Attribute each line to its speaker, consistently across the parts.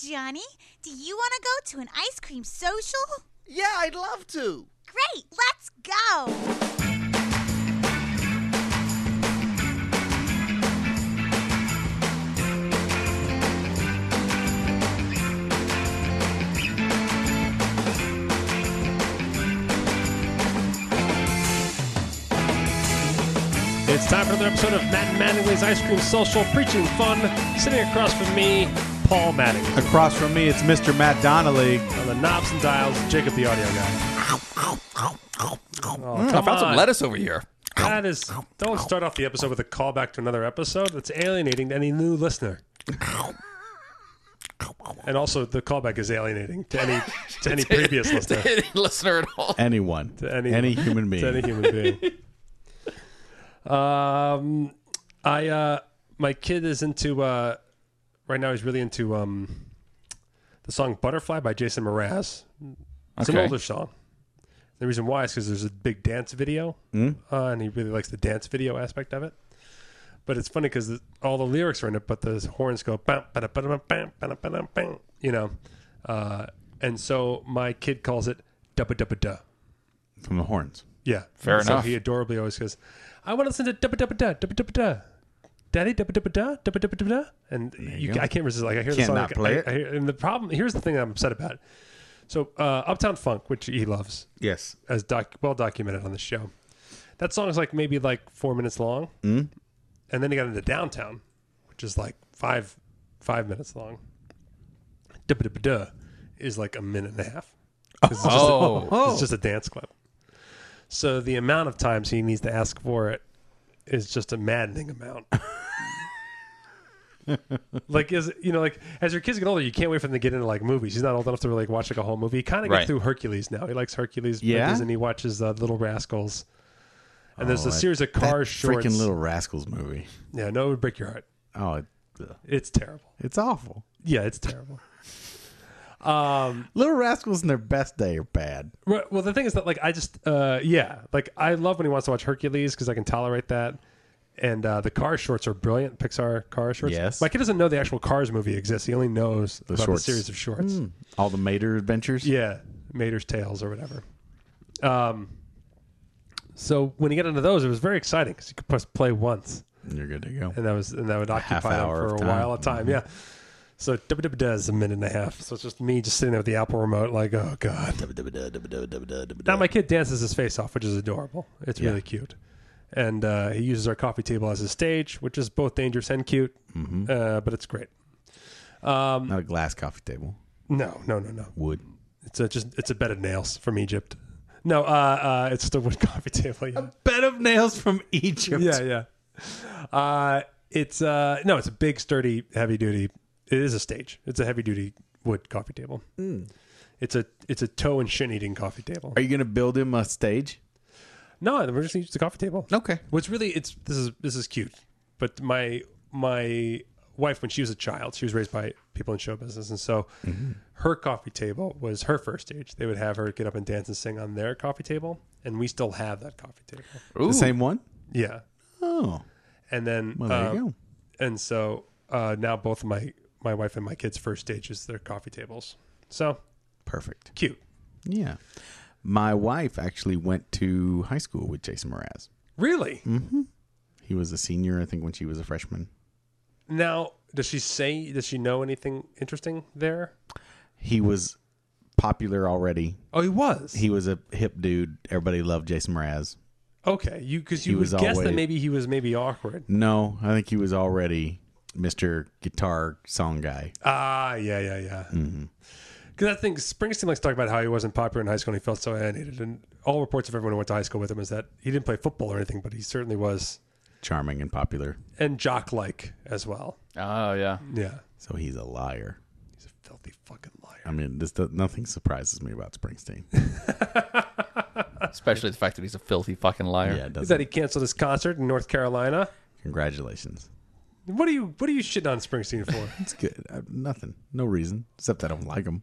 Speaker 1: Johnny. Do you want to go to an ice cream social?
Speaker 2: Yeah, I'd love to.
Speaker 1: Great, let's go.
Speaker 3: It's time for another episode of Matt and Mattingly's Ice Cream Social Preaching Fun. Sitting across from me, Paul Mattingly.
Speaker 4: Across from me, it's Mr. Matt Donnelly.
Speaker 3: On the knobs and dials, Jacob the audio guy.
Speaker 5: I found
Speaker 3: on.
Speaker 5: some lettuce over here.
Speaker 3: That is, don't start off the episode with a callback to another episode. That's alienating to any new listener. And also, the callback is alienating to any to any previous listener,
Speaker 5: Any listener at all?
Speaker 4: Anyone.
Speaker 3: to any
Speaker 4: Any human being.
Speaker 3: to any human being. um, I uh, my kid is into uh, right now. He's really into um, the song "Butterfly" by Jason Mraz. It's an
Speaker 5: Okay.
Speaker 3: older song. The reason why is because there's a big dance video, uh, and he really likes the dance video aspect of it. But it's funny because all the lyrics are in it, but the horns go bam, ba bam, bam, ba bam, bam, you know. Uh, and so my kid calls it dubba dubba da.
Speaker 4: From the horns.
Speaker 3: Yeah,
Speaker 5: Fair
Speaker 3: so
Speaker 5: enough.
Speaker 3: He adorably always goes, "I want to listen to dubba dubba da dubba dubba da, daddy dubba dubba da dubba dubba dubba da," and you, I can't resist. Like I hear the
Speaker 4: Can't
Speaker 3: song,
Speaker 4: not
Speaker 3: like,
Speaker 4: play
Speaker 3: I-
Speaker 4: it.
Speaker 3: I hear- and the problem here's the thing I'm upset about. So uh, Uptown Funk, which he loves,
Speaker 4: Yes.
Speaker 3: as doc, well documented on the show, that song is like maybe like four minutes long, and then he got into Downtown, which is like five five minutes long. Dubba dubba da is like a minute and a half. 'Cause it's just a-
Speaker 5: Oh,
Speaker 3: it's just a dance clip. So the amount of times he needs to ask for it is just a maddening amount. like is you know like as your kids get older, you can't wait for them to get into like movies. He's not old enough to like watch like a whole movie. He kind of gets
Speaker 5: Right.
Speaker 3: through Hercules now. He likes Hercules
Speaker 4: Yeah?
Speaker 3: movies and he watches uh, Little Rascals. And there's
Speaker 4: Oh,
Speaker 3: a
Speaker 4: that-
Speaker 3: series of car
Speaker 4: that
Speaker 3: shorts.
Speaker 4: Freaking Little Rascals movie.
Speaker 3: Yeah, no, it would break your heart.
Speaker 4: Oh, it, ugh,
Speaker 3: It's terrible.
Speaker 4: it's awful.
Speaker 3: Yeah, it's terrible.
Speaker 4: Little Rascals in their best day are bad.
Speaker 3: Right, Well, the thing is that like I just uh yeah, like I love when he wants to watch Hercules because I can tolerate that. And uh, the car shorts are brilliant. Pixar car shorts.
Speaker 4: Yes.
Speaker 3: My kid doesn't know the actual Cars movie exists. He only knows about
Speaker 4: shorts. Hmm. Mm.
Speaker 3: the series of shorts.
Speaker 4: All the Mater adventures.
Speaker 3: Yeah, Mater's Tales or whatever. Um. So when he got into those, it was very exciting because you could press play once,
Speaker 4: You're good to go.
Speaker 3: and that was and that would
Speaker 4: half
Speaker 3: occupy him
Speaker 4: hour
Speaker 3: for a
Speaker 4: of time.
Speaker 3: while of time. Yeah. So WW does a minute and a half. So it's just me just sitting there with the Apple remote, like, oh god. Now my kid dances his face off, which is adorable. It's really cute, and uh, he uses our coffee table as a stage, which is both dangerous and cute. Uh, but it's great. Um,
Speaker 4: Not a glass coffee table.
Speaker 3: No, no, no, no.
Speaker 4: Wood.
Speaker 3: It's a, just it's a bed of nails from Egypt. No, uh, uh, it's just a wood coffee table. Yeah,
Speaker 4: Bed of nails from Egypt.
Speaker 3: yeah, yeah. Uh, it's uh, no, it's a big, sturdy, heavy duty. It is a stage. It's a heavy duty wood coffee table. It's a it's a toe and shin eating coffee table.
Speaker 4: Hmm. Are you going to build him a stage?
Speaker 3: No, we're just gonna use the coffee table.
Speaker 4: Okay.
Speaker 3: What's really it's this is this is cute, but my my wife when she was a child, she was raised by people in show business, and so
Speaker 4: Mm-hmm.
Speaker 3: her coffee table was her first stage. They would have her get up and dance and sing on their coffee table, and we still have that coffee table.
Speaker 5: Ooh.
Speaker 4: The same one?
Speaker 3: Yeah,
Speaker 4: Oh.
Speaker 3: and then
Speaker 4: Well, there
Speaker 3: um,
Speaker 4: you go.
Speaker 3: and so uh, now both of my my wife and my kids' first stage is their coffee tables. So
Speaker 4: Perfect.
Speaker 3: cute,
Speaker 4: Yeah. My wife actually went to high school with Jason Mraz.
Speaker 3: really.
Speaker 4: Mm-hmm. He was a senior, I think, when she was a freshman.
Speaker 3: Now, does she say? Does she know anything interesting there?
Speaker 4: He was popular already.
Speaker 3: Oh, he was.
Speaker 4: He was a hip dude. Everybody loved Jason Mraz.
Speaker 3: Okay, you because
Speaker 4: He
Speaker 3: you would
Speaker 4: was
Speaker 3: guess that
Speaker 4: always-
Speaker 3: maybe he was maybe awkward.
Speaker 4: No, I think he was already Mr. Guitar Song Guy.
Speaker 3: Ah, yeah, yeah, yeah. Because
Speaker 4: Mm-hmm.
Speaker 3: I think Springsteen likes to talk about how he wasn't popular in high school and he felt so alienated. And all reports of everyone who went to high school with him is that he didn't play football or anything, but he certainly was
Speaker 4: Charming and popular.
Speaker 3: and jock like as well.
Speaker 5: Oh, yeah.
Speaker 3: Yeah,
Speaker 4: So he's a liar.
Speaker 3: he's a filthy fucking liar.
Speaker 4: I mean, this does, nothing surprises me about Springsteen.
Speaker 5: Especially the fact that he's a filthy fucking liar.
Speaker 4: Yeah, it
Speaker 3: Is that
Speaker 4: doesn't.
Speaker 3: he canceled his concert in North Carolina?
Speaker 4: Congratulations.
Speaker 3: What are you What are you shitting on Springsteen for?
Speaker 4: It's good. Uh, nothing. No reason except I don't like him.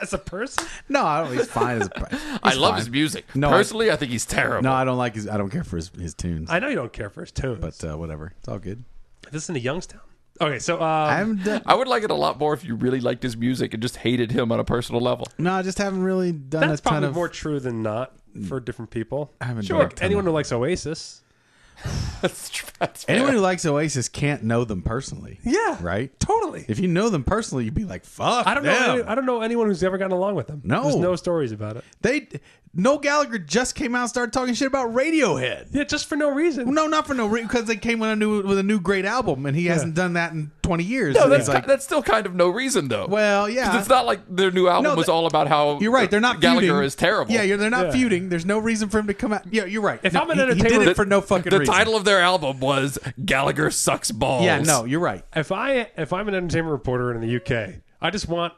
Speaker 3: as a person?
Speaker 4: No, I don't. He's fine. As a,
Speaker 5: I
Speaker 4: he's
Speaker 5: love
Speaker 4: fine.
Speaker 5: his music.
Speaker 4: No, I-
Speaker 5: Personally, I, think he's terrible.
Speaker 4: No, I don't like his. I don't care for his, his tunes.
Speaker 3: I know you don't care for his tunes,
Speaker 4: but uh, whatever, it's all good.
Speaker 3: listen to Youngstown. Okay, so um,
Speaker 4: I haven't done,
Speaker 5: I would like it a lot more if you really liked his music and just hated him on a personal level.
Speaker 4: no, I just haven't really done
Speaker 3: that's
Speaker 4: a ton
Speaker 3: probably
Speaker 4: of.
Speaker 3: more true than not for different people.
Speaker 4: I haven't done
Speaker 3: sure.
Speaker 4: a ton
Speaker 3: Anyone
Speaker 4: of-
Speaker 3: who likes Oasis,
Speaker 5: That's, tr- that's fair.
Speaker 4: Anyone who likes Oasis can't know them personally.
Speaker 3: yeah,
Speaker 4: Right?
Speaker 3: totally.
Speaker 4: If you know them personally, you'd be like, "Fuck
Speaker 3: I don't know.
Speaker 4: them.
Speaker 3: any- I don't know anyone who's ever gotten along with them.
Speaker 4: No.
Speaker 3: there's no stories about it.
Speaker 4: They no Gallagher just came out and started talking shit about Radiohead.
Speaker 3: Yeah, just for no reason.
Speaker 4: No, not for no reason because they came with a new with a new great album and he hasn't done that in twenty years.
Speaker 5: No,
Speaker 4: And
Speaker 5: Oh, that's
Speaker 4: he's like,
Speaker 5: ki- that's still kind of no reason though.
Speaker 4: well,
Speaker 5: 'Cause
Speaker 4: yeah,
Speaker 5: it's not like their new album
Speaker 4: No,
Speaker 5: was
Speaker 4: th-
Speaker 5: all about how
Speaker 4: you're right. They're not
Speaker 5: Gallagher
Speaker 4: feuding.
Speaker 5: is terrible.
Speaker 4: Yeah, you're, they're not
Speaker 3: Yeah.
Speaker 4: feuding. There's no reason for him to come out. Yeah, you're right.
Speaker 3: If I'm an
Speaker 4: he- he, did
Speaker 3: entertainer-
Speaker 4: it for no fucking
Speaker 5: the
Speaker 4: reason.
Speaker 5: title of their album was Gallagher sucks balls.
Speaker 4: Yeah, no, you're right.
Speaker 3: If I if I'm an entertainment reporter in the UK, I just want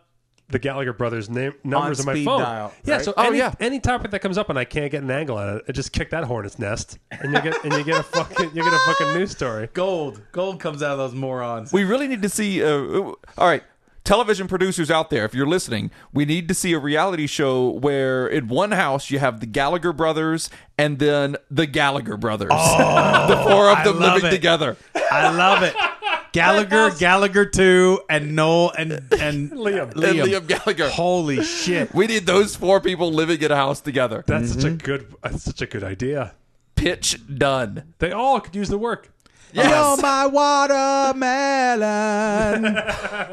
Speaker 3: the Gallagher brothers' name numbers on, my
Speaker 4: speed
Speaker 3: phone.
Speaker 4: dial,
Speaker 3: yeah,
Speaker 4: right?
Speaker 3: so
Speaker 5: Oh,
Speaker 3: any,
Speaker 5: yeah.
Speaker 3: any topic that comes up and I can't get an angle on it, I just kick that hornet's nest, and you get and you get a fucking you get a fucking news story.
Speaker 4: Gold, gold comes out of those morons.
Speaker 5: We really need to see. Uh, all right, television producers out there, if you're listening, we need to see a reality show where in one house you have the Gallagher brothers and then the Gallagher brothers, the four of
Speaker 4: I
Speaker 5: them
Speaker 4: love
Speaker 5: living
Speaker 4: it.
Speaker 5: together.
Speaker 4: I love it. Gallagher, Gallagher two, and Noel and and
Speaker 3: Liam.
Speaker 5: And Liam Gallagher.
Speaker 4: Holy shit!
Speaker 5: We need those four people living in a house together.
Speaker 3: That's such
Speaker 4: Mm-hmm.
Speaker 3: a good that's such a good idea.
Speaker 5: Pitch done.
Speaker 3: They all could use the work.
Speaker 5: Yes. Oh,
Speaker 4: You're my watermelon.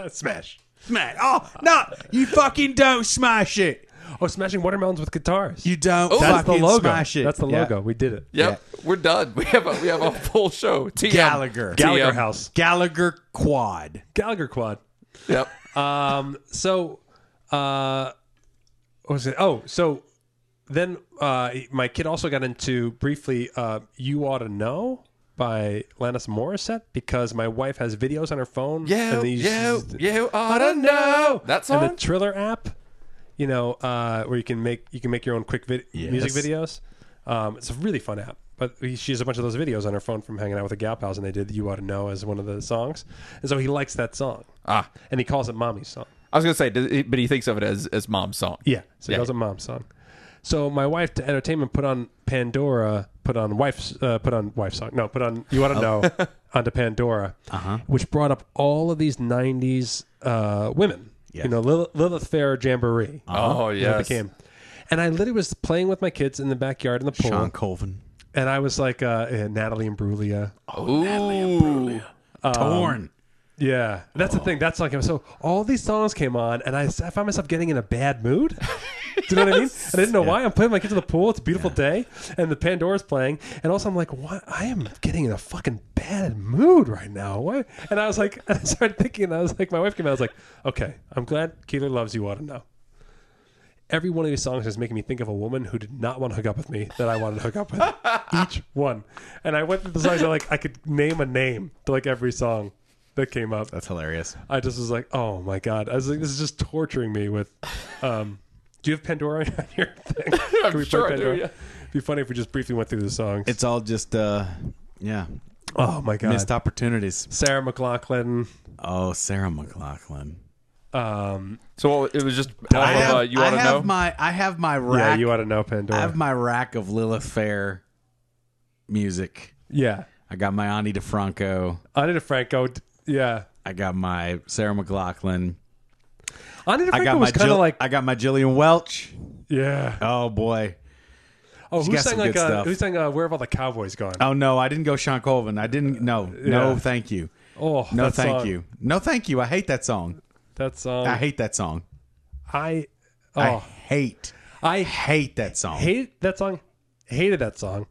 Speaker 3: Smash.
Speaker 4: smash. Oh, no. You fucking don't smash it.
Speaker 3: Oh, smashing watermelons with guitars.
Speaker 4: You don't
Speaker 5: Ooh.
Speaker 3: that's the
Speaker 4: fucking
Speaker 3: logo.
Speaker 4: smash it.
Speaker 3: That's the
Speaker 4: Yeah.
Speaker 3: logo. We did it.
Speaker 5: Yep, we're done. We have a we have a full show. TM.
Speaker 4: Gallagher.
Speaker 5: TM.
Speaker 3: Gallagher House.
Speaker 4: Gallagher Quad.
Speaker 3: Gallagher Quad.
Speaker 5: Yep.
Speaker 3: Um, so, uh, what was it? Oh, so then uh, my kid also got into briefly uh, "You Ought to Know" by Lannis Morissette because my wife has videos on her phone.
Speaker 5: Yeah.
Speaker 3: and these-
Speaker 5: Yeah. Yeah. I
Speaker 3: Oughta
Speaker 5: don't know. That song.
Speaker 3: And the Triller app, you know, uh, where you can make you can make your own quick vid- music videos. Um, it's a really fun app. But he, she has a bunch of those videos on her phone from hanging out with the gal pals, and they did "You Ought to Know" as one of the songs, and so he likes that song.
Speaker 5: Ah.
Speaker 3: and he calls it "Mommy's Song."
Speaker 5: I was gonna say, does he- but he thinks of it as as mom's song.
Speaker 3: Yeah, so
Speaker 5: Yeah.
Speaker 3: that was a mom song. So my wife to entertainment put on Pandora, put on wife's, uh, put on wife song. No, put on you want to
Speaker 5: Oh.
Speaker 3: know onto Pandora,
Speaker 5: Uh-huh.
Speaker 3: which brought up all of these '90s uh, women.
Speaker 4: Yes.
Speaker 3: You know, Lil- Lilith Fair Jamboree.
Speaker 4: Uh-huh.
Speaker 5: Oh
Speaker 3: is what
Speaker 5: yes.
Speaker 3: they came. And I literally was playing with my kids in the backyard in the pool,
Speaker 4: Sean Colvin.
Speaker 3: and I was like uh, eh, Natalie and Brulia.
Speaker 5: Ooh.
Speaker 4: Torn.
Speaker 3: Yeah, that's
Speaker 5: Oh.
Speaker 3: the thing. That's like so. All these songs came on, and I, s- I found myself getting in a bad mood. Do you know what I mean? And I didn't know why. I'm playing my kids in the pool. It's a beautiful day, and the Pandora's playing. And also, I'm like, "What? I am getting in a fucking bad mood right now." Why? And I was like, I started thinking. and I was like, my wife came out. I was like, "Okay, I'm glad Keeler loves you. Ought to know." Every one of these songs is making me think of a woman who did not want to hook up with me that I wanted to hook up with. Each one, and I went through the songs. And like I could name a name to like every song that came up.
Speaker 4: That's hilarious.
Speaker 3: I just was like, oh my god. I was like, this is just torturing me with. Um, do you have Pandora on your thing? Can we
Speaker 5: sure I do, yeah.
Speaker 3: It'd be funny if we just briefly went through the songs.
Speaker 4: It's all just, uh, yeah,
Speaker 3: oh my god.
Speaker 4: missed opportunities.
Speaker 3: Sarah McLaughlin.
Speaker 4: Oh, Sarah McLaughlin.
Speaker 3: Um,
Speaker 5: So it was just off of, uh, you
Speaker 4: I
Speaker 5: want to
Speaker 4: have
Speaker 5: know?
Speaker 4: my, I have my
Speaker 3: yeah,
Speaker 4: rack.
Speaker 3: you ought to know Pandora.
Speaker 4: I have my rack of Lilith Fair music.
Speaker 3: yeah,
Speaker 4: I got my Ani DeFranco.
Speaker 3: Anita DeFranco. d- Yeah,
Speaker 4: I got my Sarah McLaughlin.
Speaker 3: Anita
Speaker 4: I
Speaker 3: DeFranco
Speaker 4: got my
Speaker 3: was kind of
Speaker 4: Jill-
Speaker 3: like,
Speaker 4: I got my Jillian Welch.
Speaker 3: yeah.
Speaker 4: Oh boy.
Speaker 3: Oh, who
Speaker 4: got
Speaker 3: sang
Speaker 4: some
Speaker 3: like
Speaker 4: good
Speaker 3: uh,
Speaker 4: stuff.
Speaker 3: who sang uh, "Where Have All the Cowboys Gone"?
Speaker 4: Oh no, I didn't go Sean Colvin. I didn't. No, no,
Speaker 3: Yeah.
Speaker 4: thank you.
Speaker 3: Oh,
Speaker 4: No,
Speaker 3: that
Speaker 4: thank
Speaker 3: song-
Speaker 4: you. No, thank you. I hate that song.
Speaker 3: That song.
Speaker 4: I
Speaker 3: I.
Speaker 4: hate that song.
Speaker 3: I
Speaker 4: I
Speaker 3: oh,
Speaker 4: hate.
Speaker 3: I
Speaker 4: Hate that song.
Speaker 3: hated that song, hated that song,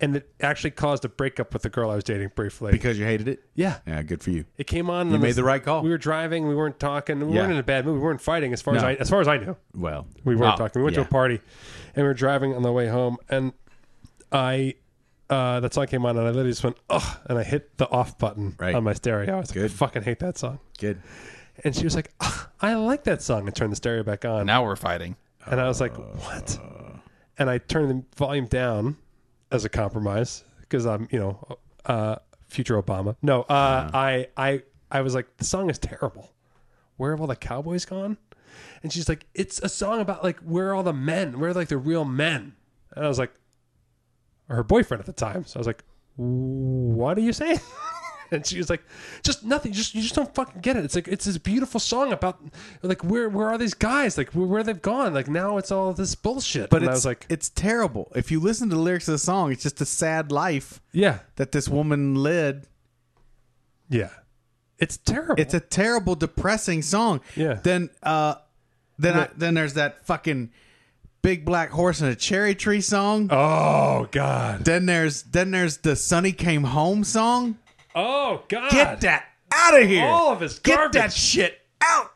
Speaker 3: and it actually caused a breakup with the girl I was dating briefly.
Speaker 4: because you hated it.
Speaker 3: yeah,
Speaker 4: Yeah, good for you.
Speaker 3: it came on.
Speaker 4: You made the right call.
Speaker 3: We were driving. We weren't talking. We
Speaker 4: Yeah.
Speaker 3: weren't in a bad mood. We weren't fighting. As far as
Speaker 4: No.
Speaker 3: I, as far as I knew,
Speaker 4: Well,
Speaker 3: we weren't
Speaker 4: Wow.
Speaker 3: talking. We went to
Speaker 4: Yeah.
Speaker 3: a party, and we were driving on the way home, and I. Uh, that song came on, and I literally just went, "Ugh!" and I hit the off button
Speaker 4: Right.
Speaker 3: on my stereo. I was like, "I
Speaker 4: Good.
Speaker 3: fucking hate that song."
Speaker 4: good.
Speaker 3: And she was like, "Ugh, "I like that song," and turned the stereo back on.
Speaker 5: Now we're fighting.
Speaker 3: And I was like, "What?" And I turned the volume down as a compromise because I'm, you know, uh, future Obama. No, uh, I, I, I was like, the song is terrible. Where have all the cowboys gone? And she's like, it's a song about like where are all the men? Where are like the real men? And I was like, her boyfriend at the time. So I was like, what are you saying? and she was like, "Just nothing. Just you just don't fucking get it. It's like it's this beautiful song about like where where are these guys? Like where, where they've gone? Like now it's all this bullshit."
Speaker 4: But
Speaker 3: and
Speaker 4: it's,
Speaker 3: I was like,
Speaker 4: it's terrible. If you listen to the lyrics of the song, it's just a sad life
Speaker 3: "Yeah,
Speaker 4: that this woman led.
Speaker 3: yeah, it's terrible."
Speaker 4: It's a terrible, depressing song.
Speaker 3: Yeah.
Speaker 4: Then, uh, then I, then there's that fucking big black horse and a cherry tree song.
Speaker 3: oh god.
Speaker 4: Then there's then there's the Sonny Came Home song.
Speaker 3: Oh god.
Speaker 4: Get that out of here.
Speaker 3: All of his
Speaker 4: Get that
Speaker 3: garbage.
Speaker 4: shit out.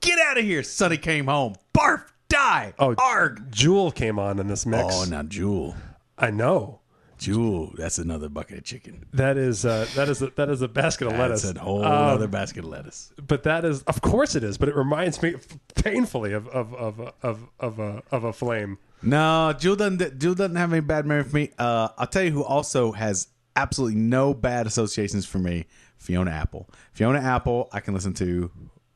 Speaker 4: Get out of here. Sonny Came Home. Barf. Die.
Speaker 3: Oh,
Speaker 4: Arg.
Speaker 3: Jewel came on in this mix.
Speaker 4: Oh, now Jewel.
Speaker 3: I know.
Speaker 4: Jewel. That's another bucket of chicken.
Speaker 3: That is uh, that is a, that is a basket of lettuce. Um,
Speaker 4: That's a whole other basket of lettuce.
Speaker 3: but that is of course it is but it reminds me painfully of of of of of a of a flame
Speaker 4: No, Jewel doesn't. Jewel doesn't have any bad memory for me. Uh, I'll tell you who also has absolutely no bad associations for me. Fiona Apple. Fiona Apple. I can listen to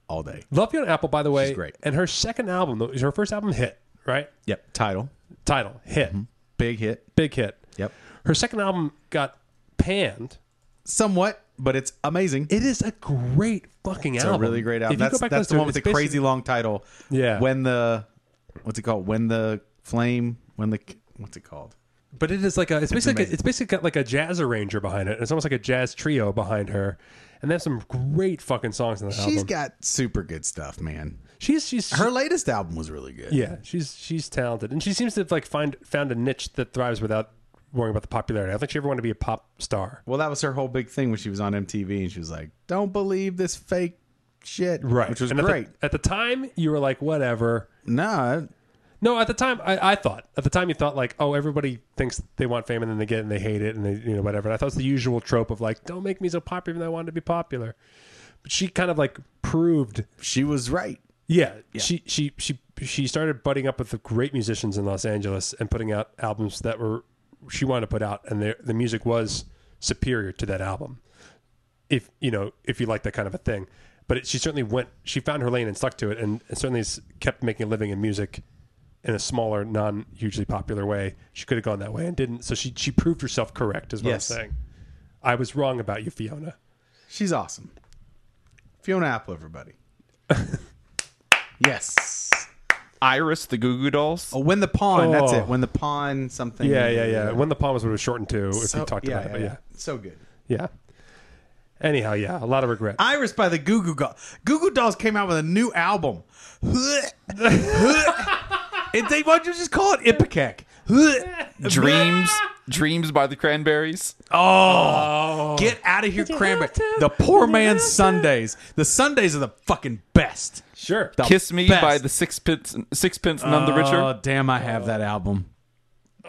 Speaker 4: all day.
Speaker 3: love you on apple by the way
Speaker 4: She's great.
Speaker 3: and her second album though, her first album hit right
Speaker 4: Yep. Title.
Speaker 3: title hit
Speaker 4: Mm-hmm. Big hit.
Speaker 3: big hit
Speaker 4: Yep.
Speaker 3: her second album got panned
Speaker 4: Somewhat, but it's amazing.
Speaker 3: it is a great fucking
Speaker 4: It's
Speaker 3: album
Speaker 4: a really great
Speaker 3: If
Speaker 4: album.
Speaker 3: you
Speaker 4: That's,
Speaker 3: go back
Speaker 4: that's
Speaker 3: to
Speaker 4: the
Speaker 3: it,
Speaker 4: one with the
Speaker 3: it's
Speaker 4: crazy
Speaker 3: basically-
Speaker 4: long title.
Speaker 3: Yeah.
Speaker 4: When the what's it called? When the flame? When the what's it called?
Speaker 3: but it is like a it's basically
Speaker 4: amazing.
Speaker 3: it's basically got like a jazz arranger behind it it's almost like a jazz trio behind her and they have some great fucking songs in that
Speaker 4: She's
Speaker 3: album
Speaker 4: got super good stuff, man.
Speaker 3: she's she's
Speaker 4: Her latest album was really good.
Speaker 3: Yeah, she's she's talented, and she seems to have like find found a niche that thrives without worrying about the popularity. I don't think she ever wanted to be a pop star.
Speaker 4: Well, that was her whole big thing when she was on MTV, and she was like, "Don't believe this fake shit," Which was
Speaker 3: And at the-
Speaker 4: great.
Speaker 3: At the, time, you were like, whatever.
Speaker 4: no,
Speaker 3: No, at the time, I, I thought. At the time, you thought like, oh, everybody thinks they want fame, and then they get it, and they hate it, and they you know whatever. And I thought it was the usual trope of like, don't make me so popular, even though I wanted to be popular. But she kind of like proved
Speaker 4: she was right.
Speaker 3: Yeah, she she she she started butting up with the great musicians in Los Angeles and putting out albums that were she wanted to put out, and the the music was superior to that album. If you know, if you like that kind of a thing, but it, she certainly went. She found her lane and stuck to it, and, and certainly has kept making a living in music in a smaller, non hugely popular way. She could have gone that way and didn't. So she she proved herself correct, is what
Speaker 4: Yes.
Speaker 3: I'm saying. I was wrong about you, Fiona.
Speaker 4: She's awesome. Fiona Apple, everybody. yes.
Speaker 5: Iris, the Goo Goo Dolls.
Speaker 4: Oh, when the pawn. That's
Speaker 3: Oh.
Speaker 4: it. When the pawn. Something. uh,
Speaker 3: Yeah, yeah, yeah. When the palm was what it was shortened to, if
Speaker 4: So-
Speaker 3: you talked about it, but yeah.
Speaker 4: So good.
Speaker 3: Yeah. Anyhow, yeah, a lot of regret.
Speaker 4: Iris by the Goo Goo Dolls. Goo Goo Dolls came out with a new album. it, they, why don't you just call it Ipecac?
Speaker 5: Dreams, Dreams by the Cranberries.
Speaker 4: Oh, get out of here, Cranberry. The poor man's Sundays. The Sundays are the fucking best.
Speaker 3: sure.
Speaker 4: The
Speaker 5: Kiss Me
Speaker 4: Oh, best.
Speaker 5: by the Sixpence, Sixpence None the Richer.
Speaker 4: Oh, damn, I have that album.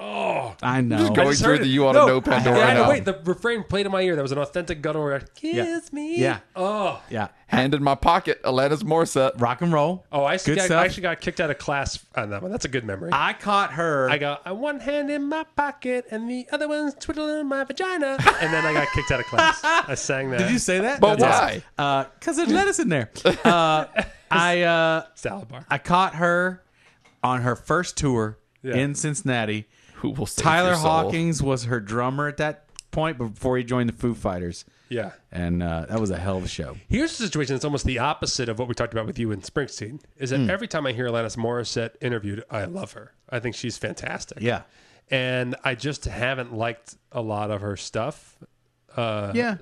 Speaker 4: Oh, I know. Just
Speaker 5: Going through the You Ought to Know Pandora
Speaker 3: Yeah, I know.
Speaker 5: now.
Speaker 3: Wait, the refrain played in my ear. That was an authentic gutter. where I- Kiss
Speaker 4: Yeah.
Speaker 3: me.
Speaker 4: yeah,
Speaker 3: Oh.
Speaker 4: yeah.
Speaker 5: Hand in My Pocket, Alanis Morissette.
Speaker 4: Rock and roll.
Speaker 3: Oh, I actually,
Speaker 4: good
Speaker 3: got,
Speaker 4: stuff.
Speaker 3: I actually got kicked out of class on that one. That's a good memory. I,
Speaker 4: I caught her.
Speaker 3: got uh, one hand in my pocket and the other one's twiddling my vagina. and then I got kicked out of class. I sang that.
Speaker 4: Did you say that?
Speaker 5: But
Speaker 4: That's
Speaker 5: why?
Speaker 4: awesome. Uh, Cause there's lettuce in there. Uh, I uh,
Speaker 3: salad bar?
Speaker 4: I caught her on her first tour
Speaker 3: Yeah.
Speaker 4: in Cincinnati.
Speaker 5: Who will save
Speaker 4: Tyler
Speaker 5: your soul?
Speaker 4: Hawkins was her drummer at that point before he joined the Foo Fighters.
Speaker 3: yeah.
Speaker 4: And uh, that was a hell of a show.
Speaker 3: Here's the situation that's almost the opposite of what we talked about with you in Springsteen. Is that every time I hear Alanis Morissette interviewed, I love her. I think she's fantastic.
Speaker 4: Yeah.
Speaker 3: and I just haven't liked a lot of her stuff. Uh,
Speaker 4: yeah.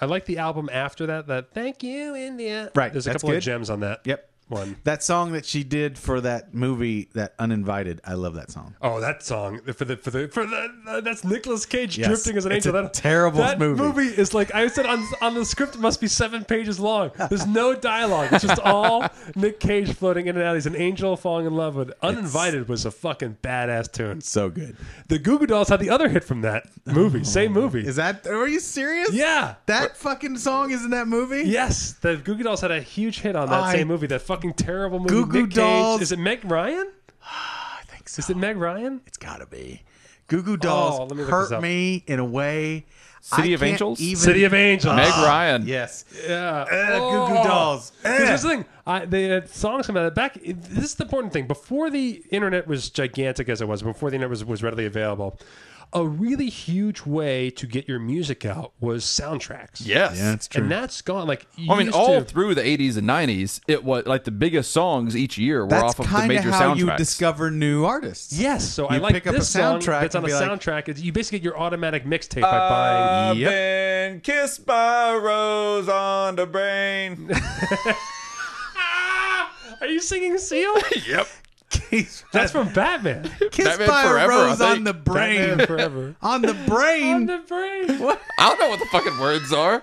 Speaker 3: I like the album after that. That Thank You India.
Speaker 4: Right,
Speaker 3: There's a
Speaker 4: that's
Speaker 3: couple
Speaker 4: good.
Speaker 3: of gems on that.
Speaker 4: Yep.
Speaker 3: One.
Speaker 4: That song that she did for that movie, that Uninvited, I love that song.
Speaker 3: Oh, that song for the for the for the that's Nicolas Cage
Speaker 4: Yes,
Speaker 3: drifting as an
Speaker 4: it's
Speaker 3: angel.
Speaker 4: a
Speaker 3: that
Speaker 4: terrible
Speaker 3: that
Speaker 4: movie.
Speaker 3: is like I said on on the script it must be seven pages long. There's no dialogue. It's just all Nick Cage floating in and out. He's an angel falling in love with. Uninvited was a fucking badass tune.
Speaker 4: So good.
Speaker 3: The Goo Goo Dolls had the other hit from that movie. Same movie.
Speaker 4: Oh. Is that, are you serious?
Speaker 3: yeah.
Speaker 4: That fucking song is in that movie?
Speaker 3: Yes, the Goo Goo Dolls had a huge hit on that
Speaker 4: I-
Speaker 3: same movie. That fucking terrible movie.
Speaker 4: Goo Goo
Speaker 3: Nick Cage.
Speaker 4: Dolls.
Speaker 3: Is it Meg Ryan?
Speaker 4: I think so.
Speaker 3: Is it Meg Ryan?
Speaker 4: It's gotta be. Goo Goo Dolls
Speaker 3: Oh, let me look this
Speaker 4: hurt
Speaker 3: up.
Speaker 4: me in a way.
Speaker 5: City
Speaker 4: I
Speaker 5: of
Speaker 4: can't
Speaker 5: Angels?
Speaker 4: Even,
Speaker 3: City of Angels.
Speaker 5: Meg
Speaker 4: Ah,
Speaker 5: Ryan.
Speaker 4: Yes.
Speaker 3: Yeah.
Speaker 4: Uh, Goo Goo Dolls.
Speaker 3: 'Cause
Speaker 4: Eh.
Speaker 3: Here's the thing. I, they had songs come out of back. This is the important thing. Before the internet was gigantic as it was, before the internet was, was readily available, a really huge way to get your music out was soundtracks.
Speaker 5: Yes.
Speaker 4: Yeah, it's true.
Speaker 3: And that's gone. Like you
Speaker 5: I mean,
Speaker 3: used
Speaker 5: all
Speaker 3: to-
Speaker 5: through the 80s and 90s, it was like the biggest songs each year were
Speaker 4: That's
Speaker 5: off of the
Speaker 4: kind of
Speaker 5: major
Speaker 4: how
Speaker 5: soundtracks.
Speaker 4: you discover new artists.
Speaker 3: Yes, so I
Speaker 4: You
Speaker 3: like
Speaker 4: pick up a
Speaker 3: this song
Speaker 4: soundtrack
Speaker 3: that's on a
Speaker 4: and be like-
Speaker 3: soundtrack. It's, you basically get your automatic mixtape by buying.
Speaker 5: I've
Speaker 4: Yep.
Speaker 5: been kissed by a rose on the brain.
Speaker 3: Are you singing Seal?
Speaker 5: yep.
Speaker 4: Kissed
Speaker 3: that's from Batman.
Speaker 5: Batman
Speaker 4: by a
Speaker 5: Forever, I
Speaker 4: rose on
Speaker 5: think.
Speaker 4: the brain.
Speaker 3: Batman forever.
Speaker 4: on the
Speaker 3: On
Speaker 4: brain.
Speaker 3: the brain. What?
Speaker 5: I don't know what the fucking words are.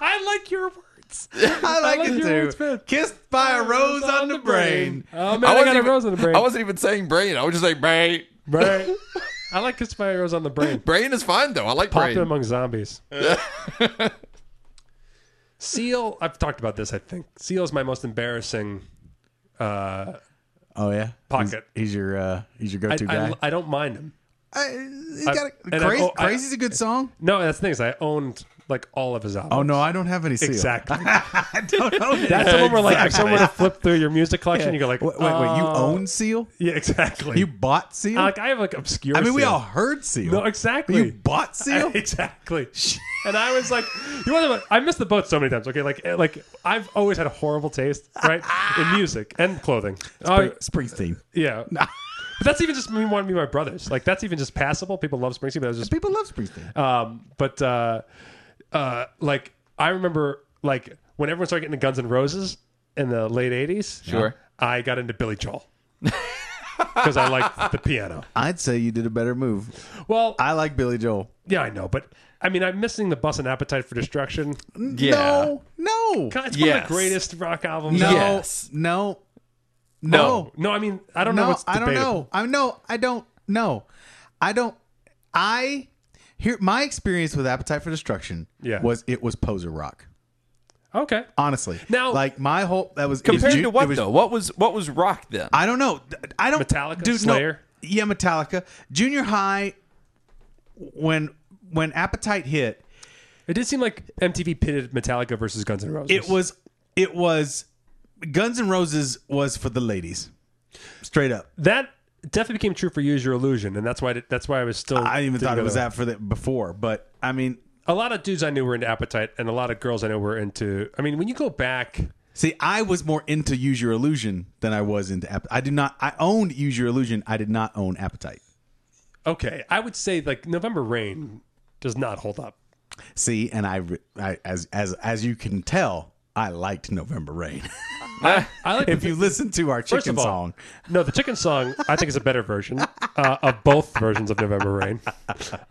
Speaker 3: I like your words.
Speaker 4: I like
Speaker 3: like
Speaker 4: it
Speaker 3: your words,
Speaker 4: too.
Speaker 3: man.
Speaker 4: Kissed by a rose on the brain.
Speaker 3: Oh man, I, got
Speaker 5: wasn't
Speaker 3: a
Speaker 5: even-
Speaker 3: rose on the brain.
Speaker 5: I wasn't even saying brain. I was just like brain.
Speaker 3: Brain. I like Kiss by a Rose on the brain.
Speaker 5: Brain is fine though. I like
Speaker 3: Popular
Speaker 5: brain.
Speaker 3: among zombies. Seal. I've talked about this. I think Seal is my most embarrassing. Uh,
Speaker 4: Oh yeah,
Speaker 3: Pocket.
Speaker 4: He's, he's your uh, he's your
Speaker 3: I,
Speaker 4: go-to guy.
Speaker 3: I, I don't mind him.
Speaker 4: I, he's got
Speaker 3: and I-
Speaker 4: a, crazy,
Speaker 3: oh, I-
Speaker 4: Crazy's a good song.
Speaker 3: No, that's the thing is I owned like all of his albums.
Speaker 4: Oh no, I don't have any seal.
Speaker 3: Exactly.
Speaker 4: I don't know.
Speaker 3: That's the one where like if someone were to
Speaker 4: Exactly.
Speaker 3: flip through your music collection, you go like,
Speaker 4: wait, wait, wait, you
Speaker 3: uh,
Speaker 4: own seal?
Speaker 3: Yeah, exactly.
Speaker 4: You bought seal?
Speaker 3: like I have like obscure.
Speaker 4: I mean, we
Speaker 3: Seal.
Speaker 4: all heard seal.
Speaker 3: No, exactly.
Speaker 4: You bought seal?
Speaker 3: exactly. and I was like, you know what? I missed the boat so many times. Okay, like eh, like I've always had a horrible taste, right, in music and clothing. Uh,
Speaker 4: Spring- Springsteen.
Speaker 3: yeah. But that's even just me wanting to be my brothers. Like that's even just passable. People love Springsteen, but I was just
Speaker 4: People love Springsteen.
Speaker 3: um, but uh, uh, like I remember, like when everyone started getting the Guns N' Roses in the late '80s,
Speaker 5: Sure.
Speaker 3: I got into Billy Joel because I liked the piano.
Speaker 4: I'd say you did a better move.
Speaker 3: Well,
Speaker 4: I like Billy Joel.
Speaker 3: yeah, I know, but I mean, I'm missing the Bus and Appetite for Destruction.
Speaker 5: Yeah.
Speaker 4: No, no,
Speaker 3: God, It's one of
Speaker 5: Yes.
Speaker 3: the greatest rock albums.
Speaker 4: no,
Speaker 3: ever.
Speaker 5: Yes.
Speaker 4: no,
Speaker 5: No.
Speaker 4: no,
Speaker 3: no, I mean, I don't know.
Speaker 4: no,
Speaker 3: What's
Speaker 4: I don't
Speaker 3: debatable.
Speaker 4: know. I no, I don't know. I don't. I here. My experience with Appetite for Destruction
Speaker 3: Yeah.
Speaker 4: was it was poser rock.
Speaker 3: Okay,
Speaker 4: Honestly,
Speaker 3: Now-
Speaker 4: like my whole that was it was
Speaker 5: Compared
Speaker 4: Ju-
Speaker 5: to what
Speaker 4: it was-
Speaker 5: though? What was what was rock then?
Speaker 4: I don't know. Th- I don't.
Speaker 3: Metallica?
Speaker 4: dude, no.
Speaker 3: Slayer?
Speaker 4: yeah, Metallica. Junior high, when when Appetite hit,
Speaker 3: it did seem like MTV pitted Metallica versus Guns N' Roses.
Speaker 4: it was it was Guns N' Roses was for the ladies, straight up.
Speaker 3: that definitely became true for Use Your Illusion, and that's why that's why I was still.
Speaker 4: I even
Speaker 3: Oh, didn't
Speaker 4: thought
Speaker 3: go
Speaker 4: it was
Speaker 3: there.
Speaker 4: that for the before, but I mean,
Speaker 3: a lot of dudes I knew were into Appetite, and a lot of girls I know were into. I mean, when you go back,
Speaker 4: see, I was more into Use Your Illusion than I was into. App- I do not. I owned Use Your Illusion. I did not own Appetite.
Speaker 3: okay, I would say like November Rain does not hold up.
Speaker 4: See, and I, re- I as as as you can tell, I liked November Rain.
Speaker 3: I like
Speaker 4: if you listen to our
Speaker 3: First
Speaker 4: chicken
Speaker 3: of all-
Speaker 4: song,
Speaker 3: no the chicken song. I think is a better version uh, of both versions of November Rain.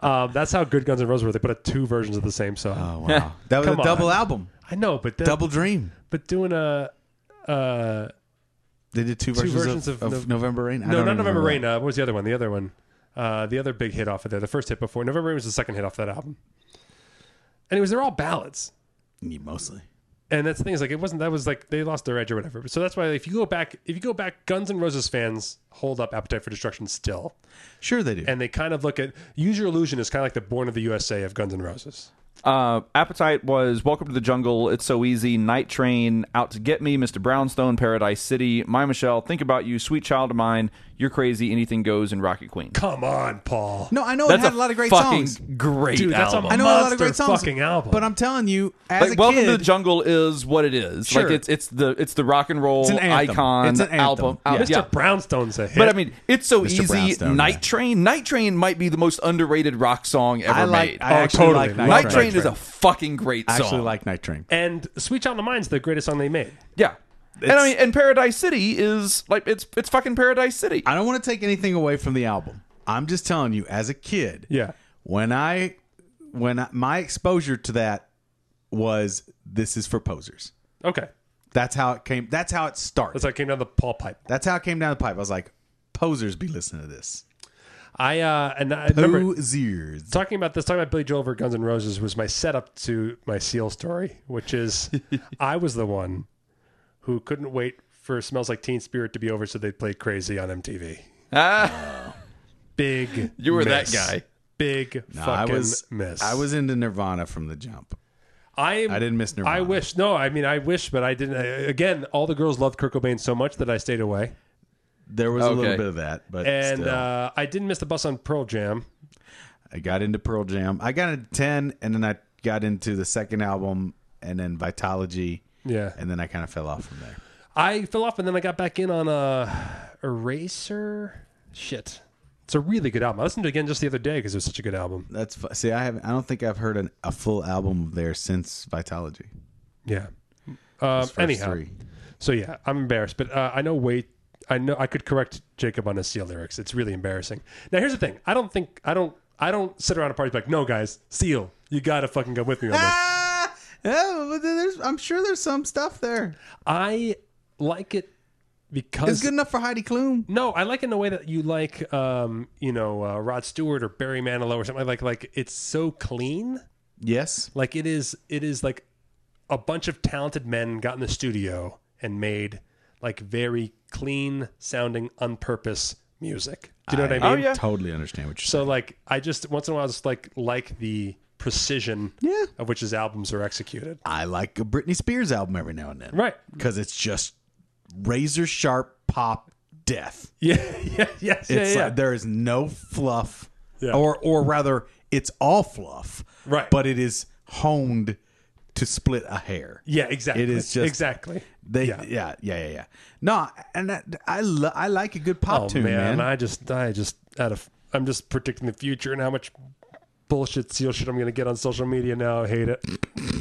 Speaker 3: Um, that's how good Guns N' Roses were. They put out two versions of the same song.
Speaker 4: oh wow, that was
Speaker 3: Come
Speaker 4: a
Speaker 3: on.
Speaker 4: double album,
Speaker 3: I know, but then,
Speaker 4: double dream.
Speaker 3: but doing a uh,
Speaker 4: They did two, versions,
Speaker 3: versions of
Speaker 4: of, of
Speaker 3: Nov-
Speaker 4: November Rain. I
Speaker 3: no,
Speaker 4: don't
Speaker 3: not
Speaker 4: even
Speaker 3: November
Speaker 4: remember.
Speaker 3: Rain. Uh, what was the other one? The other one, uh, the other big hit off of there. The first hit before November Rain was the second hit off that album. Anyways, they're all ballads.
Speaker 4: Yeah, mostly.
Speaker 3: And that's the thing is like it wasn't that was like they lost their edge or whatever. So that's why if you go back if you go back, Guns N' Roses fans hold up Appetite for Destruction still,
Speaker 4: Sure, they do.
Speaker 3: and they kind of look at Use Your Illusion is kind of like the Born of the USA of Guns N' Roses.
Speaker 5: Uh, Appetite was Welcome to the Jungle, It's So Easy, Night Train, Out to Get Me, Mr. Brownstone, Paradise City, My Michelle, Think About You, Sweet Child of Mine, You're Crazy, Anything Goes, and Rocket Queen.
Speaker 3: Come on, Paul.
Speaker 4: no, I know it
Speaker 5: That's
Speaker 4: had a lot of great
Speaker 5: fucking
Speaker 4: songs.
Speaker 5: Great
Speaker 3: Dude, that's
Speaker 5: album.
Speaker 3: a
Speaker 4: I know a lot of great
Speaker 3: monster
Speaker 4: songs.
Speaker 3: fucking album.
Speaker 4: But I'm telling you, as
Speaker 5: like
Speaker 4: a
Speaker 5: Welcome
Speaker 4: kid,
Speaker 5: to the Jungle is what it is.
Speaker 4: Sure.
Speaker 5: Like it's it's the it's the rock and roll
Speaker 4: It's an anthem.
Speaker 5: icon
Speaker 4: It's an anthem.
Speaker 5: album.
Speaker 4: Yeah.
Speaker 3: Mr.
Speaker 5: Yeah.
Speaker 3: Brownstone's a hit.
Speaker 5: But I mean, it's so
Speaker 4: Mr.
Speaker 5: easy.
Speaker 4: Brownstone,
Speaker 5: Night
Speaker 4: yeah.
Speaker 5: Train, Night Train might be the most underrated rock song ever
Speaker 4: I like.
Speaker 5: made.
Speaker 4: I
Speaker 3: Oh,
Speaker 4: actually
Speaker 3: totally.
Speaker 4: like Night,
Speaker 5: Night
Speaker 4: Train.
Speaker 5: Train, is a fucking great
Speaker 4: I
Speaker 5: song.
Speaker 4: actually like Night Train.
Speaker 3: and Sweet Child of Mine's the greatest song they made.
Speaker 5: yeah. And I mean, and Paradise City is like it's it's fucking Paradise City.
Speaker 4: I don't want to take anything away from the album. I'm just telling you, as a kid,
Speaker 3: Yeah.
Speaker 4: when I when I, my exposure to that was this is for posers.
Speaker 3: Okay.
Speaker 4: That's how it came. That's how it started.
Speaker 3: That's how it came down the Paul pipe.
Speaker 4: that's how it came down the pipe. I was like, posers be listening to this.
Speaker 3: I uh and I remember
Speaker 4: Posers.
Speaker 3: talking about this, talking about Billy Joel over Guns N' Roses was my setup to my Seal story, which is I was the one who couldn't wait for Smells Like Teen Spirit to be over so they played Crazy on MTV.
Speaker 5: Ah,
Speaker 3: Big
Speaker 5: you were
Speaker 3: miss.
Speaker 5: that guy.
Speaker 3: Big
Speaker 4: I
Speaker 3: fucking
Speaker 4: was
Speaker 3: miss.
Speaker 4: I was into Nirvana from the jump.
Speaker 3: I,
Speaker 4: I didn't miss Nirvana.
Speaker 3: I wish. No, I mean I wish, but I didn't. I, again, all the girls loved Kurt Cobain so much that I stayed away,
Speaker 4: There was a
Speaker 5: Okay.
Speaker 4: little bit of that, but
Speaker 3: and
Speaker 4: still.
Speaker 3: uh, I didn't miss the bus on Pearl Jam.
Speaker 4: I got into Pearl Jam. I got into Ten, and then I got into the second album, and then Vitology,
Speaker 3: Yeah.
Speaker 4: and then I kind of fell off from there.
Speaker 3: I fell off and then I got back in on uh, Eraser. Shit. It's a really good album. I listened to it again just the other day because it was such a good album.
Speaker 4: That's fu- see, I have I don't think I've heard an, a full album of theirs since Vitology.
Speaker 3: Yeah. Um,
Speaker 4: First
Speaker 3: anyhow.
Speaker 4: three.
Speaker 3: So yeah, I'm embarrassed, but uh, I know way I know I could correct Jacob on his seal lyrics. It's really embarrassing. Now here's the thing: I don't think I don't I don't sit around at parties like, no guys, seal, you gotta fucking come with me on this.
Speaker 4: Ah, yeah, but then there's I'm sure there's some stuff there.
Speaker 3: I like it
Speaker 4: It's
Speaker 3: because
Speaker 4: good enough for Heidi Klum.
Speaker 3: no, I like it in a way that you like, um, you know, uh, Rod Stewart or Barry Manilow or something like like it's so clean.
Speaker 4: Yes,
Speaker 3: Like it is, it is like a bunch of talented men got in the studio and made like very clean sounding on purpose music. Do you know what I
Speaker 5: Oh,
Speaker 3: mean?
Speaker 5: yeah.
Speaker 4: totally understand what you're saying.
Speaker 3: So like, I just once in a while just like like the precision
Speaker 4: Yeah.
Speaker 3: of which his albums are executed.
Speaker 4: I like a Britney Spears album every now and then,
Speaker 3: Right.
Speaker 4: Because it's just razor sharp pop death.
Speaker 3: Yeah. Yeah. Yes. Yeah.
Speaker 4: It's
Speaker 3: yeah.
Speaker 4: like there is no fluff,
Speaker 3: Yeah.
Speaker 4: or or rather, it's all fluff,
Speaker 3: Right.
Speaker 4: But it is honed to split a hair.
Speaker 3: yeah. Exactly.
Speaker 4: It is just
Speaker 3: exactly.
Speaker 4: They, yeah.
Speaker 3: Yeah.
Speaker 4: yeah, yeah, yeah, No, and that, I lo- I like a good pop
Speaker 3: Oh
Speaker 4: tune, man.
Speaker 3: man, I just I just out of I'm just predicting the future and how much bullshit seal shit I'm gonna get on social media now. I hate it.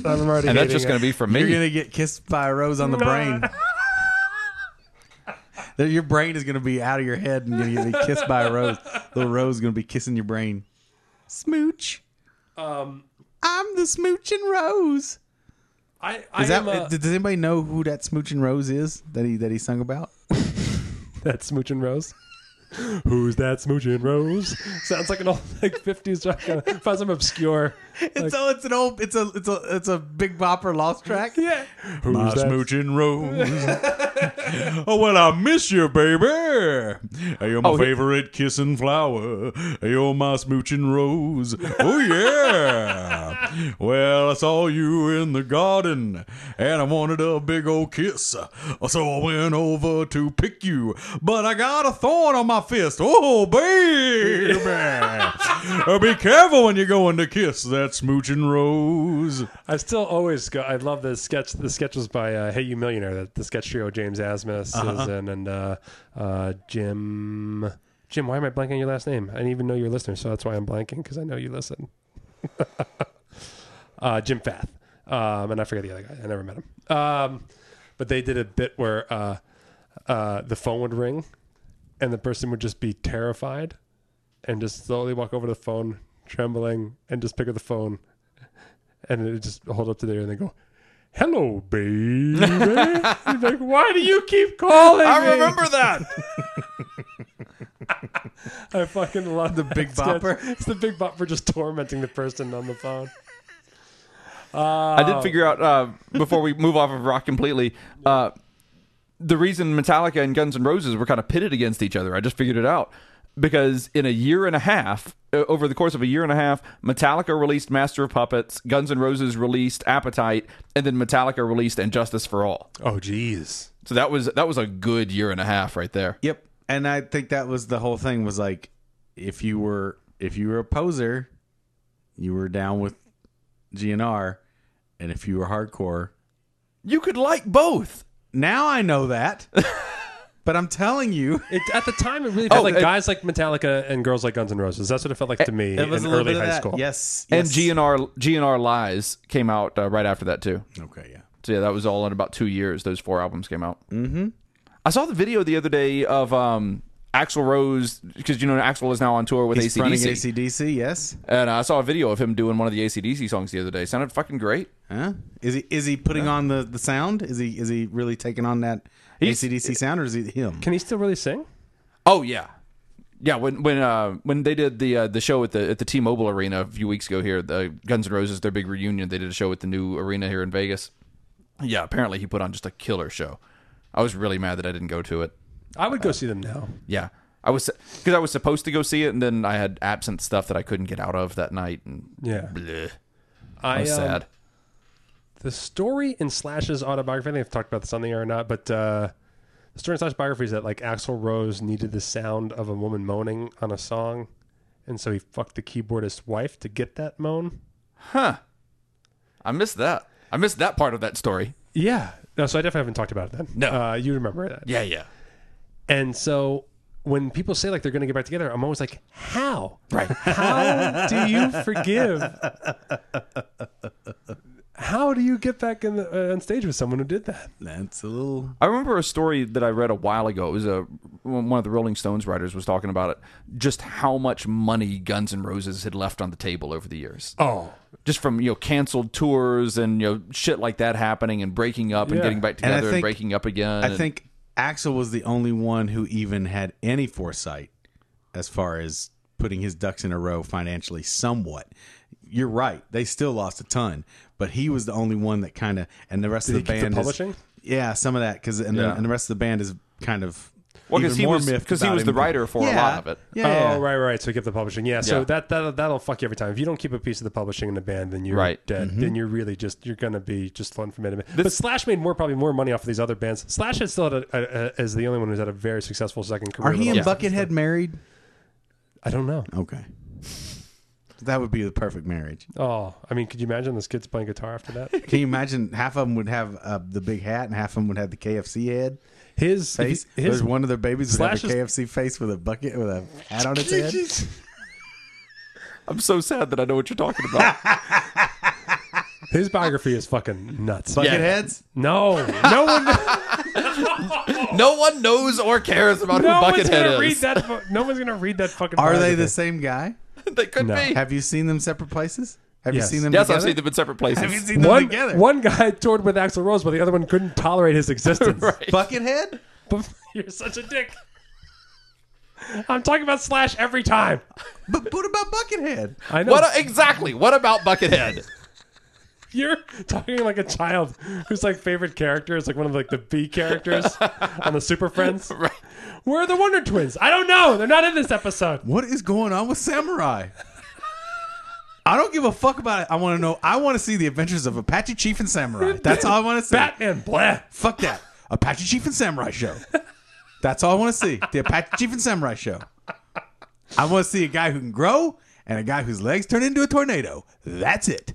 Speaker 3: I'm already.
Speaker 5: And that's
Speaker 3: hating
Speaker 5: just
Speaker 3: it.
Speaker 5: going to be from
Speaker 4: You're
Speaker 5: me.
Speaker 4: gonna get kissed by a rose on the brain. That your brain is gonna be out of your head and you're gonna be kissed by a rose. Little rose is gonna be kissing your brain. Smooch. Um, I'm the smooching rose.
Speaker 3: I, I
Speaker 4: Is that?
Speaker 3: am uh, a,
Speaker 4: does anybody know who that smooching rose is that he that he sung about?
Speaker 3: that smooching rose. Who's that smooching rose? Sounds like an old like fifties find some obscure.
Speaker 4: It's oh, it's an old, it's a, it's a, it's a Big Bopper lost track.
Speaker 3: Yeah. Who's
Speaker 4: My
Speaker 3: that?
Speaker 4: smooching rose. oh well, I miss you, baby. You're my
Speaker 5: Oh, he-
Speaker 4: favorite kissing flower. You're my smooching rose. Oh yeah. well, I saw you in the garden, and I wanted a big old kiss, so I went over to pick you, but I got a thorn on my fist. Oh baby, Uh, be careful when you're going to kiss that smooching rose.
Speaker 3: I still always go. I love the sketch. The sketch was by uh, Hey You Millionaire. The, the sketch trio James Asmus and and uh, uh, Jim. Jim, why am I blanking on your last name? I didn't even know you're a listener, so that's why I'm blanking because I know you listen. uh, Jim Fath, um, and I forget the other guy. I never met him. Um, but they did a bit where uh, uh, the phone would ring, and the person would just be terrified, and just slowly walk over to the phone, trembling, and just pick up the phone and it just hold up to there and they go, "Hello, baby." You're like, why do you keep calling? me?"
Speaker 5: I remember that.
Speaker 3: I fucking love the
Speaker 4: Big Bopper.
Speaker 3: It's the big bopper just tormenting the person on the phone.
Speaker 5: I did figure out uh, before we move off of rock completely. Uh, the reason Metallica and Guns N' Roses were kind of pitted against each other, I just figured it out because in a year and a half, o- over the course of a year and a half, Metallica released Master of Puppets, Guns N' Roses released Appetite, and then Metallica released And Justice for All.
Speaker 3: Oh, jeez.
Speaker 5: So that was that was a good year and a half right there.
Speaker 4: Yep. And I think that was the whole thing was like if you were if you were a poser, you were down with GNR, and if you were hardcore,
Speaker 5: You could like both.
Speaker 4: now I know that. but I'm telling you,
Speaker 3: It, at the time, it really felt
Speaker 5: Oh,
Speaker 3: like
Speaker 5: it-
Speaker 3: guys like Metallica and girls like Guns N' Roses. That's what it felt like to me
Speaker 4: it was
Speaker 3: in
Speaker 4: a little
Speaker 3: early
Speaker 4: bit of
Speaker 3: high
Speaker 4: that.
Speaker 3: school.
Speaker 4: Yes,
Speaker 5: And
Speaker 4: yes.
Speaker 5: GNR GNR Lies came out uh, right after that too.
Speaker 4: Okay, yeah.
Speaker 5: So yeah, that was all in about two years. Those four albums came out. Mm-hmm. I saw the video the other day of um, Axl Rose because you know Axl is now on tour with
Speaker 4: He's fronting
Speaker 5: ACDC,
Speaker 4: ACDC. Yes.
Speaker 5: and I saw a video of him doing one of the ACDC songs the other day. Sounded fucking great.
Speaker 4: Huh? Is he is he putting
Speaker 3: Uh.
Speaker 4: on the, the sound? Is he is he really taking on that ACDC sound, or is he him?
Speaker 3: Can he still really sing?
Speaker 5: Oh yeah, yeah. When when uh, when they did the uh, the show at the at the T-Mobile Arena a few weeks ago here, the Guns N' Roses their big reunion. They did a show at the new arena here in Vegas. Yeah, apparently he put on just a killer show. I was really mad that I didn't go to it.
Speaker 3: I would go
Speaker 4: Uh,
Speaker 3: see them now.
Speaker 5: Yeah. I was because I was supposed to go see it, and then I had absent stuff that I couldn't get out of that night, and
Speaker 3: Yeah,
Speaker 5: bleh,
Speaker 3: I,
Speaker 5: I was
Speaker 3: um,
Speaker 5: sad.
Speaker 3: the story in Slash's autobiography, I think I've talked about this on the air or not, but uh, the story in Slash biography is that like Axl Rose needed the sound of a woman moaning on a song, and so he fucked the keyboardist's wife to get that moan.
Speaker 5: I missed that. I missed that part of that story.
Speaker 3: Yeah. No, so I definitely haven't talked about it then.
Speaker 5: No.
Speaker 3: Uh, you remember that.
Speaker 5: Yeah, yeah.
Speaker 3: And so when people say like they're going to get back together, I'm always like, how? Right. How do you forgive? How do you get back in the, uh, on stage with someone who did that?
Speaker 4: That's a little.
Speaker 5: I remember a story that I read a while ago. It was a one of the Rolling Stones writers was talking about it, just how much money Guns N' Roses had left on the table over the years,
Speaker 3: Oh,
Speaker 5: just from you know canceled tours and you know shit like that happening and breaking up and
Speaker 3: Yeah.
Speaker 5: getting back
Speaker 4: I
Speaker 5: together and,
Speaker 4: think-
Speaker 5: breaking up again.
Speaker 4: I
Speaker 5: and-
Speaker 4: think Axel was the only one who even had any foresight as far as putting his ducks in a row financially somewhat. You're right. They still lost a ton, but he was the only one that kind of and the rest of
Speaker 3: he
Speaker 4: the
Speaker 3: keep the
Speaker 4: band is-
Speaker 3: publishing?
Speaker 4: yeah, some of that cuz and,
Speaker 5: Yeah.
Speaker 4: the, and the rest of the band is kind of
Speaker 5: Well, 'cause
Speaker 4: even
Speaker 5: he
Speaker 4: more
Speaker 5: was-
Speaker 4: miffed
Speaker 5: 'cause he
Speaker 4: about
Speaker 5: was
Speaker 4: him.
Speaker 5: the writer for a
Speaker 4: Yeah.
Speaker 5: lot of it.
Speaker 4: Yeah.
Speaker 3: Oh, right, right. So keep the publishing. Yeah. So
Speaker 5: Yeah.
Speaker 3: that that that'll fuck you every time. If you don't keep a piece of the publishing in the band, then you're
Speaker 5: Right.
Speaker 3: dead. Then you're really just you're gonna be just fun from it. But Slash made more probably more money off of these other bands. Slash is still had a, a, as the only one who's had a very successful second career.
Speaker 4: Are he
Speaker 3: with
Speaker 4: and
Speaker 3: all this
Speaker 4: Buckethead married?
Speaker 3: stuff. I don't know.
Speaker 4: Okay. That would be the perfect marriage.
Speaker 3: Oh, I mean, could you imagine this kid's playing guitar after that?
Speaker 4: Can you imagine? Half of them would have uh, the big hat, and half of them would have the KFC head.
Speaker 3: His
Speaker 4: face.
Speaker 3: his
Speaker 4: There's one of their babies with a
Speaker 3: Slash is-
Speaker 4: KFC face with a bucket with a hat on its head.
Speaker 5: I'm so sad that I know what you're talking about.
Speaker 3: his biography is fucking nuts.
Speaker 4: Bucket
Speaker 5: Yeah.
Speaker 4: heads.
Speaker 3: No, no one,
Speaker 5: no one knows or cares about
Speaker 3: no
Speaker 5: who
Speaker 3: one's gonna
Speaker 5: Buckethead
Speaker 3: read
Speaker 5: is.
Speaker 3: that. fu- No one's gonna read that fucking.
Speaker 4: Are they
Speaker 3: biography.
Speaker 4: the same guy?
Speaker 5: they could
Speaker 3: No.
Speaker 5: be.
Speaker 4: Have you seen them separate places? Have
Speaker 3: Yes.
Speaker 4: you seen them?
Speaker 5: Yes,
Speaker 4: together?
Speaker 5: I've seen them in separate
Speaker 4: Have you
Speaker 5: places.
Speaker 4: seen them
Speaker 3: one,
Speaker 4: together?
Speaker 3: one guy toured with Axl Rose, but the other one couldn't tolerate his existence.
Speaker 4: bucket head.
Speaker 3: You're such a dick. I'm talking about Slash every time.
Speaker 4: But what about Buckethead?
Speaker 3: I know
Speaker 5: What a- exactly? What about Buckethead?
Speaker 3: you're talking like a child whose like favorite character is like one of like the B characters on the Super Friends. Right. Where are the Wonder Twins? I don't know. They're not in this episode.
Speaker 4: What is going on with Samurai? I don't give a fuck about it. I want to know. I want to see the adventures of Apache Chief and Samurai. That's all I want to see.
Speaker 3: Batman, blah.
Speaker 4: Fuck that. Apache Chief and Samurai show. That's all I want to see. The Apache Chief and Samurai show. I want to see a guy who can grow and a guy whose legs turn into a tornado. That's it.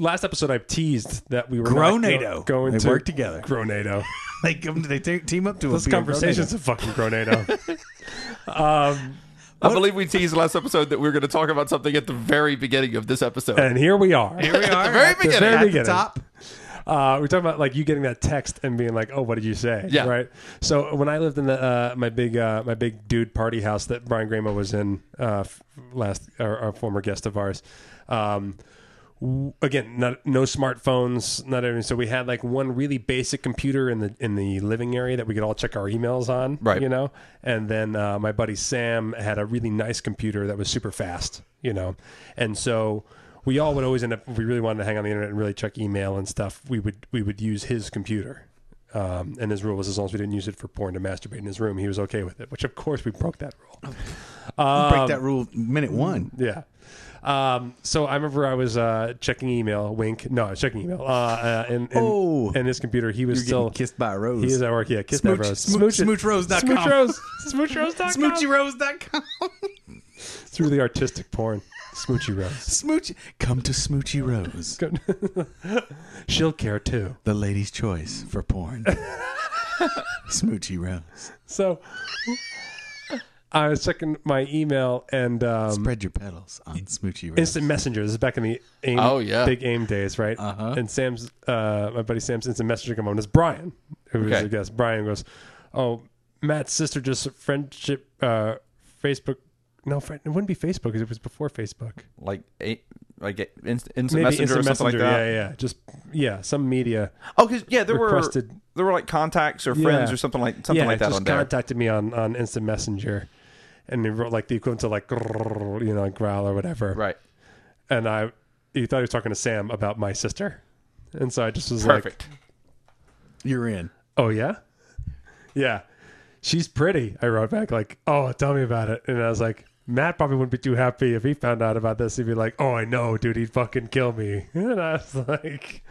Speaker 3: Last episode, I teased that we were not
Speaker 4: Gronado.
Speaker 3: go- going
Speaker 4: They
Speaker 3: to
Speaker 4: work together.
Speaker 3: Gronado.
Speaker 4: They come. um, They te- team up to
Speaker 3: This
Speaker 4: a beer
Speaker 3: conversation's a fucking Gronado.
Speaker 5: I believe we teased last episode that we were going to talk about something at the very beginning of this episode.
Speaker 3: and here we are.
Speaker 4: tornado. Here we are
Speaker 5: the very
Speaker 4: at
Speaker 5: beginning.
Speaker 3: very
Speaker 4: at the
Speaker 3: beginning.
Speaker 4: top.
Speaker 3: Uh, we're talking about like you getting that text and being like, "Oh, what did you say?"
Speaker 5: Yeah.
Speaker 3: Right. So when I lived in the uh, my big uh, my big dude party house that Brian Gramo was in uh, f- last, our, our former guest of ours. Um, w- again, not, no smartphones, not everything. So we had like one really basic computer in the in the living area that we could all check our emails on.
Speaker 5: Right.
Speaker 3: You know. And then uh, my buddy Sam had a really nice computer that was super fast. You know. And so we all would always end up if we really wanted to hang on the internet and really check email and stuff we would we would use his computer um, and his rule was as long as we didn't use it for porn to masturbate in his room he was okay with it which of course we broke that rule
Speaker 4: Break
Speaker 3: Um,
Speaker 4: that rule. Minute one.
Speaker 3: yeah um, so i remember i was uh, checking email wink no i was checking email uh, uh, and, and,
Speaker 4: Oh.
Speaker 3: and his computer he was
Speaker 4: You're
Speaker 3: still
Speaker 4: getting kissed by a rose.
Speaker 3: he is at work yeah kissed
Speaker 4: Smooch-
Speaker 3: by rose
Speaker 4: smooch-
Speaker 3: Smooch-
Speaker 4: smoochrose.com.
Speaker 3: smoochrose
Speaker 4: Oh
Speaker 3: smoochrose.com
Speaker 4: SmoochieRose.com.
Speaker 3: through the artistic porn smoochy rose
Speaker 4: Smoochie. Come to Smoochie Rose,
Speaker 3: she'll care too
Speaker 4: the lady's choice for porn. Smoochie Rose.
Speaker 3: so I was checking my email and um,
Speaker 4: Spread your petals on Smoochie Rose.
Speaker 3: instant messenger. This is back in the aim,
Speaker 5: Oh, yeah.
Speaker 3: big aim days, right? Uh-huh. And Sam's, uh, my buddy Sam's instant messenger come on is Brian, who was
Speaker 5: Okay.
Speaker 3: a guest. Brian goes, "Oh, Matt's sister just friendship uh, Facebook." No, friend, it wouldn't be Facebook because it was before Facebook.
Speaker 5: like eight, like eight- inst- instant
Speaker 3: Maybe
Speaker 5: messenger or
Speaker 3: instant
Speaker 5: something
Speaker 3: messenger.
Speaker 5: like that.
Speaker 3: Yeah, yeah, just yeah, some media.
Speaker 5: Oh, because yeah, there were
Speaker 3: Requested-
Speaker 5: there were like contacts or friends
Speaker 3: Yeah.
Speaker 5: or something like something
Speaker 3: yeah,
Speaker 5: like that
Speaker 3: just
Speaker 5: on there.
Speaker 3: contacted me on on instant messenger, and they wrote like the equivalent to like grrr, you know like growl or whatever.
Speaker 5: Right.
Speaker 3: and I he thought he was talking to Sam about my sister. And so I just was
Speaker 5: Perfect.
Speaker 4: You're in.
Speaker 3: like, "Oh yeah, yeah, she's pretty." I wrote back like, "Oh, tell me about it." And I was like, "Matt probably wouldn't be too happy if he found out about this. He'd be like, oh, I know, dude, he'd fucking kill me.'" And I was like,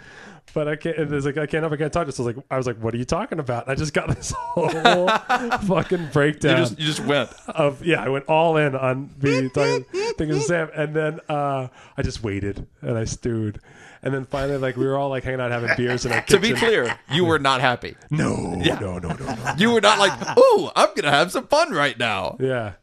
Speaker 3: But I can't. And it's like I can't help. I can't talk. Just I was like, I was like, what are you talking about? I just got this whole fucking breakdown
Speaker 5: You just you just went.
Speaker 3: of yeah. I went all in on me talking things to Sam, and then uh, I just waited and I stewed, and then finally, like we were all like hanging out having beers, and I
Speaker 5: To be clear, you were not happy.
Speaker 3: no, no, no, no, no.
Speaker 5: You were not like, "Ooh, I'm gonna have some fun right now."
Speaker 3: Yeah.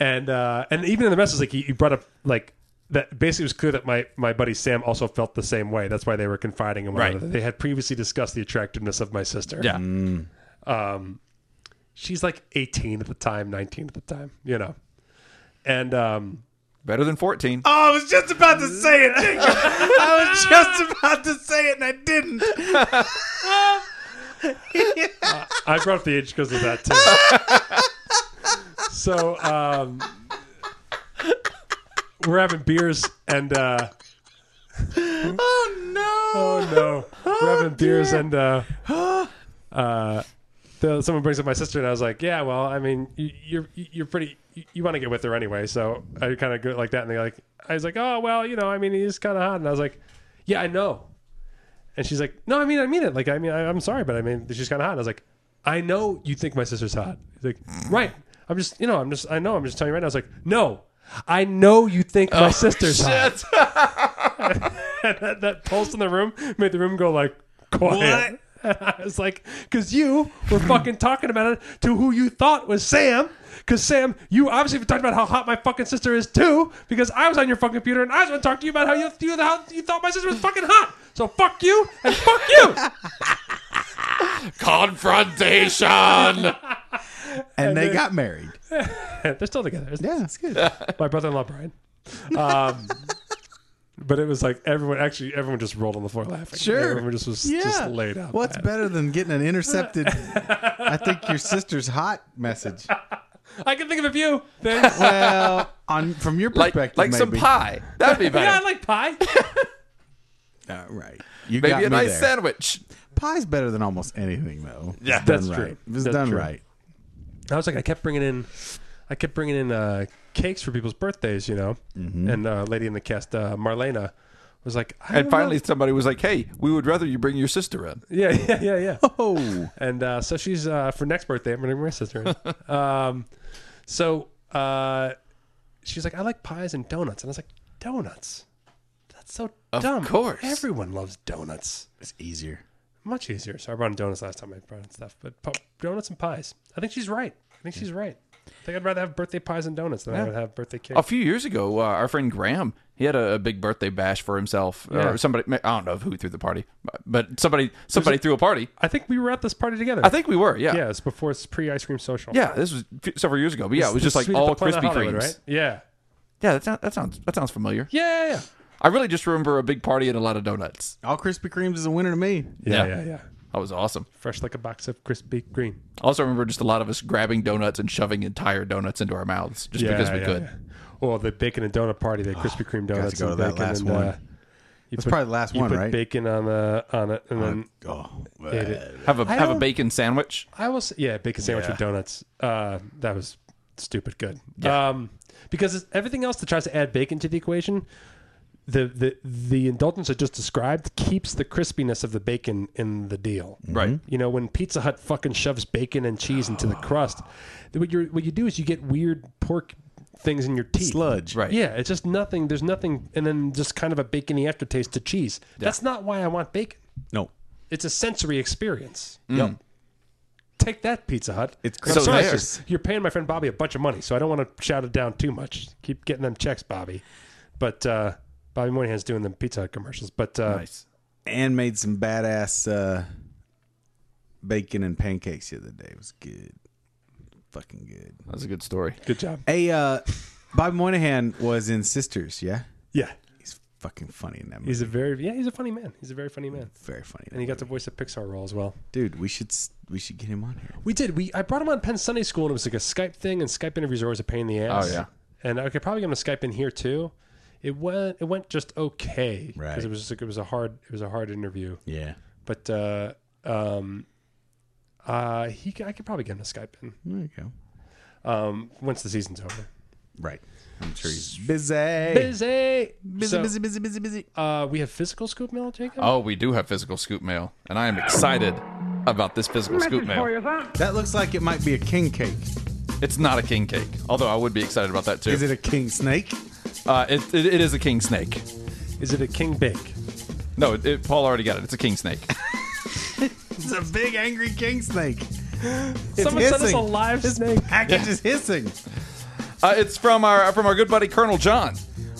Speaker 3: And uh, and even in the message, like you, you brought up like that basically it was clear that my, my buddy Sam also felt the same way. That's why they were confiding in one
Speaker 5: Right.
Speaker 3: another. They had previously discussed the attractiveness of my sister.
Speaker 5: Yeah,
Speaker 3: She's like eighteen at the time, nineteen at the time, you know. And um
Speaker 5: better than 14.
Speaker 4: Oh, I was just about to say it. Jacob. I was just about to say it, and I didn't.
Speaker 3: I brought up the age because of that too. so um, we're having beers and uh, oh no, oh no, we're having beers and uh, uh, the, someone brings up my sister and I was like, yeah, well, I mean, you, you're you're pretty, you, you want to get with her anyway, so I kind of go like that, and they're like, I was like, oh well, you know, I mean, he's kind of hot, and I was like, yeah, I know. And she's like, "No, I mean, I mean it. Like, I mean, I, I'm sorry, but I mean, she's kind of hot." And I was like, "I know you think my sister's hot." He's like, "Right. I'm just, you know, I'm just, I know, I'm just telling you right now." I was like, "No, I know you think
Speaker 5: Oh,
Speaker 3: my sister's hot." And that, that pulse in the room made the room go like quiet. I was like, "Cause you were fucking talking about it to who you thought was Sam." Cause Sam, you obviously talked about how hot my fucking sister is too. Because I was on your fucking computer and I was gonna talk to you about how you you, how you thought my sister was fucking hot. So fuck you and fuck you.
Speaker 5: Confrontation.
Speaker 4: And they got married.
Speaker 3: They're still together. Isn't
Speaker 4: Yeah, it's good.
Speaker 3: it? My brother in law Brian. Um, but it was like everyone actually everyone just rolled on the floor laughing.
Speaker 4: Sure.
Speaker 3: Everyone just was just laid out.
Speaker 4: What's
Speaker 3: bad.
Speaker 4: better than getting an intercepted? I think your sister's hot message.
Speaker 3: I can think of a few things.
Speaker 4: Well, on from your
Speaker 5: like
Speaker 4: perspective,
Speaker 5: like some
Speaker 4: maybe.
Speaker 5: pie. That'd be
Speaker 3: yeah, I
Speaker 5: better.
Speaker 3: like pie.
Speaker 4: Uh, right? You got
Speaker 5: Maybe
Speaker 4: me
Speaker 5: a nice
Speaker 4: there.
Speaker 5: sandwich.
Speaker 4: Pie's better than almost anything, though. Yeah,
Speaker 3: That's
Speaker 4: right.
Speaker 3: true.
Speaker 4: If it's
Speaker 3: That's
Speaker 4: done
Speaker 3: true.
Speaker 4: right.
Speaker 3: I was like, I kept bringing in, I kept bringing in uh, cakes for people's birthdays, you know.
Speaker 5: Mm-hmm.
Speaker 3: And uh, lady in the cast, uh, Marlena, was like, I
Speaker 5: And
Speaker 3: don't
Speaker 5: finally,
Speaker 3: know.
Speaker 5: somebody was like, "Hey, we would rather you bring your sister in."
Speaker 3: yeah, yeah, yeah, yeah.
Speaker 4: Oh,
Speaker 3: And uh, so she's uh, for next birthday. I'm gonna bring my sister. In. um, so uh, she's like, I like pies and donuts, and I was like, donuts. That's so dumb.
Speaker 5: course.
Speaker 3: everyone loves donuts.
Speaker 4: it's easier.
Speaker 3: Much easier. So I brought in donuts last time. I brought in stuff, but pu- donuts and pies. I think she's right. I think she's right. I think I'd rather have birthday pies and donuts than I would have birthday cake.
Speaker 5: A few years ago, uh, our friend Graham, he had a, a big birthday bash for himself,
Speaker 3: Yeah.
Speaker 5: or somebody. I don't know who threw the party, but- but somebody somebody threw a party.
Speaker 3: I think we were at this party together.
Speaker 5: I think we were, yeah,
Speaker 3: Yeah, it's before it's pre ice cream social.
Speaker 5: Yeah, This was f- several years ago, but yeah, it was
Speaker 3: This
Speaker 5: just like
Speaker 3: suite at
Speaker 5: all
Speaker 3: the Planet
Speaker 5: Krispy
Speaker 3: Hollywood,
Speaker 5: Kremes.
Speaker 3: right? Yeah.
Speaker 5: Yeah, that sounds that sounds that sounds familiar.
Speaker 3: Yeah, yeah,
Speaker 5: I really just remember a big party and a lot of donuts.
Speaker 4: All Krispy Kremes is a winner to me.
Speaker 3: yeah, yeah,
Speaker 5: Yeah.
Speaker 3: yeah, yeah.
Speaker 5: That was awesome.
Speaker 3: Fresh like a box of Krispy Kreme.
Speaker 5: I also remember just a lot of us grabbing donuts and shoving entire donuts into our mouths just because we could.
Speaker 3: Well, the bacon and donut party, the Krispy Kreme donuts.
Speaker 4: go to
Speaker 3: and
Speaker 4: that
Speaker 3: bacon
Speaker 4: last
Speaker 3: and,
Speaker 4: one.
Speaker 3: Uh, you
Speaker 4: That's probably the last
Speaker 3: you
Speaker 4: one,
Speaker 3: put
Speaker 4: right?
Speaker 3: Bacon on the on it, and then
Speaker 4: Oh,
Speaker 3: ate it.
Speaker 5: Have a have a
Speaker 3: don't-
Speaker 5: bacon sandwich.
Speaker 3: I will. Say, yeah, bacon sandwich with donuts. Uh, that was stupid good. Um, because it's- everything else that tries to add bacon to the equation, the the the indulgence I just described keeps the crispiness of the bacon in the deal.
Speaker 5: Right.
Speaker 3: You know, when Pizza Hut fucking shoves bacon and cheese into the crust, what you what you do is you get weird pork things in your teeth.
Speaker 4: sludge.
Speaker 5: Right.
Speaker 3: Yeah, it's just nothing. There's nothing, and then just kind of a bacony aftertaste to cheese. That's not why I want bacon.
Speaker 4: No,
Speaker 3: It's a sensory experience. Take that, Pizza Hut.
Speaker 4: It's
Speaker 3: I'm sorry,
Speaker 5: there-
Speaker 3: sir. You're paying my friend Bobby a bunch of money, so I don't want to shout it down too much. Keep getting them checks, Bobby. But uh, Bobby Moynihan's doing them Pizza Hut commercials. But uh,
Speaker 5: Nice.
Speaker 4: and made some badass uh, bacon and pancakes the other day. It was good, fucking good.
Speaker 5: That was a good story.
Speaker 3: good job.
Speaker 4: Hey, uh, Bob Moynihan was in Sisters. Yeah,
Speaker 3: Yeah,
Speaker 4: he's fucking funny in that movie.
Speaker 3: he's a very yeah he's a funny man. He's a very funny man,
Speaker 4: very funny. in
Speaker 3: and he
Speaker 4: that
Speaker 3: got the voice of Pixar role as well.
Speaker 4: movie. Dude, we should s- we should get him on here.
Speaker 3: We did. We I brought him on Penn Sunday School, and it was like a Skype thing, and Skype interviews are always a pain in the ass.
Speaker 5: Oh, yeah.
Speaker 3: And I could probably get him to Skype in here too. It went it went just okay
Speaker 4: Right.
Speaker 3: it was just like it was a hard it was a hard interview,
Speaker 4: Yeah.
Speaker 3: but uh, um, uh, he c- I could probably get him to Skype in
Speaker 4: There you go.
Speaker 3: um, once the season's over.
Speaker 4: Right. I'm sure he's busy.
Speaker 3: Busy.
Speaker 4: Busy,
Speaker 3: So,
Speaker 4: busy, busy, busy, busy.
Speaker 3: Uh, we have physical scoop mail, Jacob.
Speaker 5: Oh, we do have physical scoop mail, and I am excited about this physical scoop mail.
Speaker 4: That looks like it might be a king cake.
Speaker 5: It's not a king cake, although I would be excited about that too.
Speaker 4: Is it a king snake?
Speaker 5: Uh, it, it, it is a king snake.
Speaker 3: Is it a king bake?
Speaker 5: No, it, it- Paul already got it. It's a king snake.
Speaker 4: It's a big angry king snake.
Speaker 3: Someone sent us a
Speaker 4: hissing.
Speaker 3: live snake.
Speaker 4: Package is hissing.
Speaker 5: Uh, it's from our from our good buddy Colonel John.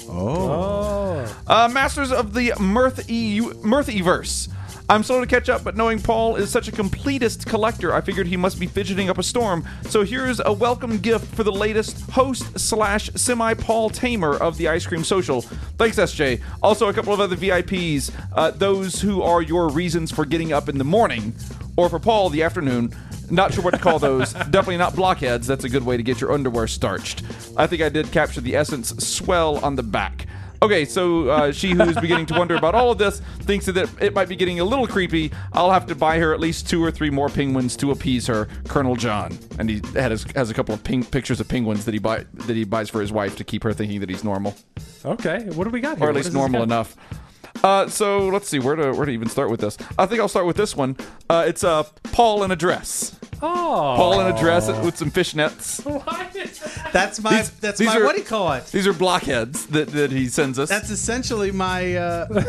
Speaker 4: Oh.
Speaker 5: Uh, Masters of the Mirth EU Mirthiverse. I'm slow to catch up, but knowing Paul is such a completist collector, I figured he must be fidgeting up a storm. So here's a welcome gift for the latest host slash semi Paul tamer of the Ice Cream Social. Thanks, SJ. Also, a couple of other VIPs, uh, those who are your reasons for getting up in the morning, or for Paul, the afternoon. Not sure what to call those. Definitely not blockheads. That's a good way to get your underwear starched. I think I did capture the essence swell on the back. Okay, so uh, she who is beginning to wonder about all of this thinks that it might be getting a little creepy. I'll have to buy her at least two or three more penguins to appease her, Colonel John. And he had his, has a couple of pink pictures of penguins that he buy that he buys for his wife to keep her thinking that he's normal,
Speaker 3: Okay, what do we got here?
Speaker 5: or at
Speaker 3: What is
Speaker 5: least
Speaker 3: this
Speaker 5: normal
Speaker 3: guy-
Speaker 5: enough. Uh, so let's see where to where to even start with this. I think I'll start with this one. Uh, it's uh, Paul in a dress.
Speaker 3: Oh,
Speaker 5: Paul in a dress with some fishnets.
Speaker 3: What is that?
Speaker 4: That's my
Speaker 5: These-
Speaker 4: that's
Speaker 5: these
Speaker 4: my
Speaker 5: are-
Speaker 4: what do you call it?
Speaker 5: These are blockheads that, that he sends us.
Speaker 4: That's essentially my uh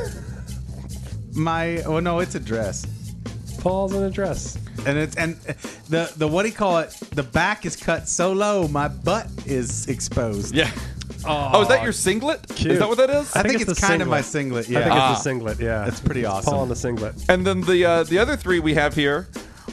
Speaker 4: my oh no, it's a dress.
Speaker 3: Paul's in a dress.
Speaker 4: And it's and the the what do you call it? The back is cut so low, my butt is exposed.
Speaker 5: yeah. Oh, is that your singlet?
Speaker 3: Cute.
Speaker 5: Is that what that is?
Speaker 4: I,
Speaker 3: think
Speaker 4: think,
Speaker 3: it's
Speaker 4: it's,
Speaker 3: the
Speaker 4: kind of
Speaker 3: singlet.
Speaker 4: my singlet. Yeah,
Speaker 3: I think it's
Speaker 5: Ah.
Speaker 3: a singlet. Yeah,
Speaker 4: That's pretty awesome.
Speaker 3: Paul in a singlet.
Speaker 5: And then the uh, the other three we have here,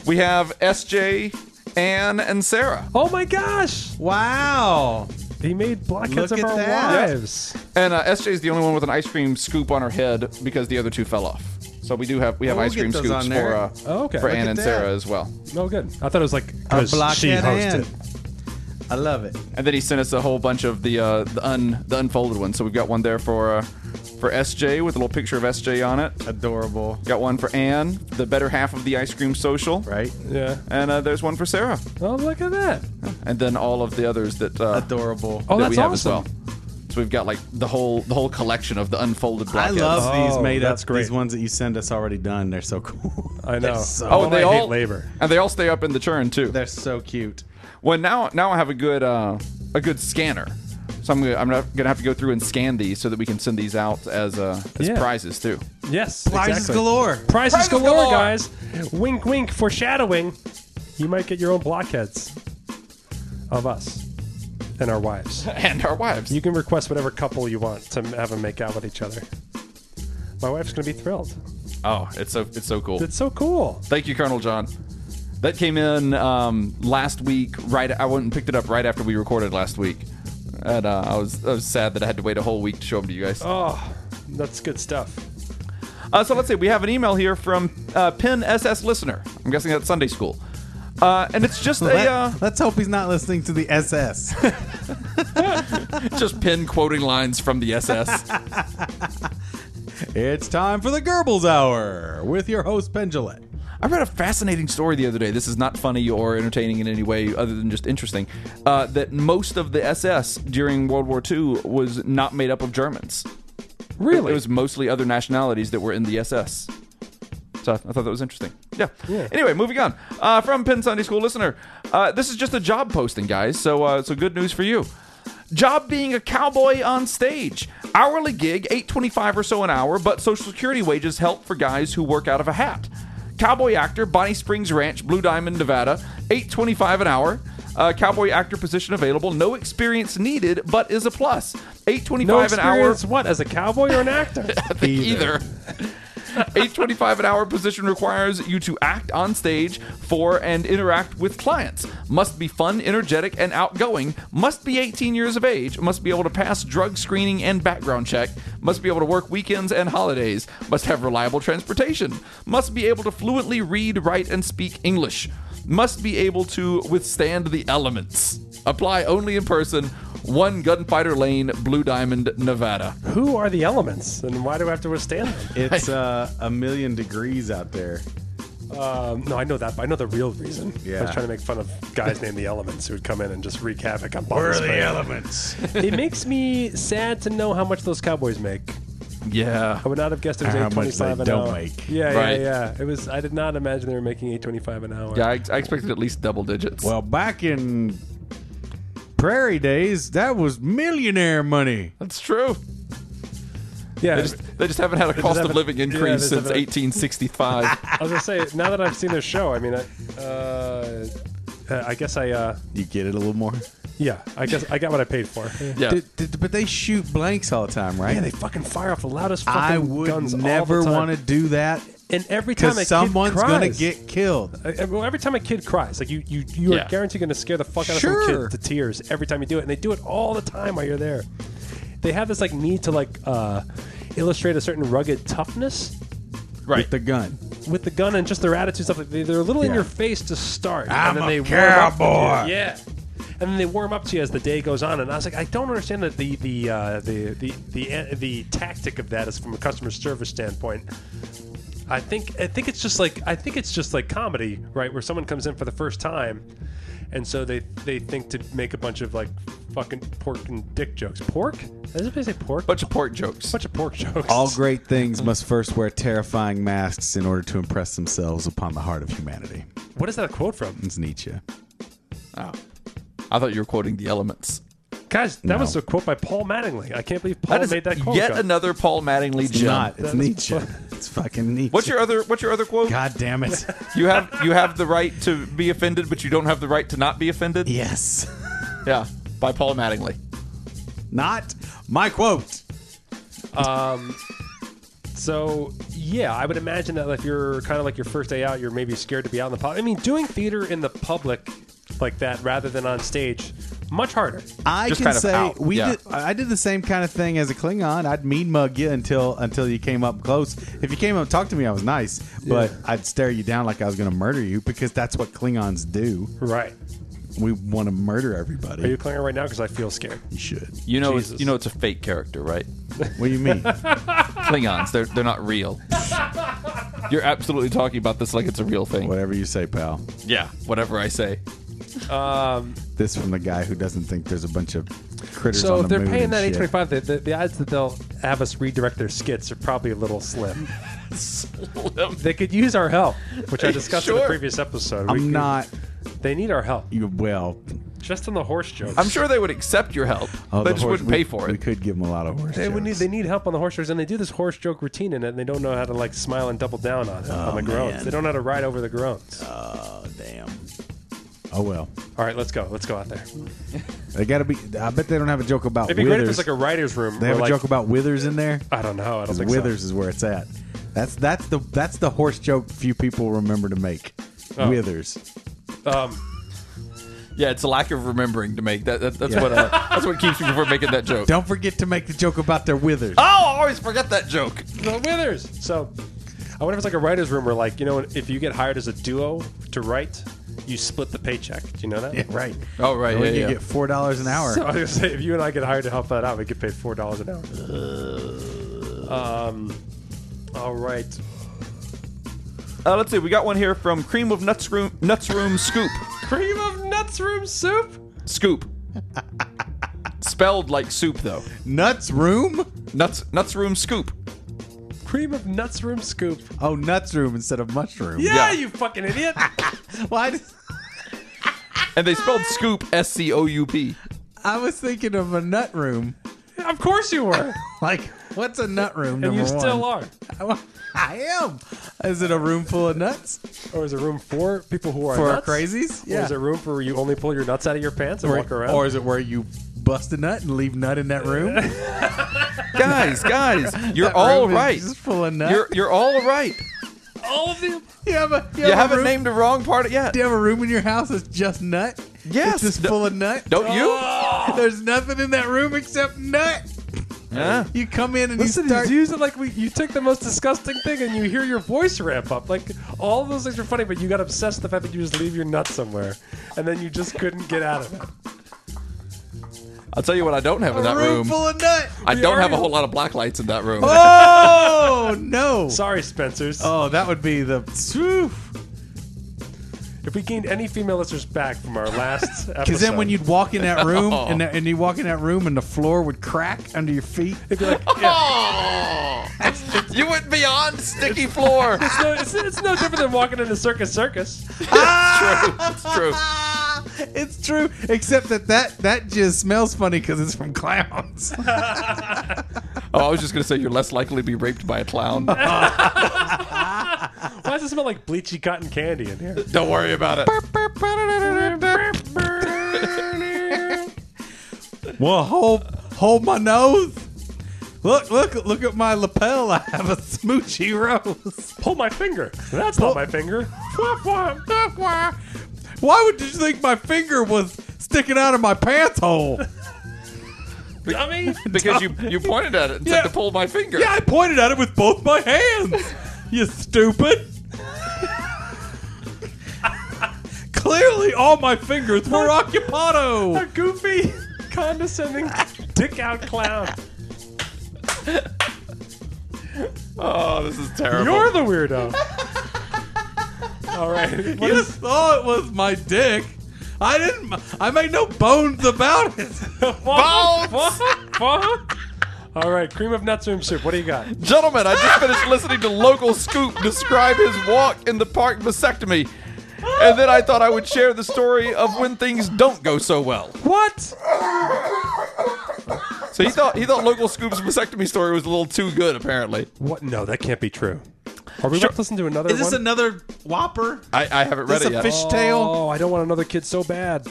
Speaker 5: we have SJ, Anne, and Sarah.
Speaker 3: Oh my gosh,
Speaker 4: wow.
Speaker 3: he made blockheads of
Speaker 4: Look at
Speaker 3: our
Speaker 4: that.
Speaker 3: wives.
Speaker 5: And uh, SJ is the only one with an ice cream scoop on her head because the other two fell off. So we do have we have
Speaker 4: Oh, we'll
Speaker 5: ice cream
Speaker 4: get those
Speaker 5: scoops
Speaker 4: on
Speaker 5: for
Speaker 4: there.
Speaker 5: uh,
Speaker 3: Oh, okay.
Speaker 5: for
Speaker 3: Look
Speaker 5: Anne
Speaker 4: at
Speaker 5: and
Speaker 4: that.
Speaker 5: Sarah as well.
Speaker 3: Oh, good. I thought it was like
Speaker 4: A
Speaker 3: because she
Speaker 4: blockhead
Speaker 3: hosted.
Speaker 4: hand. I love it.
Speaker 5: And then he sent us a whole bunch of the uh, the un the unfolded ones. So we've got one there for uh, for SJ with a little picture of SJ on it.
Speaker 4: Adorable.
Speaker 5: Got one for Anne, the better half of the ice cream social.
Speaker 4: Right?
Speaker 3: Yeah.
Speaker 5: And uh, there's one for Sarah.
Speaker 3: Oh, look at that.
Speaker 5: And then all of the others that uh,
Speaker 4: Adorable.
Speaker 3: Oh,
Speaker 5: that
Speaker 3: that's
Speaker 5: we have
Speaker 3: awesome.
Speaker 5: as well. So we've got like the whole the whole collection of the unfolded
Speaker 4: I
Speaker 5: blockheads.
Speaker 4: love
Speaker 3: Oh,
Speaker 4: these made up
Speaker 3: that's great.
Speaker 4: these ones that you send us already done. They're so cool.
Speaker 3: I know.
Speaker 4: They're so,
Speaker 5: Oh, and
Speaker 3: I
Speaker 5: they
Speaker 3: hate
Speaker 5: all
Speaker 3: labor.
Speaker 5: and they all stay up in the churn too.
Speaker 4: they're so cute.
Speaker 5: Well, now now I have a good uh, a good scanner, so I'm gonna, I'm gonna have to go through and scan these so that we can send these out as uh, as
Speaker 3: Yeah.
Speaker 5: prizes too.
Speaker 3: Yes.
Speaker 4: Prizes
Speaker 3: exactly.
Speaker 4: galore.
Speaker 3: Prizes,
Speaker 5: Prizes
Speaker 3: galore,
Speaker 5: galore.
Speaker 3: guys. Wink, wink. Foreshadowing. You might get your own blockheads of us and our wives.
Speaker 5: And our wives.
Speaker 3: You can request whatever couple you want to have them make out with each other. My wife's gonna be thrilled.
Speaker 5: oh, it's so it's so cool.
Speaker 3: It's so cool.
Speaker 5: Thank you, Colonel John. That came in um, last week. Right, I went and picked it up right after we recorded last week, and uh, I was I was sad that I had to wait a whole week to show them to you guys.
Speaker 3: Oh, that's good stuff.
Speaker 5: Uh, so let's see. We have an email here from uh, Penn SS listener. I'm guessing that's Sunday school, uh, and it's just a uh,
Speaker 4: Let, us hope he's not listening to the SS.
Speaker 5: just Penn quoting lines from the SS.
Speaker 4: it's time for the Goebbels Hour with your host Pendulette.
Speaker 5: I read a fascinating story the other day. This is not funny or entertaining in any way, other than just interesting. Uh, that most of the SS during World War II was not made up of Germans.
Speaker 3: Really?
Speaker 5: It was mostly other nationalities that were in the SS. So I thought that was interesting. Yeah.
Speaker 3: Yeah.
Speaker 5: Anyway, moving on. Uh, from Penn Sunday School listener, uh, this is just a job posting, guys. So uh, so good news for you. Job being a cowboy on stage, hourly gig, eight twenty-five or so an hour, but Social Security wages help for guys who work out of a hat. Cowboy actor, Bonnie Springs Ranch, Blue Diamond, Nevada, eight twenty-five an hour. Uh, cowboy actor position available, no experience needed, but is a plus. Eight
Speaker 3: no
Speaker 5: twenty-five an hour
Speaker 3: experience. What as a cowboy or an actor?
Speaker 5: either. 825 an hour position requires you to act on stage for and interact with clients. Must be fun, energetic, and outgoing. Must be 18 years of age. Must be able to pass drug screening and background check. Must be able to work weekends and holidays. Must have reliable transportation. Must be able to fluently read, write, and speak English. Must be able to withstand the elements. Apply only in person. One Gunfighter Lane, Blue Diamond, Nevada.
Speaker 3: Who are the elements, and why do I have to withstand them?
Speaker 4: It's uh, a million degrees out there.
Speaker 3: Um, no, I know that, but I know the real reason. I was
Speaker 4: Yeah.
Speaker 3: trying to make fun of guys named the Elements who would come in and just wreak havoc on
Speaker 4: Where
Speaker 3: Bumblebee.
Speaker 4: are the elements?
Speaker 3: it makes me sad to know how much those Cowboys make.
Speaker 5: Yeah.
Speaker 3: I would not have guessed it was
Speaker 4: How
Speaker 3: eight
Speaker 4: much
Speaker 3: twenty-five
Speaker 4: they
Speaker 3: an
Speaker 4: don't
Speaker 3: hour.
Speaker 4: make.
Speaker 3: Yeah,
Speaker 5: Right.
Speaker 3: yeah, yeah. It was. I did not imagine they were making eight twenty-five an hour.
Speaker 5: Yeah, I, I expected at least double digits.
Speaker 4: well, back in prairie days, that was millionaire money.
Speaker 5: that's true.
Speaker 3: yeah.
Speaker 5: They just, they just haven't had a cost of
Speaker 3: haven't-
Speaker 5: living
Speaker 3: yeah,
Speaker 5: increase
Speaker 3: they just
Speaker 5: since
Speaker 3: haven't-
Speaker 5: 1865.
Speaker 3: I was gonna say now that I've seen the show, I mean, I, uh, uh, I guess I, uh,
Speaker 4: You get it a little more?
Speaker 3: yeah, I guess I got what I paid for. Yeah,
Speaker 5: yeah.
Speaker 4: Did- did- but they shoot blanks all the time, right?
Speaker 3: they fucking fire off the loudest fucking
Speaker 4: I would
Speaker 3: guns
Speaker 4: never
Speaker 3: all the time.
Speaker 4: want to do that
Speaker 3: And every time a
Speaker 4: because
Speaker 3: kid
Speaker 4: someone's
Speaker 3: cries,
Speaker 4: gonna get killed.
Speaker 3: I- I- well, every time a kid cries, like you, you, you
Speaker 5: Yeah.
Speaker 3: are guaranteed going to scare the fuck out of some
Speaker 4: Sure.
Speaker 3: kid to tears every time you do it, and they do it all the time while you're there. They have this like need to like uh, illustrate a certain rugged toughness
Speaker 5: Right.
Speaker 4: With the gun.
Speaker 3: with the gun and just their attitude and stuff. Like they, they're a little in
Speaker 4: Yeah. Ah,
Speaker 3: your face to start, and
Speaker 4: I'm
Speaker 3: then
Speaker 4: a
Speaker 3: they warm up to you.
Speaker 4: cowboy.
Speaker 3: Yeah. And then they warm up to you as the day goes on, and I was like, I don't understand that the the uh, the the the, uh, the tactic of that is from a customer service standpoint. I think I think it's just like I think it's just like comedy, right? Where someone comes in for the first time, and so they they think to make a bunch of like fucking pork and dick jokes. Pork? Does anybody say pork?
Speaker 5: Bunch of pork jokes.
Speaker 3: bunch of pork jokes.
Speaker 4: All great things must first wear terrifying masks in order to impress themselves upon the heart of humanity.
Speaker 3: What is that a quote from?
Speaker 4: It's Nietzsche.
Speaker 5: Oh. I thought you were quoting the elements.
Speaker 3: Guys, that
Speaker 4: No.
Speaker 3: was a quote by Paul Mattingly. I can't believe Paul
Speaker 5: That is
Speaker 3: made that quote.
Speaker 5: yet
Speaker 3: guys.
Speaker 5: another Paul Mattingly
Speaker 4: It's
Speaker 5: gem.
Speaker 4: not. It's
Speaker 3: That's
Speaker 4: Nietzsche.
Speaker 3: fu-
Speaker 4: It's fucking Nietzsche.
Speaker 5: What's your other What's your other quote?
Speaker 4: God damn it.
Speaker 5: You have you have the right to be offended, but you don't have the right to not be offended.
Speaker 4: yes.
Speaker 5: Yeah, by Paul Mattingly.
Speaker 4: Not my quote.
Speaker 3: So yeah, I would imagine that if you're kind of like your first day out, you're maybe scared to be out in the public. I mean, doing theater in the public like that rather than on stage, much harder.
Speaker 4: I
Speaker 5: Just
Speaker 4: can
Speaker 5: kind of
Speaker 4: say
Speaker 5: out,
Speaker 4: we
Speaker 5: yeah.
Speaker 4: did. I did the same kind of thing as a Klingon. I'd mean mug you until until you came up close. If you came up and talked to me, I was nice, but I'd stare you down like I was going to murder you because that's what Klingons do.
Speaker 3: Right?
Speaker 4: We want to murder everybody.
Speaker 3: Are you clearing right now? Because I feel scared.
Speaker 4: You should.
Speaker 5: You know,
Speaker 3: Jesus.
Speaker 5: you know, it's a fake character, right?
Speaker 4: What do you mean?
Speaker 5: Klingons, they're they're not real. You're absolutely talking about this like it's a real thing.
Speaker 4: Whatever you say, pal.
Speaker 5: Yeah, whatever I say.
Speaker 4: This from the guy who doesn't think there's a bunch of critters.
Speaker 3: So
Speaker 4: on
Speaker 3: if
Speaker 4: the
Speaker 3: they're
Speaker 4: moon
Speaker 3: paying
Speaker 4: and
Speaker 3: that
Speaker 4: shit.
Speaker 3: eight twenty five, the, the, the odds that they'll have us redirect their skits are probably a little slim. They could use our help, which I discussed in
Speaker 5: Sure.
Speaker 3: the previous episode. We
Speaker 4: I'm
Speaker 3: could-
Speaker 4: not.
Speaker 3: They need our help.
Speaker 4: You well.
Speaker 3: Just on the horse jokes.
Speaker 5: I'm sure they would accept your help.
Speaker 4: oh,
Speaker 5: they
Speaker 4: the
Speaker 5: just
Speaker 4: horse-
Speaker 5: wouldn't
Speaker 4: we-
Speaker 5: pay for
Speaker 4: We
Speaker 5: it.
Speaker 4: could give them a lot of horse.
Speaker 3: They would need
Speaker 4: jokes.
Speaker 3: they need help on the horse jokes, and they do this horse joke routine, and then they don't know how to like smile and double down on it on the groans. They don't know how to ride over the groans.
Speaker 4: Oh damn. Oh well.
Speaker 3: All right, let's go. Let's go out there.
Speaker 4: They gotta be. I bet they don't have a joke about.
Speaker 3: It'd be great if
Speaker 4: withers.
Speaker 3: there's like a writer's room.
Speaker 4: They
Speaker 3: where,
Speaker 4: have
Speaker 3: like,
Speaker 4: a joke about Withers in there.
Speaker 3: I don't know. I don't
Speaker 4: Because
Speaker 3: think
Speaker 4: Withers is where it's at. That's that's the that's the horse joke few people remember to make.
Speaker 3: Oh.
Speaker 4: Withers.
Speaker 3: so. Um,
Speaker 5: Yeah, it's a lack of remembering to make that. that that's
Speaker 4: Yeah.
Speaker 5: what uh, that's what keeps me from making that joke.
Speaker 4: Don't forget to make the joke about their Withers.
Speaker 3: Ah!
Speaker 5: Oh, I always forget that joke.
Speaker 3: no, Withers. So, I wonder if it's like a writer's room where, like, you know, if you get hired as a duo to write, you split the paycheck. Do you know that?
Speaker 4: Yeah, right.
Speaker 5: Oh right,
Speaker 4: Or
Speaker 5: yeah,
Speaker 4: you
Speaker 5: yeah.
Speaker 4: get four dollars an hour.
Speaker 3: So I was gonna say, if you and I get hired to help that out, we get paid four dollars an hour. Um,
Speaker 4: Uh.
Speaker 3: all right.
Speaker 5: Uh, let's see, we got one here from Cream of Nuts Room Nuts Room Scoop
Speaker 3: Cream of nuts room soup.
Speaker 5: Scoop. Spelled like soup though.
Speaker 4: Nuts room?
Speaker 5: Nuts Nuts Room Scoop.
Speaker 3: Cream of nuts room scoop.
Speaker 4: Oh, nuts room instead of mushroom.
Speaker 3: Yeah,
Speaker 5: Yeah.
Speaker 3: you fucking idiot.
Speaker 4: Why? did-
Speaker 5: And they spelled scoop S C O U P.
Speaker 4: I was thinking of a nut room.
Speaker 3: of course you were.
Speaker 4: Like, what's a nut room?
Speaker 3: and
Speaker 4: number
Speaker 3: you still
Speaker 4: one?
Speaker 3: are.
Speaker 4: I am. Is it a room full of nuts
Speaker 3: Or is it room for people who are
Speaker 4: for our
Speaker 3: nuts?
Speaker 4: crazies?
Speaker 3: Or is it room for you only pull your nuts out of your pants and
Speaker 4: Or-
Speaker 3: walk around?
Speaker 4: or is it where you bust a nut and leave nut in that room?
Speaker 5: Guys, guys, you're
Speaker 4: That
Speaker 5: all
Speaker 4: room is
Speaker 5: right.
Speaker 4: Just full of nuts.
Speaker 5: You're you're all right.
Speaker 3: all of them?
Speaker 4: You have a you,
Speaker 5: You
Speaker 4: have a
Speaker 5: haven't
Speaker 4: room,
Speaker 5: named the wrong part yet.
Speaker 4: Do you have a room in your house that's just nut?
Speaker 5: Yes.
Speaker 4: It's just
Speaker 5: No-
Speaker 4: full of nut.
Speaker 5: Don't you?
Speaker 4: There's nothing in that room except nut.
Speaker 5: Yeah.
Speaker 4: You come in and
Speaker 3: Listen,
Speaker 4: you start.
Speaker 3: you use it like we, you took the most disgusting thing and you hear your voice ramp up. Like all of those things are funny, but you got obsessed with the fact that you just leave your nuts somewhere and then you just couldn't get out of it.
Speaker 5: I'll tell you what I don't have in
Speaker 4: a
Speaker 5: that
Speaker 4: room,
Speaker 5: room.
Speaker 4: full of nut.
Speaker 5: I
Speaker 3: We
Speaker 5: don't have
Speaker 3: already-
Speaker 5: a whole lot of black lights in that room.
Speaker 4: Oh no!
Speaker 3: Sorry, Spencers.
Speaker 4: Oh, that would be the. Whew.
Speaker 3: If we gained any female listeners back from our last episode,
Speaker 4: Because then when you'd walk in that room and, that, and you walk in that room and the floor would crack under your feet.
Speaker 3: They'd be like, yeah,
Speaker 5: You went beyond sticky floor.
Speaker 3: it's, no, it's, it's no different than walking in a circus circus.
Speaker 5: It's true.
Speaker 4: Ah, it's true, except that that, that just smells funny because it's from clowns.
Speaker 5: Oh, I was just gonna say you're less likely to be raped by a clown.
Speaker 3: Why does it smell like bleachy cotton candy in here?
Speaker 5: Don't worry about it.
Speaker 4: well, hold hold my nose. Look, look, look at my lapel. I have a smoochy rose.
Speaker 3: Pull my finger. That's not my finger.
Speaker 4: Why would you think my finger was sticking out of my pants hole?
Speaker 3: Dummy.
Speaker 5: Because you you pointed at it and
Speaker 4: Yeah.
Speaker 5: said to pull my finger.
Speaker 4: Yeah, I pointed at it with both my hands. You stupid. Clearly, all my fingers were occupado.
Speaker 3: A goofy, condescending, dick out clown.
Speaker 5: Oh, this is terrible.
Speaker 3: You're the weirdo. All right. What
Speaker 4: You
Speaker 3: is-
Speaker 4: saw it was my dick. I didn't. I made no bones about it.
Speaker 5: Bones!
Speaker 3: All right, cream of nutsoom soup. What do you got?
Speaker 5: Gentlemen, I just finished listening to Local Scoop describe his walk in the park vasectomy. And then I thought I would share the story of when things don't go so well.
Speaker 3: What?
Speaker 5: So he thought he thought Local Scoop's vasectomy story was a little too good, apparently.
Speaker 3: What? No, that can't be true. Are we about to listen to another
Speaker 4: Is this
Speaker 3: one?
Speaker 4: another whopper?
Speaker 5: I, I haven't read
Speaker 4: Is
Speaker 5: it
Speaker 4: this a
Speaker 5: yet.
Speaker 4: fishtail?
Speaker 3: Oh, I don't want another kid so bad.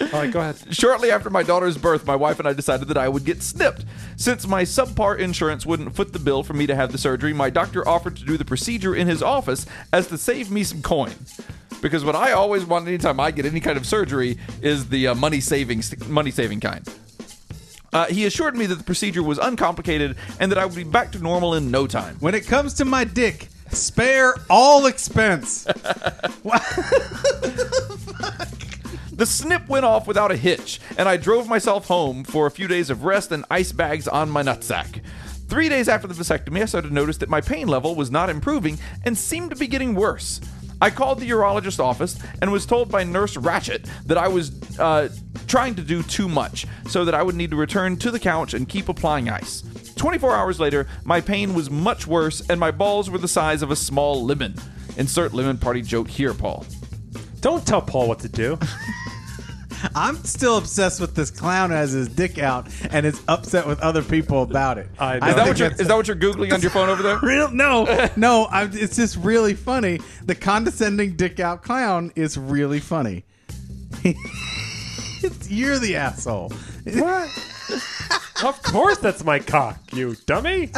Speaker 3: All right, go ahead.
Speaker 5: Shortly after my daughter's birth, my wife and I decided that I would get snipped. Since my subpar insurance wouldn't foot the bill for me to have the surgery, my doctor offered to do the procedure in his office as to save me some coin. Because what I always want anytime I get any kind of surgery is the uh, money saving money saving kind. Uh, he assured me that the procedure was uncomplicated and that I would be back to normal in no time.
Speaker 4: When it comes to my dick, spare all expense.
Speaker 5: The snip went off without a hitch, and I drove myself home for a few days of rest and ice bags on my nutsack. Three days after the vasectomy, I started to notice that my pain level was not improving and seemed to be getting worse. I called the urologist's office and was told by Nurse Ratchet that I was uh, trying to do too much, so that I would need to return to the couch and keep applying ice. 24 hours later, my pain was much worse, and my balls were the size of a small lemon. Insert lemon party joke here, Paul.
Speaker 3: Don't tell Paul what to do.
Speaker 4: I'm still obsessed with this clown who has his dick out and is upset with other people about it.
Speaker 3: I know.
Speaker 5: Is that,
Speaker 4: think
Speaker 5: what you're,
Speaker 4: that's-
Speaker 5: is that what you're Googling on your phone over there?
Speaker 4: real? No, no. I'm, it's just really funny. The condescending dick out clown is really funny. It's- You're the asshole.
Speaker 3: What? of course, that's my cock, you dummy.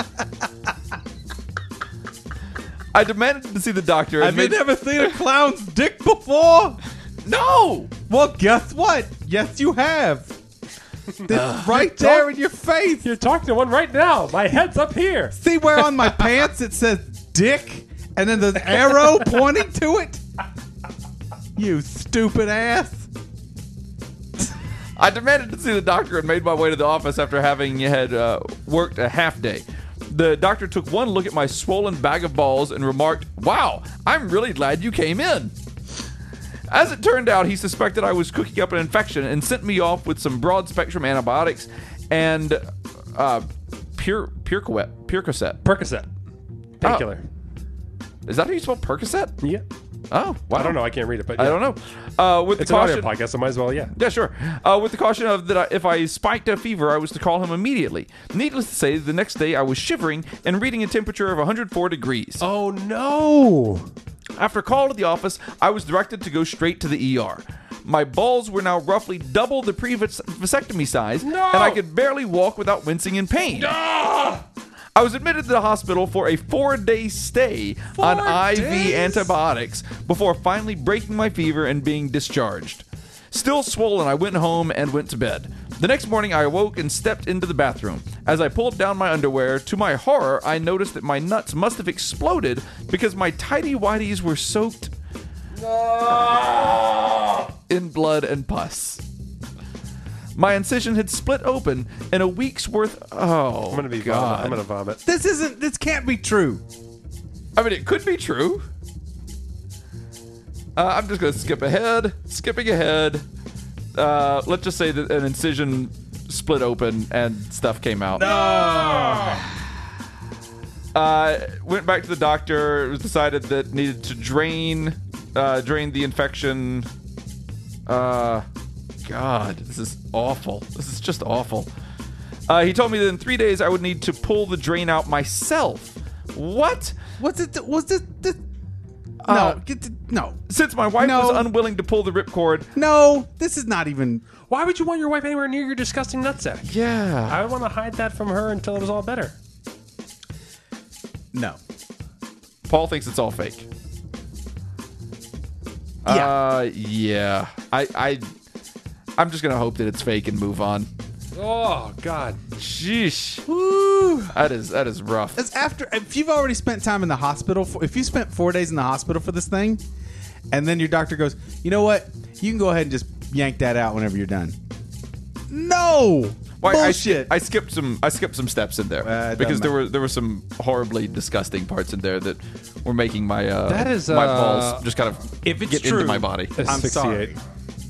Speaker 5: I demanded to see the doctor. And
Speaker 4: Have you
Speaker 5: made,
Speaker 4: never seen a clown's dick before?
Speaker 5: no!
Speaker 4: Well, guess what? Yes, you have. It's right there in your face.
Speaker 3: You're talking to one right now. My head's up here.
Speaker 4: See where on my pants it says dick and then the arrow pointing to it? You stupid ass.
Speaker 5: I demanded to see the doctor and made my way to the office after having had uh, worked a half day. The doctor took one look at my swollen bag of balls and remarked, Wow, I'm really glad you came in. As it turned out, he suspected I was cooking up an infection and sent me off with some broad spectrum antibiotics and uh, pure, Percocet. Percocet.
Speaker 3: Percocet. Painkiller.
Speaker 5: Oh. Is that how you spell Percocet?
Speaker 3: Yeah.
Speaker 5: Oh, wow.
Speaker 3: I don't know. I can't read it, but
Speaker 5: I
Speaker 3: yeah.
Speaker 5: don't know. Uh, with
Speaker 3: It's
Speaker 5: the
Speaker 3: an audio
Speaker 5: caution,
Speaker 3: podcast. I might as well, yeah.
Speaker 5: Yeah, sure. Uh, with the caution of that, I, if I spiked a fever, I was to call him immediately. Needless to say, the next day I was shivering and reading a temperature of 104 degrees.
Speaker 3: Oh no!
Speaker 5: After a call to the office, I was directed to go straight to the ER. My balls were now roughly double the pre vasectomy size,
Speaker 3: No!
Speaker 5: and I could barely walk without wincing in pain. I was admitted to the hospital for a four day stay on IV
Speaker 4: days?
Speaker 5: antibiotics before finally breaking my fever and being discharged. Still swollen, I went home and went to bed. The next morning, I awoke and stepped into the bathroom. As I pulled down my underwear, to my horror, I noticed that my nuts must have exploded because my tidy whities were soaked in blood and pus. My incision had split open, and a week's worth. Oh,
Speaker 3: I'm gonna be.
Speaker 5: God.
Speaker 3: Vomit. I'm gonna vomit.
Speaker 4: This isn't, this can't be true.
Speaker 5: I mean, it could be true. Uh, I'm just going to skip ahead. Skipping ahead. Uh, let's just say that an incision split open and stuff came out. Uh, went back to the doctor. It was decided that needed to drain, uh, drain the infection. Uh, God, this is awful. This is just awful. Uh, he told me that in three days I would need to pull the drain out myself. What?
Speaker 4: What's it? What's it? th-
Speaker 5: Uh,
Speaker 4: no, get the, no,
Speaker 5: Since my wife
Speaker 4: No.
Speaker 5: was unwilling to pull the ripcord.
Speaker 4: no. This is not even.
Speaker 3: Why would you want your wife anywhere near your disgusting nutsack?
Speaker 5: Yeah.
Speaker 3: I want to hide that from her until it was all better.
Speaker 4: No.
Speaker 5: Paul thinks it's all fake.
Speaker 4: Yeah.
Speaker 5: Uh, yeah. I, I, I'm just gonna hope that it's fake and move on.
Speaker 3: Oh God!
Speaker 5: Sheesh.
Speaker 4: Woo.
Speaker 5: That is that is rough.
Speaker 4: It's after if you've already spent time in the hospital. For, if you spent four days in the hospital for this thing, and then your doctor goes, you know what? You can go ahead and just yank that out whenever you're done. No.
Speaker 5: Why, I,
Speaker 4: Bullshit.
Speaker 5: sk- I skipped some I skipped some steps in there
Speaker 4: Uh, it
Speaker 5: because
Speaker 4: doesn't
Speaker 5: there were there were some horribly disgusting parts in there that were making my uh,
Speaker 3: That is,
Speaker 5: my
Speaker 3: uh,
Speaker 5: balls just kind of
Speaker 4: if it's
Speaker 5: get into
Speaker 4: true,
Speaker 5: my body.
Speaker 4: I'm sorry.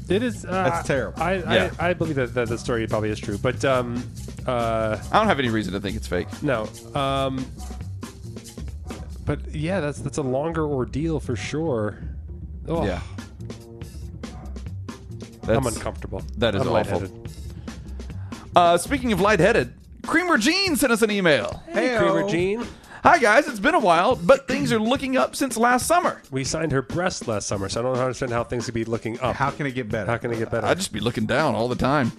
Speaker 3: It is. Uh,
Speaker 4: That's terrible.
Speaker 3: I
Speaker 5: Yeah.
Speaker 3: I, I believe that, that the story probably is true, but um, uh,
Speaker 5: I don't have any reason to think it's fake.
Speaker 3: no, um, but yeah, that's that's a longer ordeal for sure. Oh,
Speaker 5: Yeah.
Speaker 3: I'm
Speaker 5: That's-
Speaker 3: uncomfortable.
Speaker 5: that is
Speaker 3: I'm
Speaker 5: awful.
Speaker 3: lightheaded.
Speaker 5: Uh, speaking of lightheaded, Creamer Jean sent us an email.
Speaker 3: Hey, Creamer Jean,
Speaker 5: Hi guys, it's been a while, but things are looking up since last summer.
Speaker 3: we signed her breast last summer, so I don't understand how things could be looking up.
Speaker 4: How can it get better?
Speaker 3: How can it get better?
Speaker 5: I'd just be looking down all the time.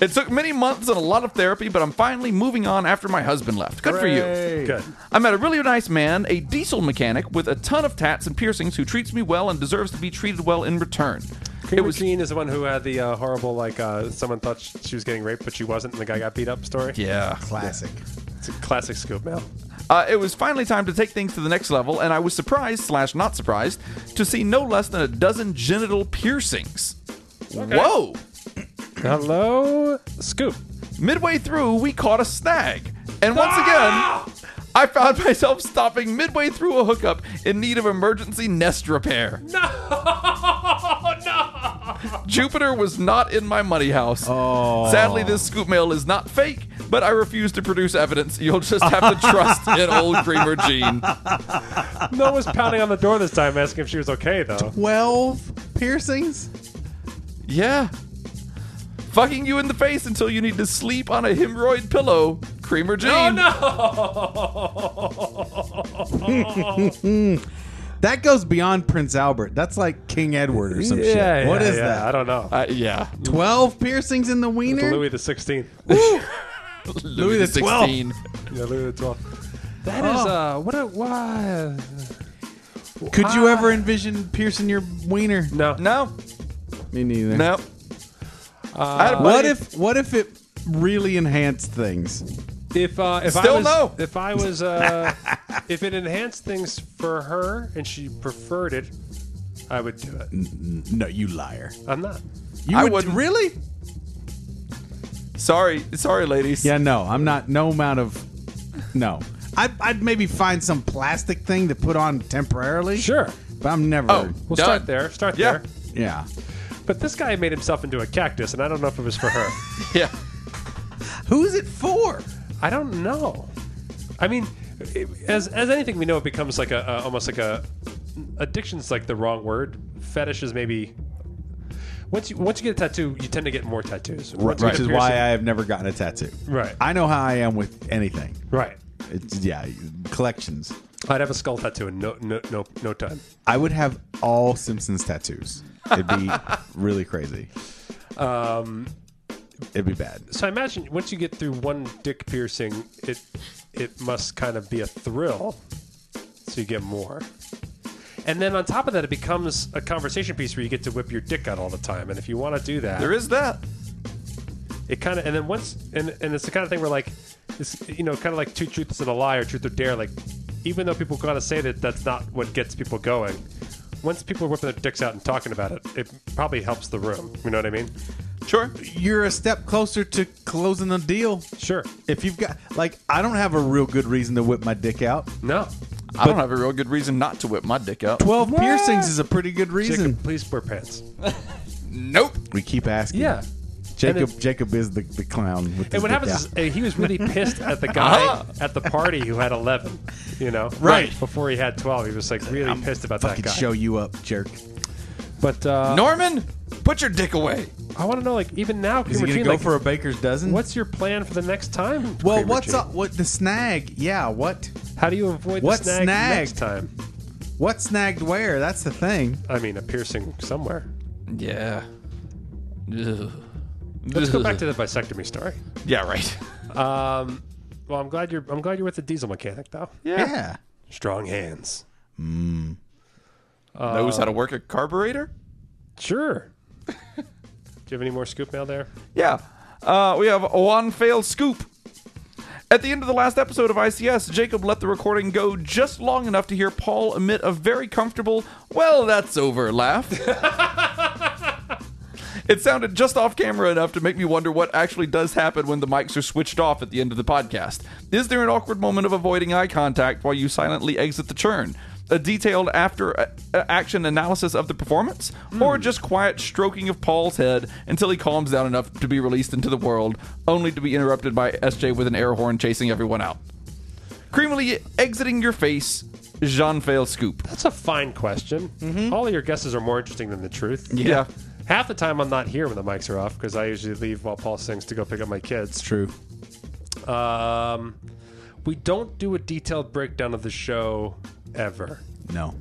Speaker 5: it took many months and a lot of therapy, but I'm finally moving on after my husband left. Good for you.
Speaker 4: Hey.
Speaker 3: Good.
Speaker 5: I met a really nice man, a diesel mechanic with a ton of tats and piercings who treats me well and deserves to be treated well in return.
Speaker 3: Creamer
Speaker 5: it was
Speaker 3: Jean is the one who had the uh, horrible, like, uh, someone thought sh- she was getting raped, but she wasn't, and the guy got beat up story.
Speaker 5: yeah.
Speaker 4: Ah, Classic.
Speaker 3: It's a classic scoop mail.
Speaker 5: Uh, it was finally time to take things to the next level, and I was surprised slash not surprised to see no less than a dozen genital piercings. Whoa!
Speaker 3: Hello, Scoop.
Speaker 5: Midway through, we caught a snag. And once again, I found myself stopping midway through a hookup in need of emergency nest repair. No! No! Jupiter was not in my money house. Oh. Sadly, this scoop mail is not fake, but I refuse to produce evidence. You'll just have to trust in old Creamer Gene.
Speaker 3: No one was pounding on the door this time asking if she was okay, though.
Speaker 4: Twelve piercings.
Speaker 5: Yeah. Fucking you in the face until you need to sleep on a hemorrhoid pillow, Creamer Gene. Oh, no!
Speaker 4: That goes beyond Prince Albert. That's like King Edward or some shit. What is
Speaker 3: yeah, I
Speaker 4: that?
Speaker 3: don't know.
Speaker 5: Uh, yeah.
Speaker 4: Twelve piercings in the
Speaker 3: It's
Speaker 4: wiener.
Speaker 3: Louis the 16th.
Speaker 5: Louis,
Speaker 4: the
Speaker 5: the
Speaker 4: 12th.
Speaker 5: 16.
Speaker 3: yeah, Louis the 12th. That is uh, what a why?
Speaker 4: Could you ever envision piercing your wiener?
Speaker 3: No,
Speaker 5: No,
Speaker 4: Me neither.
Speaker 5: no. I had a
Speaker 4: What
Speaker 5: buddy-
Speaker 4: if? What if it really enhanced things?
Speaker 3: If uh, if I
Speaker 5: Still
Speaker 3: was,
Speaker 5: no.
Speaker 3: If I was, uh, if it enhanced things for her and she preferred it, I would do it.
Speaker 4: No, you liar.
Speaker 3: I'm not.
Speaker 4: You
Speaker 5: I
Speaker 4: would
Speaker 5: wouldn't.
Speaker 4: really?
Speaker 5: Sorry, sorry, ladies.
Speaker 4: Yeah, no, I'm not. No amount of no. I'd, I'd maybe find some plastic thing to put on temporarily.
Speaker 3: Sure,
Speaker 4: but I'm never.
Speaker 5: Oh.
Speaker 3: we'll
Speaker 5: Done.
Speaker 3: start there. Start
Speaker 5: Yeah.
Speaker 3: there.
Speaker 4: Yeah,
Speaker 3: But this guy made himself into a cactus, and I don't know if it was for her.
Speaker 5: Yeah.
Speaker 4: who's it for?
Speaker 3: I don't know. I mean, it- as as anything we know, it becomes like a, a almost like a addiction's like the wrong word. Fetish is maybe. Once you once you get a tattoo, you tend to get more tattoos. Once you
Speaker 4: Which
Speaker 3: get a
Speaker 4: is why
Speaker 3: piercing-
Speaker 4: I have never gotten a tattoo.
Speaker 3: Right.
Speaker 4: I know how I am with anything.
Speaker 3: right.
Speaker 4: It's yeah, collections.
Speaker 3: I'd have a skull tattoo in no no no no time.
Speaker 4: I would have all Simpsons tattoos. It'd be really crazy.
Speaker 3: Um,
Speaker 4: It'd be bad.
Speaker 3: so I imagine once you get through one dick piercing, it it must kind of be a thrill, so you get more. And then on top of that, it becomes a conversation piece where you get to whip your dick out all the time. And if you want to do that,
Speaker 5: There is that.
Speaker 3: it kind of and then once and and it's the kind of thing where like it's you know kind of like two truths and a lie or truth or dare. Like even though people gotta say that that's not what gets people going. Once people are whipping their dicks out and talking about it, it probably helps the room. You know what I mean?
Speaker 5: Sure.
Speaker 4: You're a step closer to closing the deal.
Speaker 3: Sure.
Speaker 4: If you've got like, I don't have a real good reason to whip my dick out.
Speaker 3: No.
Speaker 5: I don't have a real good reason not to whip my dick out.
Speaker 4: 12 piercings is a pretty good reason.
Speaker 3: Jacob, please wear pants.
Speaker 5: Nope.
Speaker 4: We keep asking.
Speaker 3: Yeah.
Speaker 4: Jacob
Speaker 3: And it-
Speaker 4: Jacob is the, the clown. With
Speaker 3: And what happens is uh, he was really pissed at the guy at the party who had 11, you know?
Speaker 5: Right.
Speaker 3: Before he had 12, he was like really pissed about that
Speaker 4: fucking
Speaker 3: guy.
Speaker 4: show you up, jerk.
Speaker 3: But uh,
Speaker 5: Norman, put your dick away.
Speaker 3: I want to know, like, even now,
Speaker 4: Is he
Speaker 3: Creamer
Speaker 4: gonna
Speaker 3: Gene,
Speaker 4: go
Speaker 3: like,
Speaker 4: for a baker's dozen?
Speaker 3: what's your plan for the next time?
Speaker 4: well?
Speaker 3: Creamer
Speaker 4: What's
Speaker 3: Gene?
Speaker 4: up? What the snag? Yeah. What
Speaker 3: How do you avoid
Speaker 4: What
Speaker 3: the snag,
Speaker 4: snag?
Speaker 3: next time?
Speaker 4: what snagged where? That's the thing.
Speaker 3: I mean, a piercing somewhere.
Speaker 5: Yeah. Ugh.
Speaker 3: Let's go back to the bisectomy story.
Speaker 5: Yeah, right.
Speaker 3: Um, well, I'm glad you're. I'm glad you're with the diesel mechanic, though.
Speaker 4: Yeah.
Speaker 3: Strong hands.
Speaker 5: Knows how to work a carburetor?
Speaker 3: Sure. Do you have any more scoop mail there?
Speaker 5: Yeah. Uh, we have one failed scoop. At the end of the last episode of ICS, Jacob let the recording go just long enough to hear Paul emit a very comfortable, well, that's over laugh. it sounded just off camera enough to make me wonder what actually does happen when the mics are switched off at the end of the podcast. Is there an awkward moment of avoiding eye contact while you silently exit the churn? A detailed after uh, action analysis of the performance? Or just quiet stroking of Paul's head until he calms down enough to be released into the world, only to be interrupted by SJ with an air horn chasing everyone out? Creamily exiting your face, Jean Fail Scoop.
Speaker 3: That's a fine question.
Speaker 4: Mm-hmm.
Speaker 3: All of your guesses are more interesting than the truth.
Speaker 5: Yeah.
Speaker 3: Half the time I'm not here when the mics are off because I usually leave while Paul sings to go pick up my kids.
Speaker 4: True.
Speaker 3: Um, we don't do a detailed breakdown of the show ever.
Speaker 4: No.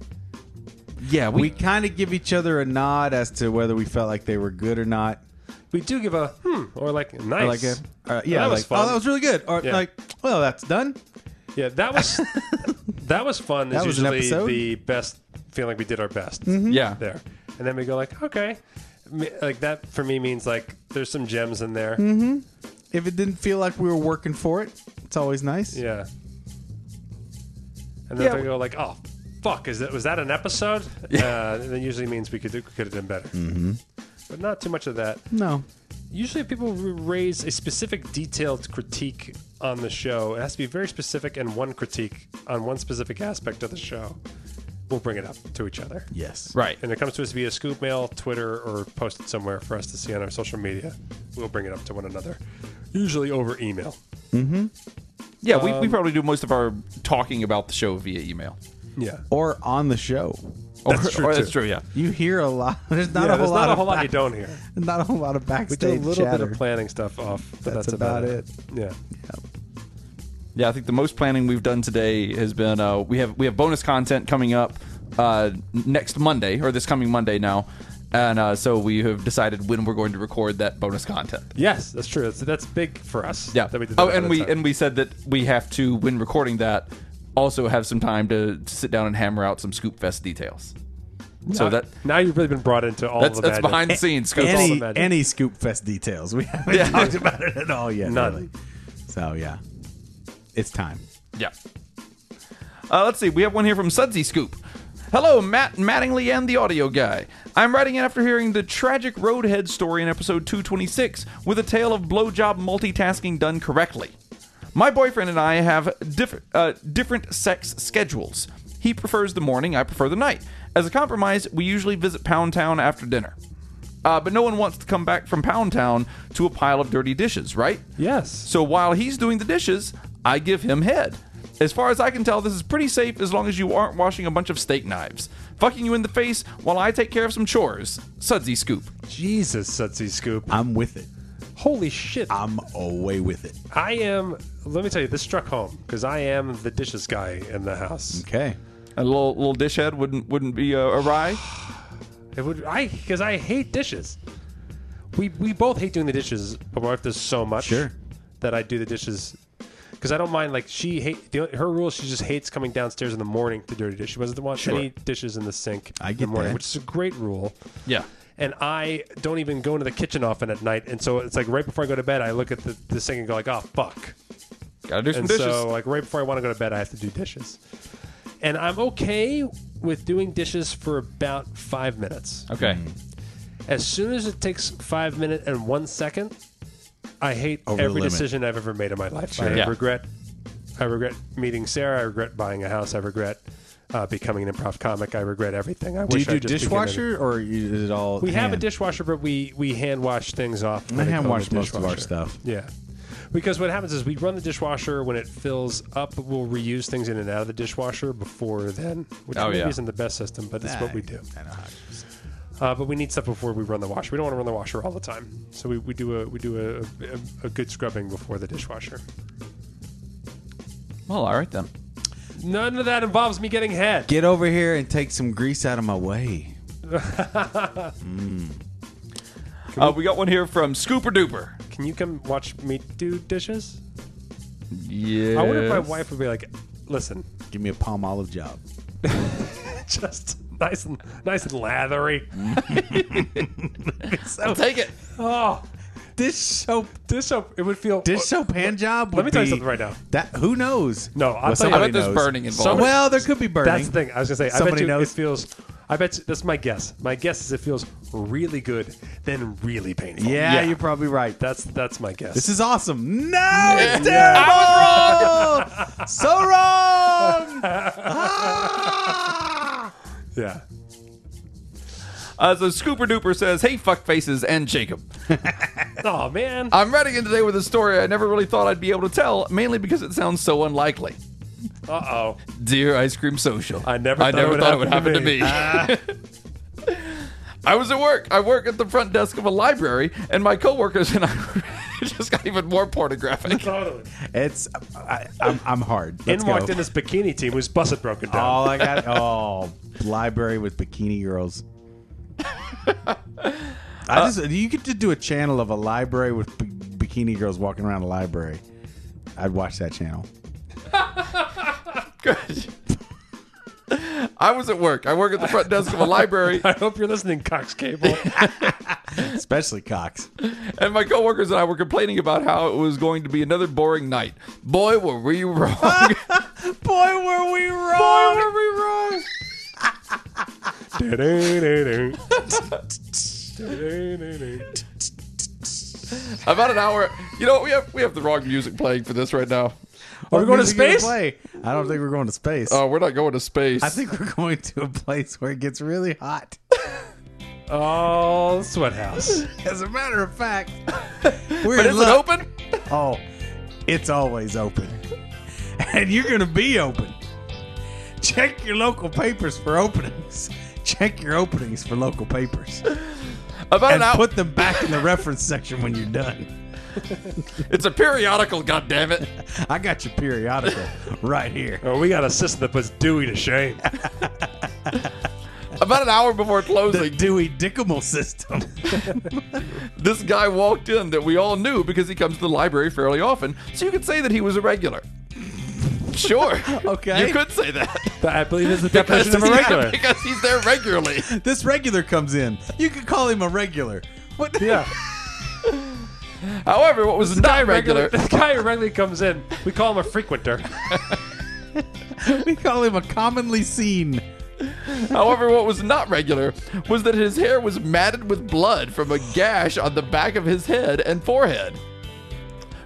Speaker 5: Yeah,
Speaker 4: We kind of give each other a nod as to whether we felt like they were good or not.
Speaker 3: We do give a hmm or like nice.
Speaker 4: Or like, a, uh, yeah,
Speaker 3: that
Speaker 4: like,
Speaker 3: was fun.
Speaker 4: oh, that was really good. Or
Speaker 3: Yeah.
Speaker 4: like, well, that's done.
Speaker 3: yeah, that was that was fun. That is
Speaker 4: was an
Speaker 3: usually
Speaker 4: episode. Mm-hmm.
Speaker 3: the best feeling like we did our best.
Speaker 5: yeah.
Speaker 3: there. And then we go like, okay, Me- like that for me means like there's some gems in there.
Speaker 4: Mm-hmm. If it didn't feel like we were working for it, it's always nice.
Speaker 3: Yeah. And then
Speaker 5: Yeah.
Speaker 3: we go like, oh, fuck, is that was that an episode? Uh, and that usually means we could we could have done better. Mm-hmm. But not too much of that.
Speaker 4: No.
Speaker 3: Usually, if people r- raise a specific detailed critique on the show. It has to be very specific and one critique on one specific aspect of the show. We'll bring it up to each other.
Speaker 4: Yes.
Speaker 5: Right.
Speaker 3: and it comes to us via scoop mail, Twitter, or posted somewhere for us to see on our social media. We'll bring it up to one another, usually over email.
Speaker 5: Yeah, we,
Speaker 3: Um,
Speaker 5: we probably do most of our talking about the show via email.
Speaker 3: Yeah,
Speaker 4: Or on the show.
Speaker 5: That's
Speaker 3: true,
Speaker 5: That's
Speaker 3: too.
Speaker 5: true. Yeah.
Speaker 4: You hear a lot. There's not a
Speaker 3: yeah
Speaker 4: whole
Speaker 3: there's
Speaker 4: lot.
Speaker 3: not a
Speaker 4: of
Speaker 3: whole lot you
Speaker 4: back-
Speaker 3: don't hear.
Speaker 4: Not a whole lot of
Speaker 3: We do a
Speaker 4: backstage
Speaker 3: little
Speaker 4: chatter.
Speaker 3: bit of planning stuff off, but
Speaker 4: That's
Speaker 3: that's, about,
Speaker 4: about
Speaker 3: it. Yeah,
Speaker 5: Yeah, I think the most planning we've done today has been uh, we have we have bonus content coming up uh, next Monday or this coming Monday now, and uh, so we have decided when we're going to record that bonus content.
Speaker 3: yes, that's true. That's, that's big for us.
Speaker 5: Yeah.
Speaker 3: that we did
Speaker 5: oh,
Speaker 3: that ahead
Speaker 5: and
Speaker 3: of
Speaker 5: we
Speaker 3: time.
Speaker 5: and we said that we have to when recording that also have some time to, to sit down and hammer out some Scoop Fest details. So
Speaker 3: now,
Speaker 5: that
Speaker 3: now you've really been brought into all
Speaker 5: that's
Speaker 3: of the
Speaker 5: that's
Speaker 3: madness.
Speaker 5: behind the scenes. Scoop.
Speaker 3: all
Speaker 4: any
Speaker 3: the magic.
Speaker 4: any scoop fest details. We haven't
Speaker 5: Yeah.
Speaker 4: talked about it at all yet.
Speaker 3: None.
Speaker 4: Really. So yeah, it's time.
Speaker 5: Yeah. Uh, let's see. We have one here from Sudsy Scoop. Hello, Matt Mattingly and the audio guy. I'm writing in after hearing the tragic roadhead story in episode 226 with a tale of blowjob multitasking done correctly. My boyfriend and I have diff- uh, different sex schedules. He prefers the morning, I prefer the night. As a compromise, we usually visit Pound Town after dinner. Uh, but no one wants to come back from Pound Town to a pile of dirty dishes, right?
Speaker 3: Yes,
Speaker 5: So while he's doing the dishes, I give him head. As far as I can tell, this is pretty safe as long as you aren't washing a bunch of steak knives. Fucking you in the face while I take care of some chores. Sudsy Scoop.
Speaker 3: Jesus, Sudsy Scoop.
Speaker 4: I'm with it.
Speaker 3: Holy shit!
Speaker 4: I'm away with it.
Speaker 3: I am. Let me tell you, this struck home because I am the dishes guy in the house.
Speaker 4: Okay.
Speaker 5: A little little dish head wouldn't wouldn't be uh, awry.
Speaker 3: It would I because I hate dishes. We we both hate doing the dishes, but my wife does so much
Speaker 4: Sure.
Speaker 3: that I do the dishes because I don't mind. Like she hate the, her rule, she just hates coming downstairs in the morning to dirty dishes. She doesn't want any dishes in the sink
Speaker 4: I
Speaker 3: in the
Speaker 4: get
Speaker 3: morning,
Speaker 4: that.
Speaker 3: which is a great rule.
Speaker 5: Yeah.
Speaker 3: And I don't even go into the kitchen often at night, and so it's like right before I go to bed, I look at the, the sink and go like, "Oh fuck!"
Speaker 5: Gotta do some
Speaker 3: And
Speaker 5: dishes.
Speaker 3: so, like right before I want to go to bed, I have to do dishes, and I'm okay with doing dishes for about five minutes.
Speaker 5: okay.
Speaker 3: As soon as it takes five minutes and one second, I hate
Speaker 4: Over the
Speaker 3: every
Speaker 4: limit.
Speaker 3: decision I've ever made in my life. I
Speaker 5: Yeah.
Speaker 3: regret I regret meeting Sarah. I regret buying a house. I regret uh, becoming an improv comic. I regret everything. I
Speaker 4: Do you
Speaker 3: wish I
Speaker 4: do
Speaker 3: just became everything.
Speaker 4: dishwasher or you- is it all?
Speaker 3: We have a
Speaker 4: hand?
Speaker 3: dishwasher, but we we hand wash things off.
Speaker 4: I hand wash most of our stuff.
Speaker 3: Yeah. Because what happens is we run the dishwasher when it fills up. We'll reuse things in and out of the dishwasher before then, which
Speaker 5: Oh,
Speaker 3: maybe
Speaker 5: yeah.
Speaker 3: isn't the best system, but it's what we do.
Speaker 4: I know how.
Speaker 3: Uh, but we need stuff before we run the washer. We don't want to run the washer all the time, so we, we do a we do a, a, a good scrubbing before the dishwasher.
Speaker 5: Well, all right then.
Speaker 3: None of that involves me getting head.
Speaker 4: Get over here and take some grease out of my way.
Speaker 5: Uh, we got one here from Scooper Duper.
Speaker 3: Can you come watch me do dishes?
Speaker 5: Yeah.
Speaker 3: I wonder if my wife would be like, "Listen,
Speaker 4: Give me a palm olive job.
Speaker 3: just nice and nice and lathery."
Speaker 5: I'll take it.
Speaker 3: Oh,
Speaker 4: Dish soap.
Speaker 3: dish soap. It would feel uh,
Speaker 4: Dish soap hand job.
Speaker 3: Let
Speaker 4: would
Speaker 3: me tell you
Speaker 4: be-
Speaker 3: something right now.
Speaker 4: That who knows?
Speaker 3: No, I'll
Speaker 4: Well,
Speaker 3: tell you-
Speaker 5: How
Speaker 4: somebody
Speaker 5: about there's
Speaker 4: knows.
Speaker 5: burning involved?
Speaker 3: Somebody-
Speaker 4: Well, there could be burning.
Speaker 3: That's the thing. I was gonna say. I bet
Speaker 4: Somebody
Speaker 3: you
Speaker 4: knows.
Speaker 3: it feels. I bet you, that's my guess. My guess is it feels really good, then really painful.
Speaker 4: Yeah,
Speaker 5: Yeah.
Speaker 4: you're probably right.
Speaker 3: that's that's my guess.
Speaker 4: This is awesome. No, it's terrible. so wrong. Ah!
Speaker 3: yeah.
Speaker 5: Uh, so Scooper Duper says, "Hey, fuck faces and Jacob.
Speaker 3: Oh man.
Speaker 5: I'm writing in today with a story I never really thought I'd be able to tell, mainly because it sounds so unlikely.
Speaker 3: Uh oh.
Speaker 5: Dear Ice Cream Social,
Speaker 3: I never
Speaker 5: I
Speaker 3: thought
Speaker 5: never
Speaker 3: it would
Speaker 5: thought it would happen to
Speaker 3: happen to
Speaker 5: me. I was at work. I work at the front desk of a library, and my coworkers and I just got even more pornographic.
Speaker 3: Totally.
Speaker 4: It's I, I'm, I'm hard. Let's
Speaker 3: In walked
Speaker 4: go.
Speaker 3: in this bikini team whose bus had broken down.
Speaker 4: All I got. Oh, library with bikini girls. I just you could just do a channel of a library with b- bikini girls walking around a library. I'd watch that channel.
Speaker 5: Good. I was at work. I work at the front desk of a library,
Speaker 3: I hope you're listening, Cox Cable.
Speaker 4: Especially Cox.
Speaker 5: and my coworkers and I were complaining about how it was going to be another boring night. Boy, were we wrong.
Speaker 4: Boy, were we wrong. Boy, were we wrong.
Speaker 3: Du-du-du-du.
Speaker 5: About an hour. You know, we have we have the wrong music playing for this right now.
Speaker 4: Are
Speaker 3: we going to space?
Speaker 4: Play? I don't think we're going to space.
Speaker 5: Oh, we're not going to space.
Speaker 4: I think we're going to a place where it gets really hot.
Speaker 3: oh, sweat house.
Speaker 4: As a matter of fact, we're
Speaker 5: But
Speaker 4: in
Speaker 5: is it
Speaker 4: luck.
Speaker 5: open?
Speaker 4: Oh, it's always open. And you're going to be open. Check your local papers for openings. Check your openings for local papers.
Speaker 5: About an
Speaker 4: And
Speaker 5: hour.
Speaker 4: put them back in the reference section when you're done.
Speaker 5: It's a periodical. God damn it!
Speaker 4: I got your periodical right here.
Speaker 3: Oh, we got a system that puts Dewey to shame.
Speaker 5: About an hour before
Speaker 4: The
Speaker 5: closing,
Speaker 4: Dewey Dickimal system.
Speaker 5: this guy walked in that we all knew because he comes to the library fairly often. So you could say that he was a regular. Sure.
Speaker 4: Okay.
Speaker 5: You could say that.
Speaker 3: I believe is the definition of a
Speaker 5: Yeah,
Speaker 3: regular.
Speaker 5: because he's there regularly.
Speaker 4: This regular comes in. You could call him a regular. What?
Speaker 3: Yeah.
Speaker 5: However, what was not regular?
Speaker 3: This guy who regularly comes in, we call him a frequenter.
Speaker 4: We call him a commonly seen.
Speaker 5: However, what was not regular was that his hair was matted with blood from a gash on the back of his head and forehead.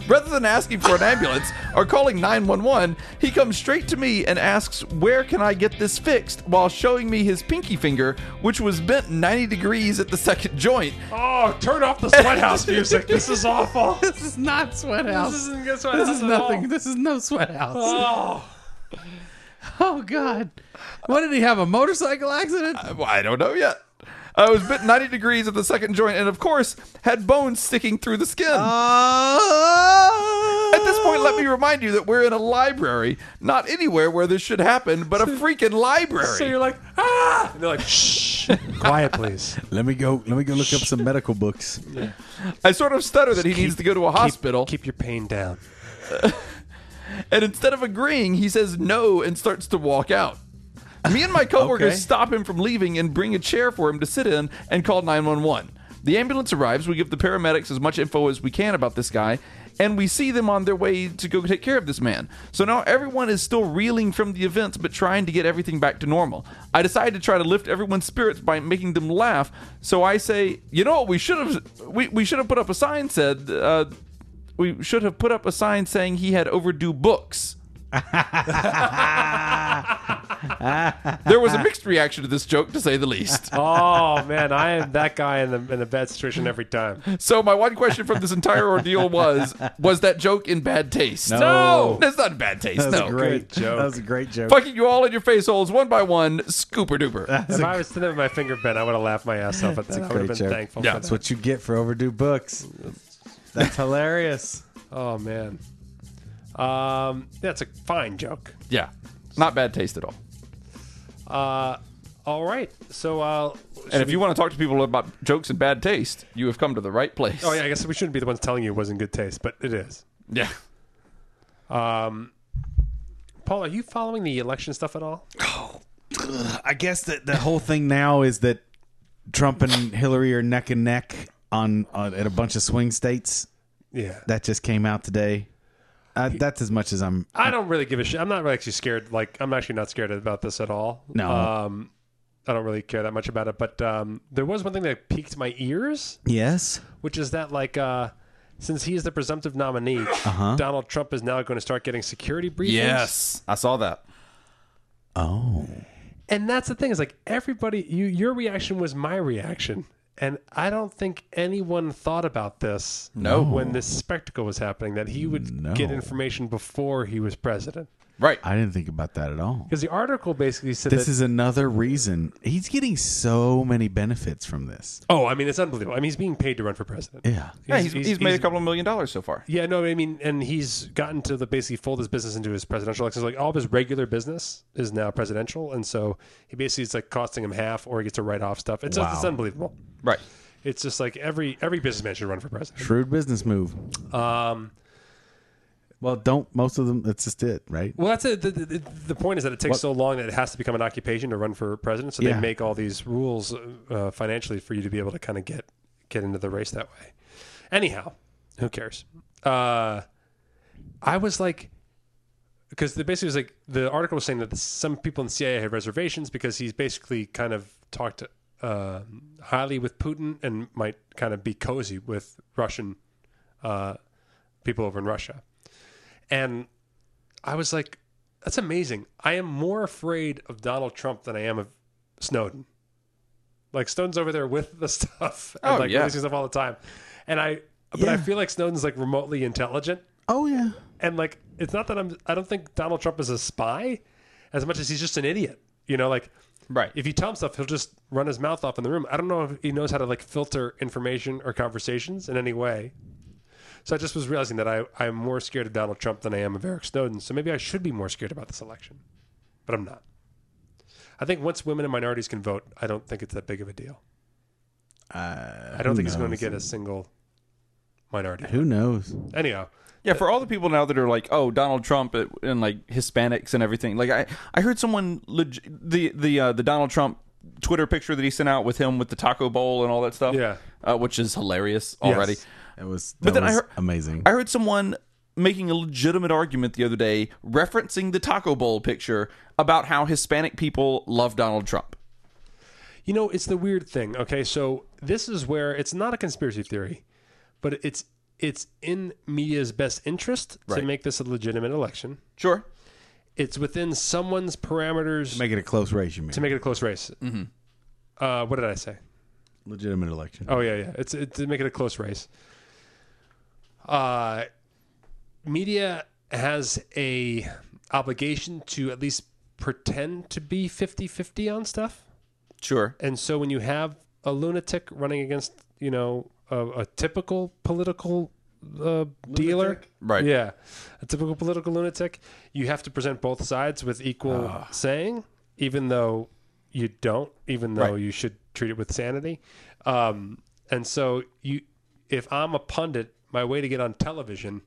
Speaker 5: Rather than asking for an ambulance or calling 911, he comes straight to me and asks, Where can I get this fixed? while showing me his pinky finger, which was bent 90 degrees at the second joint.
Speaker 3: Oh, turn off the sweat house music. This is awful.
Speaker 4: This is not sweat house.
Speaker 3: This isn't good sweat
Speaker 4: This
Speaker 3: house
Speaker 4: is
Speaker 3: at
Speaker 4: nothing.
Speaker 3: all.
Speaker 4: This is no sweat house.
Speaker 3: Oh,
Speaker 4: Oh God! What did he have? A motorcycle accident?
Speaker 5: Well, I don't know yet. I was bent 90 degrees at the second joint and, of course, had bones sticking through the skin.
Speaker 4: Oh!
Speaker 5: At this point, let me remind you that we're in a library, not anywhere where this should happen, but a freaking library.
Speaker 3: so you're like, ah! And they're like, shh, quiet, please.
Speaker 4: let me go. Let me go look up some medical books.
Speaker 5: I sort of stutter that he needs to go to a hospital,
Speaker 3: Keep your pain down.
Speaker 5: and instead of agreeing, he says no and starts to walk out. Me and my coworkers
Speaker 4: Okay.
Speaker 5: stop him from leaving and bring a chair for him to sit in and call 911. The ambulance arrives. We give the paramedics as much info as we can about this guy, and we see them on their way to go take care of this man. So now everyone is still reeling from the events but trying to get everything back to normal. I decide to try to lift everyone's spirits by making them laugh. So I say, "You know what? We should have we, we should have put up a sign said uh, we should have put up a sign saying he had overdue books." there was a mixed reaction to this joke, to say the least.
Speaker 3: Oh man, I am that guy in the in the bad situation every time.
Speaker 5: So my one question from this entire ordeal was: Was that joke in bad taste?
Speaker 4: No.
Speaker 5: that's not in bad taste.
Speaker 4: That was
Speaker 5: no,
Speaker 4: a great
Speaker 3: good joke.
Speaker 4: That was a great joke.
Speaker 5: fucking you all in your face holes one by one, scooper duper.
Speaker 3: If I was sitting there with my finger bent, I would have laughed my ass off at that. I would have
Speaker 4: great
Speaker 3: been
Speaker 4: joke.
Speaker 3: thankful.
Speaker 5: Yeah.
Speaker 3: for
Speaker 4: That's
Speaker 3: that.
Speaker 4: what you get for overdue books. That's hilarious.
Speaker 3: Oh man, um, that's a fine joke.
Speaker 5: yeah, not bad taste at all.
Speaker 3: Uh, all right, so uh,
Speaker 5: And if you want to talk to people about jokes and bad taste, you have come to the right place.
Speaker 3: oh yeah, I guess we shouldn't be the ones telling you it wasn't good taste, but it is.
Speaker 5: yeah.
Speaker 3: Paul, are you following the election stuff at all?
Speaker 4: I guess that the whole thing now is that Trump and Hillary are neck and neck on, on at a bunch of swing states.
Speaker 3: Yeah,
Speaker 4: That just came out today. Uh, that's as much as I'm.
Speaker 3: I don't really give a shit. I'm not really actually scared. Like, I'm actually not scared about this at all.
Speaker 4: No.
Speaker 3: Um, I don't really care that much about it. But um, there was one thing that piqued my ears,
Speaker 4: Yes.
Speaker 3: which is that, like, uh, since he is the presumptive nominee, Donald Trump is now going to start getting security briefings.
Speaker 5: I saw that.
Speaker 4: Oh.
Speaker 3: And that's the thing is, like, everybody, you, your reaction was my reaction. And I don't think anyone thought about this
Speaker 5: No.
Speaker 3: when this spectacle was happening, that he would
Speaker 4: No.
Speaker 3: get information before he was president.
Speaker 5: Right.
Speaker 4: I didn't think about that at all.
Speaker 3: Because the article basically said
Speaker 4: This
Speaker 3: that
Speaker 4: is another reason he's getting so many benefits from this.
Speaker 3: Oh, I mean, it's unbelievable. I mean, he's being paid to run for president.
Speaker 4: Yeah.
Speaker 5: yeah, he's, he's, made a couple of million dollars so far.
Speaker 3: Yeah, no, I mean, and he's gotten to the basically fold his business into his presidential elections. Like all of his regular business is now presidential, and so he basically it's like costing him half, or he gets to write off stuff. It's it's unbelievable.
Speaker 5: Right.
Speaker 3: It's just like every every businessman should run for president.
Speaker 4: Shrewd business move.
Speaker 3: Um,
Speaker 4: Well, don't most of them. That's just it, right?
Speaker 3: well, that's it. The, the, the point is that it takes so long that it has to become an occupation to run for president. So
Speaker 4: Yeah.
Speaker 3: they make all these rules uh, financially for you to be able to kind of get get into the race that way. Anyhow, who cares? Uh, I was like, because the basically was like the article was saying that some people in the CIA had reservations because he's basically kind of talked uh, highly with Putin and might kind of be cozy with Russian uh, people over in Russia, and I was like, that's amazing. I am more afraid of Donald Trump than I am of Snowden. Like Snowden's over there with the stuff and
Speaker 5: Oh,
Speaker 3: like
Speaker 5: yeah.
Speaker 3: releasing stuff all the time, and I but I
Speaker 4: Yeah.
Speaker 3: feel like Snowden's like remotely intelligent
Speaker 4: Oh yeah.
Speaker 3: and like it's not that I'm I don't think Donald Trump is a spy as much as he's just an idiot. You know, like
Speaker 5: Right.
Speaker 3: if you tell him stuff, he'll just run his mouth off in the room. I don't know if he knows how to like filter information or conversations in any way. So I just was realizing that I, I'm more scared of Donald Trump than I am of Eric Snowden. So maybe I should be more scared about this election. But I'm not. I think once women and minorities can vote, I don't think it's that big of a deal. I don't think he's going to get a single minority.
Speaker 4: Who knows?
Speaker 3: Anyhow,
Speaker 5: Yeah, for all the people now that are like, oh, Donald Trump and- and like Hispanics and everything. Like I, I heard someone leg- the the uh, the Donald Trump Twitter picture that he sent out with him with the taco bowl and all that stuff.
Speaker 3: Yeah.
Speaker 5: uh, which is hilarious already.
Speaker 3: Yes.
Speaker 4: It was.
Speaker 5: But
Speaker 4: That
Speaker 5: then I
Speaker 4: was
Speaker 5: heard-
Speaker 4: amazing.
Speaker 5: I heard someone making a legitimate argument the other day referencing the taco bowl picture about how Hispanic people love Donald Trump.
Speaker 3: You know, it's the weird thing. Okay, so this is where it's not a conspiracy theory, but it's it's in media's best interest
Speaker 5: Right.
Speaker 3: to make this a legitimate election.
Speaker 5: Sure.
Speaker 3: It's within someone's parameters
Speaker 4: Make it a close race, you mean?
Speaker 3: to make it a close race. Mm-hmm. Uh, what did I say?
Speaker 4: Legitimate election.
Speaker 3: Oh yeah, yeah. It's it, to make it a close race. Uh, media has a obligation to at least pretend to be 50-50 on stuff.
Speaker 5: Sure.
Speaker 3: And so when you have a lunatic running against, you know, a, a typical political uh, dealer,
Speaker 5: Right.
Speaker 3: Yeah, a typical political lunatic, you have to present both sides with equal
Speaker 5: Ah.
Speaker 3: saying, even though you don't, even though
Speaker 5: Right.
Speaker 3: you should treat it with sanity. Um, and so you, if I'm a pundit, my way to get on television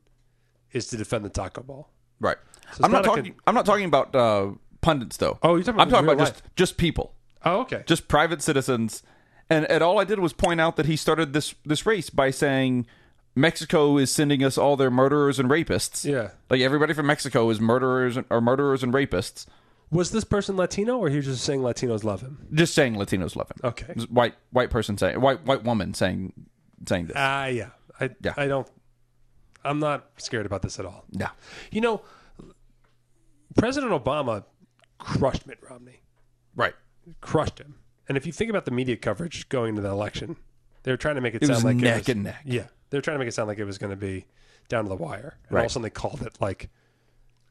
Speaker 3: is to defend the taco ball.
Speaker 5: Right.
Speaker 3: it's
Speaker 5: I'm not,
Speaker 3: not like
Speaker 5: talking. I'm not talking about uh, pundits though.
Speaker 3: Oh, you're talking
Speaker 5: I'm
Speaker 3: about
Speaker 5: talking
Speaker 3: real
Speaker 5: about just just people.
Speaker 3: Oh, okay.
Speaker 5: just private citizens. And and all I did was point out that he started this this race by saying Mexico is sending us all their murderers and rapists.
Speaker 3: Yeah.
Speaker 5: like everybody from Mexico is murderers and, or murderers and rapists.
Speaker 3: Was this person Latino, or he was just saying Latinos love him?
Speaker 5: Just saying Latinos love him.
Speaker 3: Okay.
Speaker 5: Just white white person saying white white woman saying saying this.
Speaker 3: Ah, yeah. I,
Speaker 5: Yeah.
Speaker 3: I don't. I'm not scared about this at all.
Speaker 5: yeah,
Speaker 3: You know, President Obama crushed Mitt Romney,
Speaker 5: Right.
Speaker 3: crushed him. And if you think about the media coverage going into the election, they were trying to make it,
Speaker 5: It
Speaker 3: sound
Speaker 5: was
Speaker 3: like
Speaker 5: neck
Speaker 3: it was,
Speaker 5: and neck.
Speaker 3: Yeah, they were trying to make it sound like it was going to be down to the wire. And all of a sudden they called it like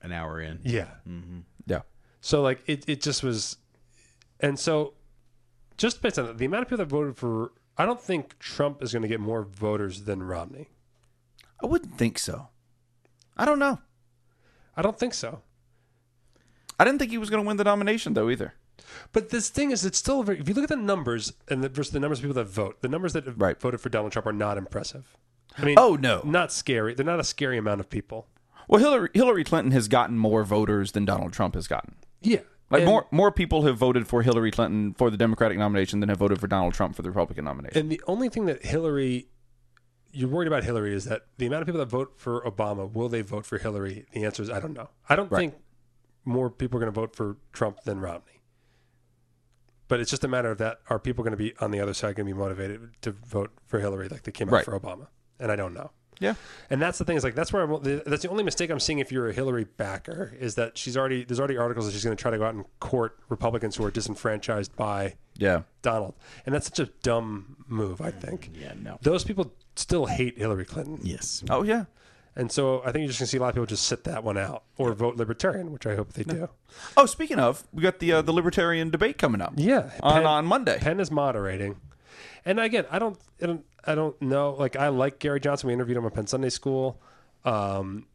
Speaker 4: An hour in.
Speaker 3: yeah.
Speaker 5: Mm. Yeah.
Speaker 3: So like it it just was, and so just based on that, the amount of people that voted for, I don't think Trump is going to get more voters than Romney.
Speaker 5: I wouldn't think so. I don't know.
Speaker 3: I don't think so.
Speaker 5: I didn't think he was going to win the nomination though either.
Speaker 3: But this thing is, it's still very, if you look at the numbers and the, versus the numbers of people that vote, the numbers that have
Speaker 5: Right.
Speaker 3: voted for Donald Trump are not impressive. I mean,
Speaker 5: Oh, no.
Speaker 3: not scary. They're not a scary amount of people.
Speaker 5: Well, Hillary Hillary Clinton has gotten more voters than Donald Trump has gotten.
Speaker 3: Yeah,
Speaker 5: Like
Speaker 3: and,
Speaker 5: more more people have voted for Hillary Clinton for the Democratic nomination than have voted for Donald Trump for the Republican nomination.
Speaker 3: And the only thing that Hillary, you're worried about Hillary is that the amount of people that vote for Obama, will they vote for Hillary? The answer is I don't know. I don't think more people are going to vote for Trump than Romney. But it's just a matter of that are people going to be on the other side going to be motivated to vote for Hillary like they came out
Speaker 5: Right.
Speaker 3: for Obama? And I don't know.
Speaker 5: yeah.
Speaker 3: And that's the thing is like that's where I'm, that's the only mistake I'm seeing if you're a Hillary backer is that she's already there's already articles that she's going to try to go out and court Republicans who are disenfranchised by
Speaker 5: Yeah.
Speaker 3: Donald, and that's such a dumb move. I think. Mm, Yeah, no. Those people still hate Hillary Clinton,
Speaker 4: Yes.
Speaker 5: Oh yeah.
Speaker 3: and so I think you're just gonna see a lot of people just sit that one out or vote Libertarian, which I hope they do.
Speaker 5: Oh, speaking of, we got the uh, the libertarian debate coming up.
Speaker 3: Yeah,
Speaker 5: On
Speaker 3: Penn-
Speaker 5: on Monday.
Speaker 3: Penn is moderating, and again, I don't, I don't, I don't know. Like, I like Gary Johnson. We interviewed him at Penn Sunday School. Um,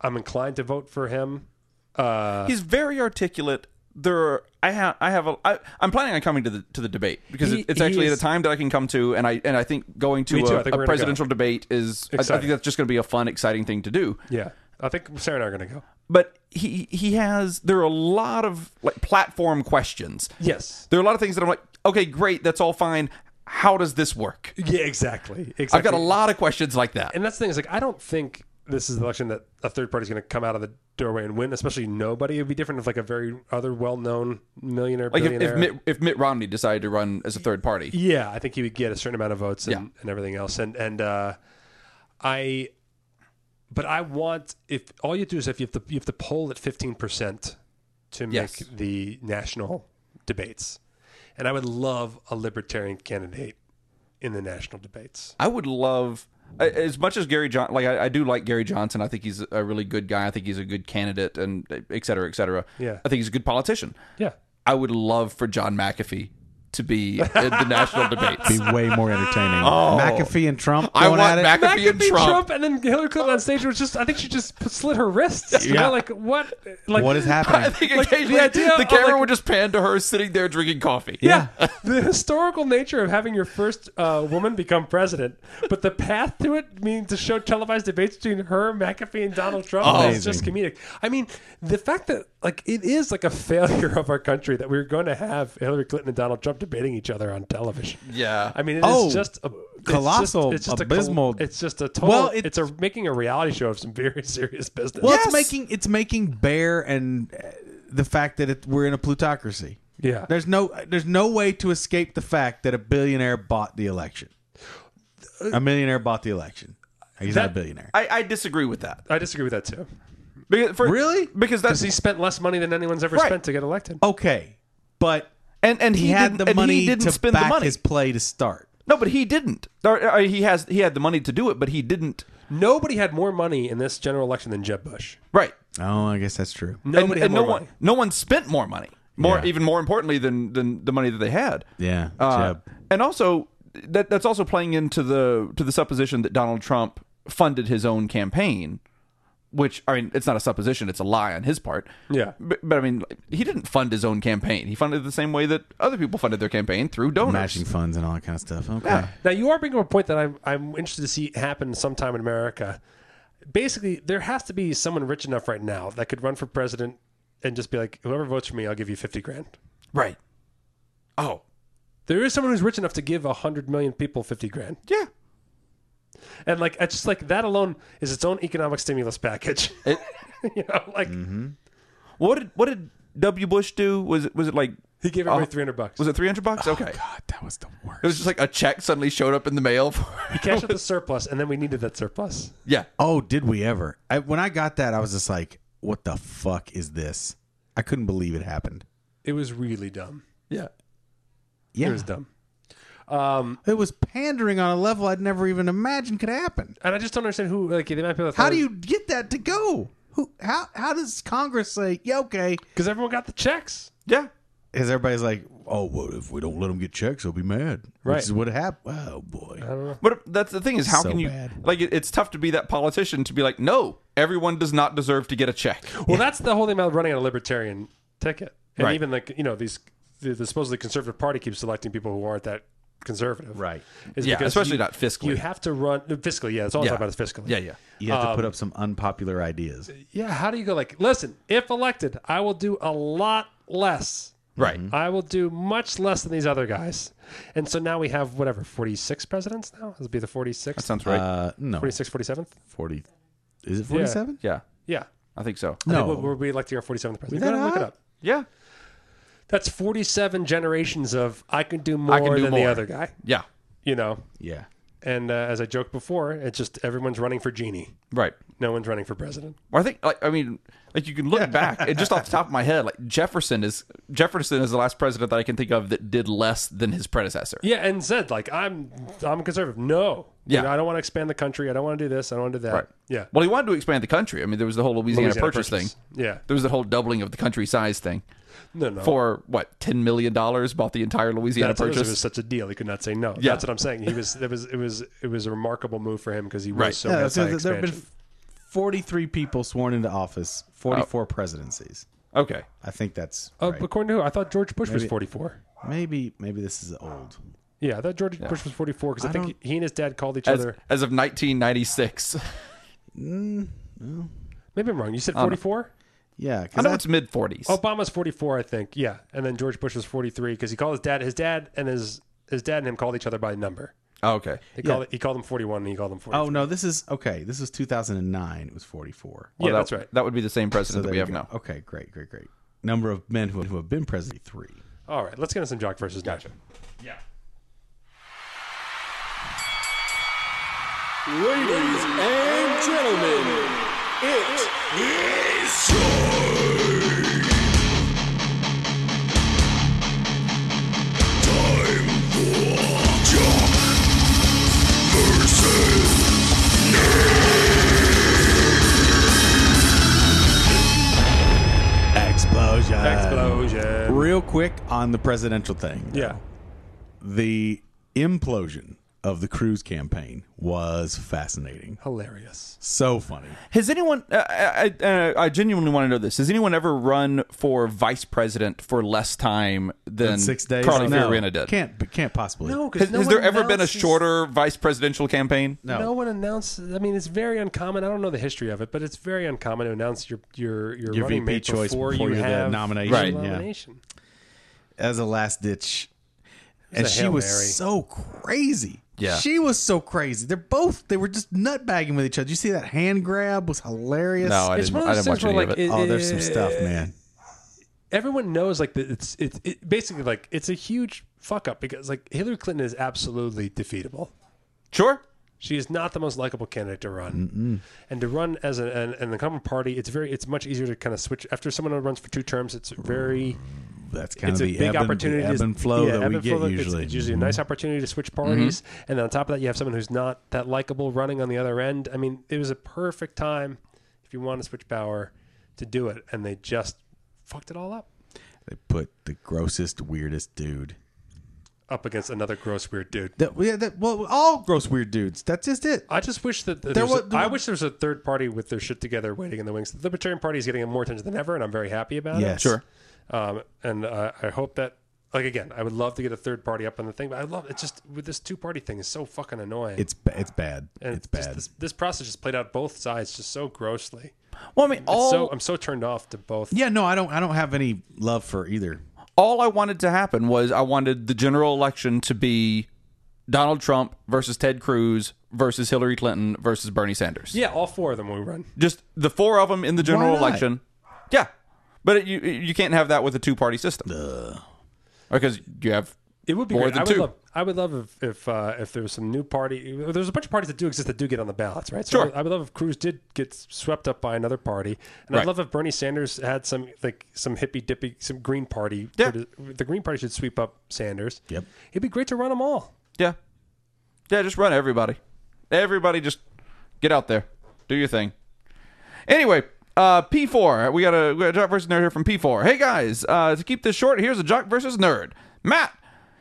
Speaker 3: I'm inclined to vote for him. Uh,
Speaker 5: He's very articulate. There, are, I have, I have a, I, I'm planning on coming to the to the debate because
Speaker 3: He-
Speaker 5: it- it's
Speaker 3: he
Speaker 5: actually
Speaker 3: is-
Speaker 5: at a time that I can come to, and I and I think going to
Speaker 3: Me too.
Speaker 5: a,
Speaker 3: I think
Speaker 5: a
Speaker 3: we're gonna go.
Speaker 5: presidential debate is, I, I
Speaker 3: Exciting.
Speaker 5: think that's just going to be a fun, exciting thing to do.
Speaker 3: yeah, I think Sarah and I are gonna go.
Speaker 5: But he he has there are a lot of like platform questions.
Speaker 3: Yes.
Speaker 5: There are a lot of things that I'm like, okay, great, that's all fine. How does this work?
Speaker 3: Yeah, exactly. Exactly.
Speaker 5: I've got a lot of questions like that.
Speaker 3: and that's the thing is like I don't think this is the election that a third party is going to come out of the doorway and win. Especially nobody. It'd be different if like a very other well known millionaire.
Speaker 5: Like if,
Speaker 3: billionaire.
Speaker 5: if Mitt if Mitt Romney decided to run as a third party,
Speaker 3: yeah, I think he would get a certain amount of votes and,
Speaker 5: Yeah.
Speaker 3: and everything else. And and uh, I, but I want if all you do is if you have to you have to poll at fifteen percent to make
Speaker 5: Yes.
Speaker 3: the national debates, and I would love a libertarian candidate in the national debates.
Speaker 5: I would love a- as much as Gary John. Like I, I do like Gary Johnson. I think he's a really good guy. I think he's a good candidate, and et cetera, et cetera.
Speaker 3: Yeah.
Speaker 5: I think he's a good politician.
Speaker 3: Yeah.
Speaker 5: I would love for John McAfee to be in the national
Speaker 4: Be
Speaker 5: debates.
Speaker 4: way more entertaining. McAfee and Trump.
Speaker 5: I
Speaker 4: going
Speaker 5: want
Speaker 4: at it.
Speaker 5: McAfee, and Trump.
Speaker 3: and then Hillary Clinton on stage was just I think she just slid her wrists. You
Speaker 4: Yeah.
Speaker 3: know, like what like
Speaker 4: What is
Speaker 5: I
Speaker 4: happening?
Speaker 5: think
Speaker 3: Like, the
Speaker 5: occasionally the,
Speaker 3: idea of,
Speaker 5: camera
Speaker 3: like-
Speaker 5: would just pan to her sitting there drinking coffee.
Speaker 4: Yeah.
Speaker 3: the historical nature of having your first uh, woman become president, but the path to it means to show televised debates between her, McAfee, and Donald Trump is just comedic. I mean, the fact that like it is like a failure of our country that we're going to have Hillary Clinton and Donald Trump debating each other on television.
Speaker 5: Yeah.
Speaker 3: I mean, it's
Speaker 4: Oh,
Speaker 3: just a it's
Speaker 4: colossal,
Speaker 3: just- It's just, A
Speaker 4: abysmal-
Speaker 3: col- it's just a total.
Speaker 4: Well, it-
Speaker 3: it's a making a reality show of some very serious business.
Speaker 4: Well,
Speaker 5: Yes.
Speaker 4: it's making it's making Bear and uh, the fact that it, we're in a plutocracy.
Speaker 3: Yeah.
Speaker 4: There's no there's no way to escape the fact that a billionaire bought the election. A millionaire bought the election. He's not
Speaker 3: That-
Speaker 4: a billionaire.
Speaker 5: I, I disagree with that.
Speaker 3: I disagree with that too.
Speaker 5: Because for,
Speaker 4: Really?
Speaker 5: Because that's
Speaker 3: Because he spent less money than anyone's ever
Speaker 5: Right.
Speaker 3: spent to get elected.
Speaker 4: okay, but
Speaker 5: and and
Speaker 4: he,
Speaker 5: he,
Speaker 4: had
Speaker 5: didn't,
Speaker 4: the
Speaker 5: and
Speaker 4: money
Speaker 5: he didn't
Speaker 4: to
Speaker 5: spend
Speaker 4: back
Speaker 5: the money.
Speaker 4: his play to start.
Speaker 5: No, but he didn't. Or, or he has he had the money to do it, but he didn't.
Speaker 3: Nobody had more money in this general election than Jeb Bush.
Speaker 5: Right.
Speaker 4: Oh, I guess that's true.
Speaker 5: and,
Speaker 3: Nobody had
Speaker 5: and
Speaker 3: more
Speaker 5: no
Speaker 3: money.
Speaker 5: one no one spent more money. More
Speaker 4: Yeah.
Speaker 5: even more importantly than than the money that they had.
Speaker 4: Yeah,
Speaker 5: Uh,
Speaker 4: Jeb.
Speaker 5: and also that that's also playing into the to the supposition that Donald Trump funded his own campaign, which I mean it's not a supposition, it's a lie on his part.
Speaker 3: Yeah.
Speaker 5: But, but I mean he didn't fund his own campaign. He funded it the same way that other people funded their campaign through donors.
Speaker 4: matching funds and all that kind of stuff. Okay.
Speaker 5: Yeah.
Speaker 3: Now you are bringing up a point that I'm I'm interested to see happen sometime in America. Basically, there has to be someone rich enough right now that could run for president and just be like, whoever votes for me, I'll give you fifty grand.
Speaker 5: Right. Oh.
Speaker 3: There is someone who's rich enough to give hundred million people fifty grand,
Speaker 5: Yeah.
Speaker 3: and like it's just like that alone is its own economic stimulus package.
Speaker 5: It-
Speaker 3: you know, like
Speaker 5: Mm-hmm. What did what did W. Bush do? Was it was it like
Speaker 3: he gave everybody three hundred bucks.
Speaker 5: Oh. was it three hundred bucks? Okay,
Speaker 4: God, that was the worst.
Speaker 5: it was just like a check suddenly showed up in the mail. For,
Speaker 3: He cashed out the surplus, and then we needed that surplus.
Speaker 5: yeah,
Speaker 4: Oh, did we ever? I, when I got that, I was just like, what the fuck is this? I couldn't believe it happened.
Speaker 3: It was really dumb.
Speaker 5: Yeah.
Speaker 4: Yeah,
Speaker 3: It was dumb. Um,
Speaker 4: pandering on a level I'd never even imagined could happen.
Speaker 3: and I just don't understand who like the amount of people. that
Speaker 4: How
Speaker 3: thought-
Speaker 4: do you get that to go? Who? How? How does Congress say, "Yeah, okay"?
Speaker 3: Because everyone got the checks.
Speaker 5: Yeah.
Speaker 4: Because everybody's like, "Oh, well, if we don't let them get checks, they'll be mad."
Speaker 3: Right.
Speaker 4: Which is what happened. Oh boy.
Speaker 5: But that's the thing is, how
Speaker 4: So
Speaker 5: can you
Speaker 4: bad.
Speaker 5: like? It, it's tough to be that politician to be like, no, everyone does not deserve to get a check.
Speaker 3: Well, that's the whole thing about running on a libertarian ticket, and
Speaker 5: Right.
Speaker 3: even like you know these the, the supposedly conservative party keeps selecting people who aren't that conservative,
Speaker 4: Right.
Speaker 3: Is
Speaker 5: Yeah,
Speaker 3: because
Speaker 5: especially
Speaker 3: you-
Speaker 5: not fiscally.
Speaker 3: You have to run uh, fiscally. Yeah, it's all
Speaker 5: Yeah.
Speaker 3: talking about is fiscally.
Speaker 5: Yeah, yeah.
Speaker 4: You have to
Speaker 5: Um,
Speaker 4: put up some unpopular ideas.
Speaker 5: uh,
Speaker 3: yeah. How do you go like? Listen, if elected, I will do a lot less.
Speaker 5: Right.
Speaker 3: I will do much less than these other guys, and so now we have whatever forty six presidents now. This will be the forty sixth,
Speaker 5: Sounds right.
Speaker 4: Uh, no,
Speaker 3: 46th, 47th.
Speaker 4: forty. Is it forty-seven?
Speaker 5: yeah.
Speaker 3: Yeah,
Speaker 5: I think so.
Speaker 3: I think
Speaker 4: No.
Speaker 3: we'll, we'll be electing our forty seventh president.
Speaker 4: that
Speaker 3: Go ahead and look
Speaker 4: high?
Speaker 3: it up.
Speaker 5: Yeah.
Speaker 3: That's forty seven generations of I can do more
Speaker 5: do
Speaker 3: than the
Speaker 5: more.
Speaker 3: other guy.
Speaker 5: Yeah.
Speaker 3: You know,
Speaker 4: Yeah.
Speaker 3: And uh, as I joked before, it's just everyone's running for genie.
Speaker 5: Right.
Speaker 3: No one's running for president.
Speaker 5: Or I think, like, I mean, like you can look back and just off the top of my head, like Jefferson is Jefferson is the last president that I can think of that did less than his predecessor.
Speaker 3: Yeah, and said like I'm I'm a conservative. No, You
Speaker 5: Yeah.
Speaker 3: know, I don't want to expand the country. I don't want to do this. I don't want to do that.
Speaker 5: Right.
Speaker 3: Yeah,
Speaker 5: Well, he wanted to expand the country. I mean, there was the whole Louisiana,
Speaker 3: Louisiana
Speaker 5: purchase,
Speaker 3: purchase.
Speaker 5: thing.
Speaker 3: Yeah.
Speaker 5: There was that whole doubling of the country size thing.
Speaker 3: no, no.
Speaker 5: For what, ten million dollars bought the entire Louisiana
Speaker 3: that's it was- it
Speaker 5: purchase.
Speaker 3: was such a deal. He could not say no.
Speaker 5: Yeah.
Speaker 3: That's what I'm saying. He was it was it was it was a remarkable move for him because he was
Speaker 5: Right.
Speaker 3: so
Speaker 4: Yeah, so
Speaker 3: anti
Speaker 4: th- there have been 43 people sworn into office,
Speaker 5: Oh.
Speaker 4: 44 presidencies.
Speaker 5: okay.
Speaker 4: I think that's
Speaker 3: uh,
Speaker 5: Oh,
Speaker 4: right.
Speaker 3: According to who? I thought George Bush was
Speaker 4: Maybe-
Speaker 3: 44.
Speaker 4: maybe maybe this is old.
Speaker 3: Yeah, I thought George Bush was 44 because I,
Speaker 4: I
Speaker 3: think
Speaker 4: don't-
Speaker 3: he and his dad called each
Speaker 5: As,
Speaker 3: other.
Speaker 5: as of 1996,
Speaker 3: Maybe I'm wrong. You
Speaker 5: Um,
Speaker 3: said 44.
Speaker 4: Yeah,
Speaker 5: I
Speaker 4: because
Speaker 5: know it's mid 40s.
Speaker 3: Obama's 44, I think. Yeah, and then George Bush was 43 because he called his dad. His dad and his his dad and him called each other by number.
Speaker 5: Oh, okay.
Speaker 3: He called he called him 41 and he called him 40.
Speaker 4: oh no, this is okay. This was 2009. It was 44.
Speaker 3: yeah,
Speaker 5: Oh, Well, that-
Speaker 3: that's right.
Speaker 5: That would be the same president
Speaker 4: there
Speaker 5: that we
Speaker 4: you
Speaker 5: have
Speaker 4: go.
Speaker 5: now.
Speaker 4: Okay, great, great, great. Number of men who, who have been president three.
Speaker 3: All right, let's get into some jock versus gotcha.
Speaker 6: Ladies and gentlemen, it is
Speaker 4: Explosion.
Speaker 3: Explosion.
Speaker 4: Real quick on the presidential thing.
Speaker 3: yeah,
Speaker 4: The implosion of the Cruz campaign was fascinating.
Speaker 3: hilarious.
Speaker 4: So funny.
Speaker 5: Has anyone? Uh, I, I, uh, I genuinely want to know this. Has anyone ever run for vice president for less time than
Speaker 4: Six days.
Speaker 5: Carly
Speaker 4: no,
Speaker 5: Fiorina did?
Speaker 4: Can't can't possibly.
Speaker 5: has has there ever been a shorter vice presidential campaign?
Speaker 3: No. one announced. I mean, it's very uncommon. I don't know the history of it, but it's very uncommon to announce your your your,
Speaker 4: Your
Speaker 3: running
Speaker 4: VP
Speaker 3: mate
Speaker 4: choice
Speaker 3: before,
Speaker 4: before
Speaker 3: you
Speaker 4: you're the
Speaker 3: have
Speaker 4: nomination,
Speaker 5: Right.
Speaker 4: yeah.
Speaker 3: nomination.
Speaker 4: as a last ditch. And
Speaker 3: a
Speaker 4: she
Speaker 3: Hail
Speaker 4: was
Speaker 3: Mary.
Speaker 4: so crazy.
Speaker 5: Yeah.
Speaker 4: She was so crazy. They're both, they were just nutbagging with each other. You see that hand grab was hilarious.
Speaker 5: No, I
Speaker 3: It's
Speaker 5: didn't.
Speaker 3: one
Speaker 5: I
Speaker 3: of those
Speaker 5: didn't
Speaker 3: things
Speaker 5: watch
Speaker 3: where
Speaker 5: any
Speaker 3: like
Speaker 5: of it.
Speaker 3: it-
Speaker 4: oh, there's some stuff, man.
Speaker 3: everyone knows like that it's it, it basically like it's a huge fuck up because like Hillary Clinton is absolutely defeatable.
Speaker 5: sure.
Speaker 3: She is not the most likable candidate to run, and to run as an, an, an incumbent party, it's very it's much easier to kind of switch after someone runs for two terms. It's very
Speaker 4: That's kind
Speaker 3: it's
Speaker 4: of
Speaker 3: a
Speaker 4: Mm. the
Speaker 3: big
Speaker 4: ebb,
Speaker 3: opportunity
Speaker 4: and, the
Speaker 3: to-
Speaker 4: ebb and flow
Speaker 3: yeah,
Speaker 4: that
Speaker 3: ebb
Speaker 4: we
Speaker 3: and flow
Speaker 4: get
Speaker 3: that- it's-
Speaker 4: usually. Mm-hmm.
Speaker 3: It's, usually a nice opportunity to switch parties, and then on top of that, you have someone who's not that likable running on the other end. I mean, it was a perfect time if you want to switch power to do it, and they just fucked it all up.
Speaker 4: They put the grossest, weirdest dude.
Speaker 3: Up against another gross weird dude.
Speaker 4: That, yeah, that, well, all gross, weird dudes. That's just it.
Speaker 3: I just wish that that
Speaker 4: There
Speaker 3: there's
Speaker 4: wa-
Speaker 3: a-
Speaker 4: there
Speaker 3: I
Speaker 4: wa-
Speaker 3: wish there was a third party with their shit together waiting in the wings. The Libertarian Party is getting more attention than ever, and I'm very happy about
Speaker 4: Yes.
Speaker 5: Sure.
Speaker 3: it. Um, and uh, I hope that, like again, I would love to get a third party up on the thing, but I love it's just with this two party thing is so fucking annoying.
Speaker 4: It's, ba- it's bad.
Speaker 3: and
Speaker 4: it's
Speaker 3: just
Speaker 4: bad.
Speaker 3: This, this process just played out both sides just so grossly.
Speaker 5: Well, I mean, all
Speaker 3: so I'm so turned off to both.
Speaker 4: yeah, no, I don't, I don't have any love for either.
Speaker 5: all I wanted to happen was I wanted the general election to be Donald Trump versus Ted Cruz versus Hillary Clinton versus Bernie Sanders.
Speaker 3: Yeah, all four of them we run.
Speaker 5: Just the four of them in the general
Speaker 4: Why not?
Speaker 5: election. Yeah. But it, you you can't have that with a two party system. Because you have
Speaker 3: It would be
Speaker 5: More
Speaker 3: great.
Speaker 5: than
Speaker 3: I would
Speaker 5: two.
Speaker 3: Love, I would love if if, uh, if there was some new party. There's a bunch of parties that do exist that do get on the ballots, right? So
Speaker 5: Sure.
Speaker 3: I would- I would love if Cruz did get swept up by another party, and
Speaker 5: Right.
Speaker 3: I'd love if Bernie Sanders had some like some hippy dippy, some Green Party.
Speaker 5: Yeah.
Speaker 3: the Green Party should sweep up Sanders.
Speaker 4: Yep.
Speaker 3: it'd be great to run them all.
Speaker 5: Yeah. Yeah, just run everybody. Everybody just get out there. Do your thing. Anyway, uh, P4. We got a, we got a Jock versus Nerd here from P4. Hey, guys, uh, to keep this short, here's a Jock versus Nerd. Matt,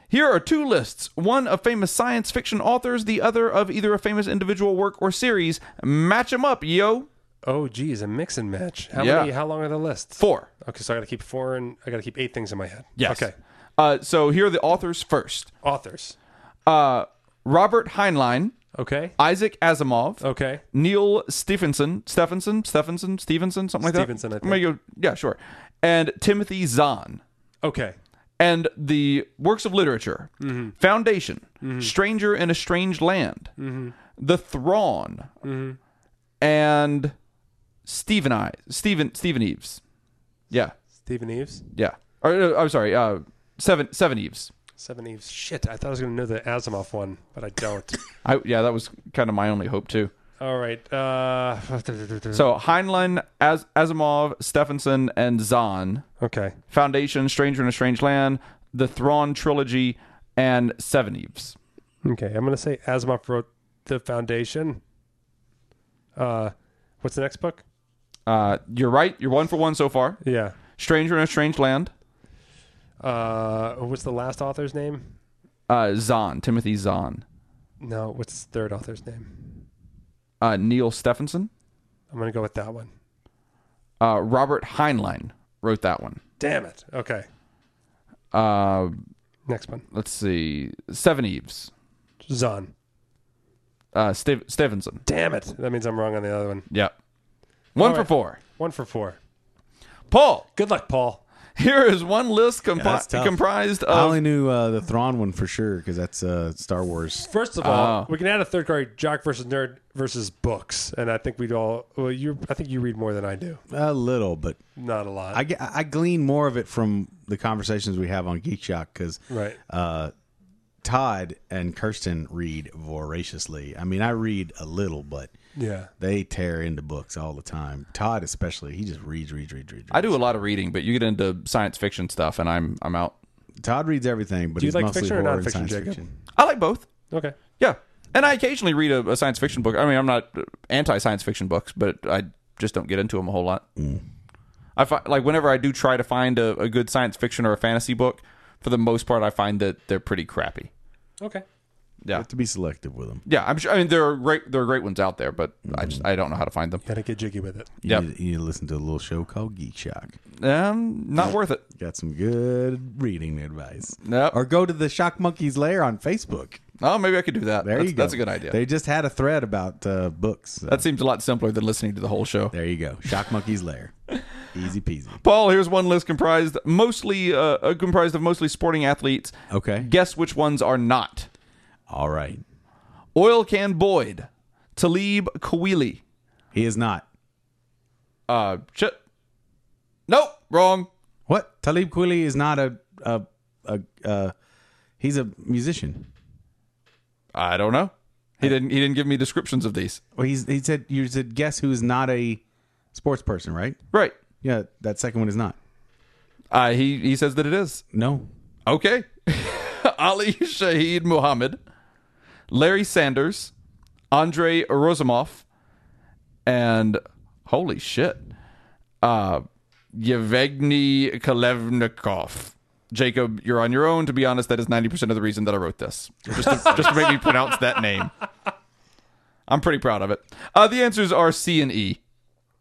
Speaker 5: here are two lists one of famous science fiction authors, the other of either a famous individual work or series. Match them up, yo.
Speaker 3: Oh, geez, a mix and match. How
Speaker 5: Yeah.
Speaker 3: many? How long are the lists?
Speaker 5: Four.
Speaker 3: Okay, so I got to keep four, and I got to keep eight things in my head. Okay.
Speaker 5: Uh, so here are the authors first
Speaker 3: Authors.
Speaker 5: uh, Robert Heinlein,
Speaker 3: Okay.
Speaker 5: Isaac Asimov,
Speaker 3: Okay.
Speaker 5: Neil Stephenson, Stephenson, Stephenson, Stevenson, something like
Speaker 3: Stephenson, I
Speaker 5: that.
Speaker 3: think.
Speaker 5: Maybe- yeah, sure. And Timothy Zahn.
Speaker 3: Okay.
Speaker 5: And the works of literature
Speaker 3: Mm-hmm.
Speaker 5: Foundation, Stranger in a Strange Land,
Speaker 3: Mm-hmm.
Speaker 5: The Thrawn, and Stephen I, Stephen, Stephen Eves. Yeah,
Speaker 3: Stephen Eves.
Speaker 5: yeah. Or, uh, I'm sorry, uh, Seven, Seven Eves.
Speaker 3: Seven Eves. Shit, I thought I was going to know the Asimov one, but I don't.
Speaker 5: I, yeah, that was kind of my only hope, too.
Speaker 3: All right. Uh,
Speaker 5: So Heinlein, As- Asimov, Stephenson, and Zahn.
Speaker 3: okay.
Speaker 5: Foundation, Stranger in a Strange Land, the Thrawn trilogy, and Seven Eves.
Speaker 3: Okay, I'm going to say Asimov wrote The Foundation. Uh, what's the next book?
Speaker 5: Uh, you're right. You're one for one so far.
Speaker 3: Yeah.
Speaker 5: Stranger in a Strange Land,
Speaker 3: Uh, what's the last author's name?
Speaker 5: uh, Zahn, Timothy Zahn,
Speaker 3: No, what's the third author's name?
Speaker 5: uh, Neil Stephenson,
Speaker 3: I'm going to go with that one.
Speaker 5: uh, Robert Heinlein wrote that one.
Speaker 3: Damn it. Okay.
Speaker 5: Uh,
Speaker 3: Next one.
Speaker 5: let's see, Seven Eves,
Speaker 3: Zahn.
Speaker 5: uh, Stev- Stevenson.
Speaker 3: Damn it. That means I'm wrong on the other one.
Speaker 5: Yep, one
Speaker 3: All
Speaker 5: for
Speaker 3: right.
Speaker 5: four.
Speaker 3: One for four.
Speaker 5: Paul,
Speaker 3: Good luck, Paul.
Speaker 5: here is one list compi-
Speaker 4: that's tough.
Speaker 5: comprised
Speaker 4: I
Speaker 5: of.
Speaker 4: only knew uh, the Thrawn one for sure because that's uh, Star Wars.
Speaker 3: First of all,
Speaker 5: Oh.
Speaker 3: we can add a third card: jock versus nerd versus books. And I think we'd all. Well, you. I think you read more than I do.
Speaker 4: A little, but
Speaker 3: Not a lot.
Speaker 4: I, ge- I glean more of it from the conversations we have on Geek Shock because
Speaker 3: right.
Speaker 4: uh, Todd and Kirsten read voraciously. I mean, I read a little, but
Speaker 3: Yeah.
Speaker 4: they tear into books all the time. Todd, especially, he just reads, reads, reads, reads.
Speaker 5: I do a lot of reading, but you get into science fiction stuff, and I'm I'm out.
Speaker 4: Todd reads everything, but
Speaker 3: Do you
Speaker 4: he's
Speaker 3: like
Speaker 4: mostly
Speaker 3: fiction or
Speaker 4: horror and
Speaker 3: nonfiction,
Speaker 4: science
Speaker 3: Jacob?
Speaker 4: fiction.
Speaker 5: I like both.
Speaker 3: Okay.
Speaker 5: Yeah. And I occasionally read a, a science fiction book. I mean, I'm not anti science fiction books, but I just don't get into them a whole lot.
Speaker 4: Mm.
Speaker 5: I find, like whenever I do try to find a, a good science fiction or a fantasy book, for the most part, I find that they're pretty crappy.
Speaker 3: Okay.
Speaker 4: You have to be selective with them.
Speaker 5: Yeah, I'm sure. I mean, there are great there are great ones out there, but I just I don't know how to find them.
Speaker 3: Gotta get jiggy with it.
Speaker 4: You,
Speaker 5: Yep.
Speaker 4: need, you need to listen to a little show called Geek Shock.
Speaker 5: Um, not worth it.
Speaker 4: Got some good reading advice.
Speaker 5: Yep.
Speaker 4: Or go to the Shock Monkeys Lair on Facebook.
Speaker 5: Oh, maybe I could do that.
Speaker 4: There
Speaker 5: that's,
Speaker 4: you go.
Speaker 5: That's a good idea.
Speaker 4: They just had a thread about uh, books. so
Speaker 5: that seems a lot simpler than listening to the whole show.
Speaker 4: there you go. Shock Monkeys Lair. Easy peasy.
Speaker 5: Paul, here's one list comprised mostly uh, uh, comprised of mostly sporting athletes.
Speaker 4: Okay.
Speaker 5: Guess which ones are not.
Speaker 4: All right.
Speaker 5: Oil Can Boyd, Talib Kweli.
Speaker 4: He is not.
Speaker 5: Uh, shit. Nope, wrong.
Speaker 4: What? Talib Kweli is not a a a. a he's a musician.
Speaker 5: I don't know. He didn't. He didn't give me descriptions of these.
Speaker 4: Well, he's he said you said guess who is not a sports person, right?
Speaker 5: Right.
Speaker 4: Yeah, that second one is not.
Speaker 5: Uh, he he says that it is
Speaker 4: No.
Speaker 5: okay. Ali Shaheed Muhammad, Larry Sanders, Andre Rozumov, and holy shit, uh, Yevgeny Kalevnikov. Jacob, you're on your own. To be honest, that is 90% of the reason that I wrote this. Just to, just to make me pronounce that name. I'm pretty proud of it. Uh, the answers are C and E.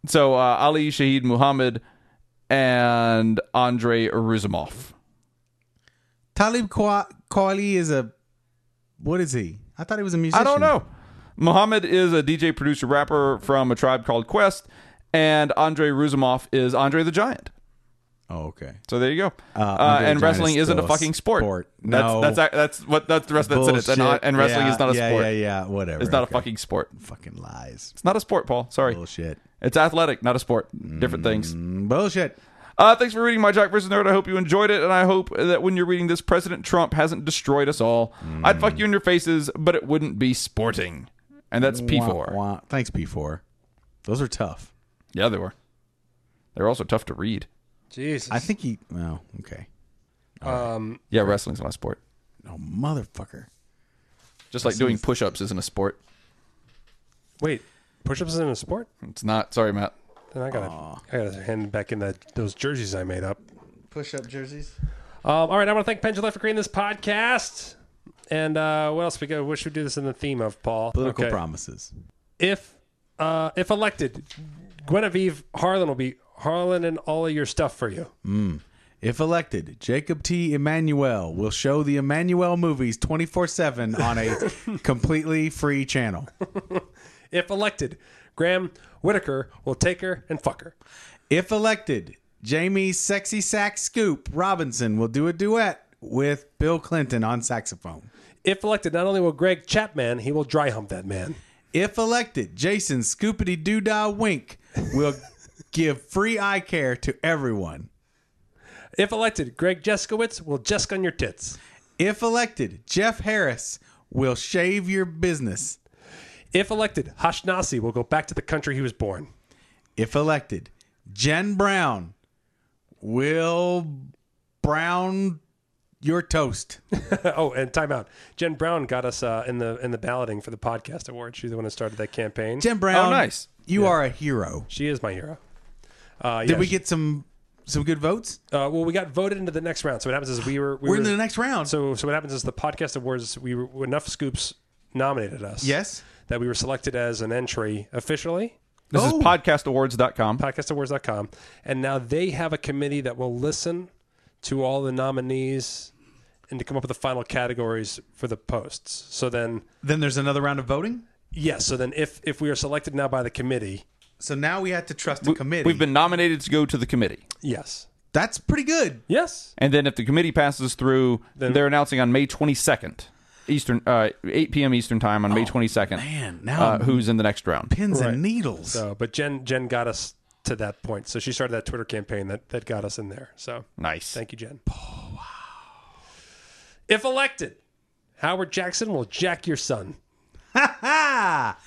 Speaker 5: So uh, Ali Shaheed Muhammad and Andre Rozumov.
Speaker 4: Talib Kwa- Kweli is a. What is he? I thought he was a musician.
Speaker 5: I don't know. Muhammad is a DJ, producer, rapper from a tribe called Quest, and Andre Ruzumov is Andre the Giant.
Speaker 4: Oh, okay.
Speaker 5: So there you go. Uh,
Speaker 4: Andre the
Speaker 5: and
Speaker 4: Giant
Speaker 5: wrestling
Speaker 4: is
Speaker 5: isn't a
Speaker 4: still a
Speaker 5: fucking sport.
Speaker 4: sport. No.
Speaker 5: That's, that's that's what that's the rest of that sentence. And, not-
Speaker 4: Bullshit.
Speaker 5: and wrestling
Speaker 4: Yeah,
Speaker 5: is not a
Speaker 4: yeah,
Speaker 5: sport.
Speaker 4: Yeah, yeah, whatever.
Speaker 5: It's not
Speaker 4: Okay.
Speaker 5: a fucking sport.
Speaker 4: fucking lies.
Speaker 5: It's not a sport, Paul. Sorry.
Speaker 4: Bullshit. Mm.
Speaker 5: It's athletic, not a sport. Different things.
Speaker 4: Bullshit.
Speaker 5: Uh, thanks for reading my Jack vs. Nerd. I hope you enjoyed it, and I hope that when you're reading this, President Trump hasn't destroyed us all. I'd
Speaker 4: Mm.
Speaker 5: fuck you in your faces, but it wouldn't be sporting. And that's P4.
Speaker 4: Wah, wah. Thanks, P4. Those are tough.
Speaker 5: Yeah, they were. They were also tough to read.
Speaker 3: Jesus.
Speaker 4: I think he. Well, okay.
Speaker 3: um,
Speaker 5: Yeah, wrestling's not a sport.
Speaker 4: Oh, motherfucker.
Speaker 5: Just like doing push ups isn't a sport.
Speaker 3: wait, push-ups isn't a sport?
Speaker 5: It's not. Sorry, Matt.
Speaker 3: Then I gotta, I gotta hand back in that those jerseys I made up.
Speaker 4: Push up jerseys.
Speaker 3: Um, all right, I want to thank Pendula for creating this podcast. And uh, what else we go? What should we do this in the theme of Paul?
Speaker 4: Political
Speaker 3: Okay.
Speaker 4: promises.
Speaker 3: If uh, if elected, Guinevere Harlan will be Harlan and all of your stuff for you.
Speaker 4: If elected, Jacob T. Emmanuel will show the Emmanuel movies 24 7 on a completely free channel.
Speaker 3: If elected, Graham Whitaker will take her and fuck her.
Speaker 4: If elected, Jamie Sexy Sax Scoop Robinson will do a duet with Bill Clinton on saxophone.
Speaker 3: If elected, not only will Greg Chapman, he will dry hump that man.
Speaker 4: If elected, Jason Scoopity Doodah Wink will give free eye care to everyone.
Speaker 3: If elected, Greg Jeskowitz will Jesk on your tits.
Speaker 4: If elected, Jeff Harris will shave your business.
Speaker 3: If elected, Hashnasi will go back to the country he was born.
Speaker 4: If elected, Jen Brown will brown your toast.
Speaker 3: Oh, and time out. Jen Brown got us uh, in the in the balloting for the podcast award. She's the one who started that campaign.
Speaker 4: Jen Brown,
Speaker 5: Oh, nice.
Speaker 4: You are a hero.
Speaker 3: she is my hero. Uh,
Speaker 4: Did we get some some good votes?
Speaker 3: Uh, well, we got voted into the next round. So what happens is we were we were,
Speaker 4: We're in the next round.
Speaker 3: So so what happens is the podcast awards. We were, enough scoops nominated us.
Speaker 4: Yes.
Speaker 3: that we were selected as an entry officially.
Speaker 5: This
Speaker 4: Oh.
Speaker 5: is podcastawards.com.
Speaker 3: podcastawards.com. And now they have a committee that will listen to all the nominees and to come up with the final categories for the posts. So then,
Speaker 4: Then there's another round of voting.
Speaker 3: yes, so then if if we are selected now by the committee,
Speaker 4: So now we have to trust the committee.
Speaker 5: We've been nominated to go to the committee.
Speaker 3: yes.
Speaker 4: That's pretty good.
Speaker 3: Yes.
Speaker 5: And then if the committee passes through, they're announcing on May 22nd, Eastern, uh, 8 p.m. Eastern time on May 22nd.
Speaker 4: Oh, Man, now
Speaker 5: Uh,
Speaker 4: I'm
Speaker 5: who's in the next round?
Speaker 4: pins and needles.
Speaker 3: So, but Jen Jen got us to that point. So she started that Twitter campaign that that got us in there. So
Speaker 5: Nice.
Speaker 3: Thank you, Jen. Oh, If elected, Howard Jackson will jack your son.
Speaker 4: Ah,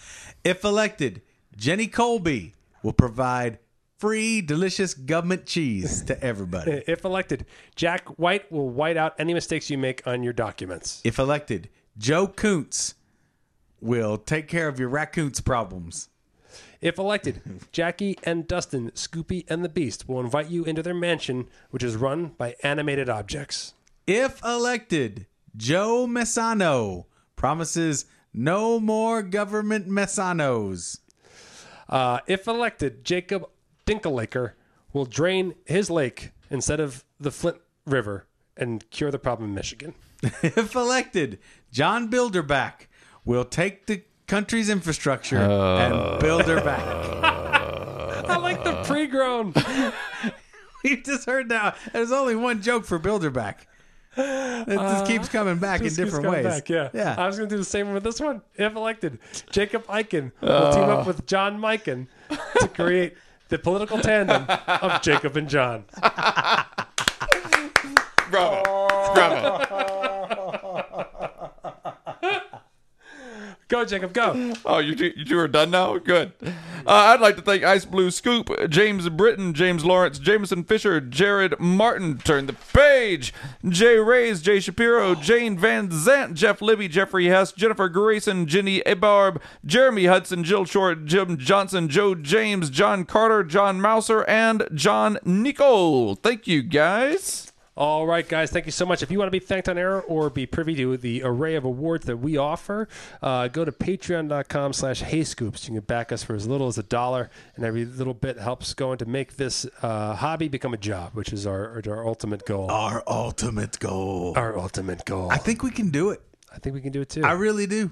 Speaker 4: if elected, Jenny Colby will provide free delicious government cheese to everybody.
Speaker 3: If elected, Jack White will white out any mistakes you make on your documents.
Speaker 4: if elected, Joe Koontz will take care of your raccoons problems.
Speaker 3: If elected, Jackie and Dustin, Scoopy and the Beast will invite you into their mansion, which is run by animated objects.
Speaker 4: If elected, Joe Messano promises no more government messanos.
Speaker 3: Uh, if elected, Jacob Dinkelaker will drain his lake instead of the Flint River and cure the problem in Michigan.
Speaker 4: If elected, John Bilderback will take the country's infrastructure and build her back.
Speaker 3: I like the
Speaker 4: Uh-huh.
Speaker 3: pre-grown.
Speaker 4: you just heard now. There's only one joke for Bilderback. It Uh, just keeps coming back in different ways.
Speaker 3: yeah. I
Speaker 4: yeah.
Speaker 3: was going to do the same with this one. If elected, Jacob Eichen will team
Speaker 4: Uh.
Speaker 3: up with John Mikan to create the political tandem of Jacob and John.
Speaker 4: Oh!
Speaker 3: Go, Jacob, go.
Speaker 5: Oh, you two, you two are done now? Good. Uh, I'd like to thank Ice Blue Scoop, James Britton, James Lawrence, Jameson Fisher, Jared Martin, Turn the Page, Jay Rays, Jay Shapiro, Jane Van Zant, Jeff Libby, Jeffrey Hess, Jennifer Grayson, Jenny Ebarb, Jeremy Hudson, Jill Short, Jim Johnson, Joe James, John Carter, John Mouser, and John Nicole. Thank you, guys.
Speaker 3: All right, guys, thank you so much. If you want to be thanked on air or be privy to the array of awards that we offer, uh, go to patreon.com slash heyscoops. You can back us for as little as a dollar, and every little bit helps going to make this uh, hobby become a job, which is our, our ultimate goal.
Speaker 4: Our ultimate Oh. goal.
Speaker 3: Our ultimate goal.
Speaker 4: I think we can do it.
Speaker 3: I think we can do it too.
Speaker 4: I really do.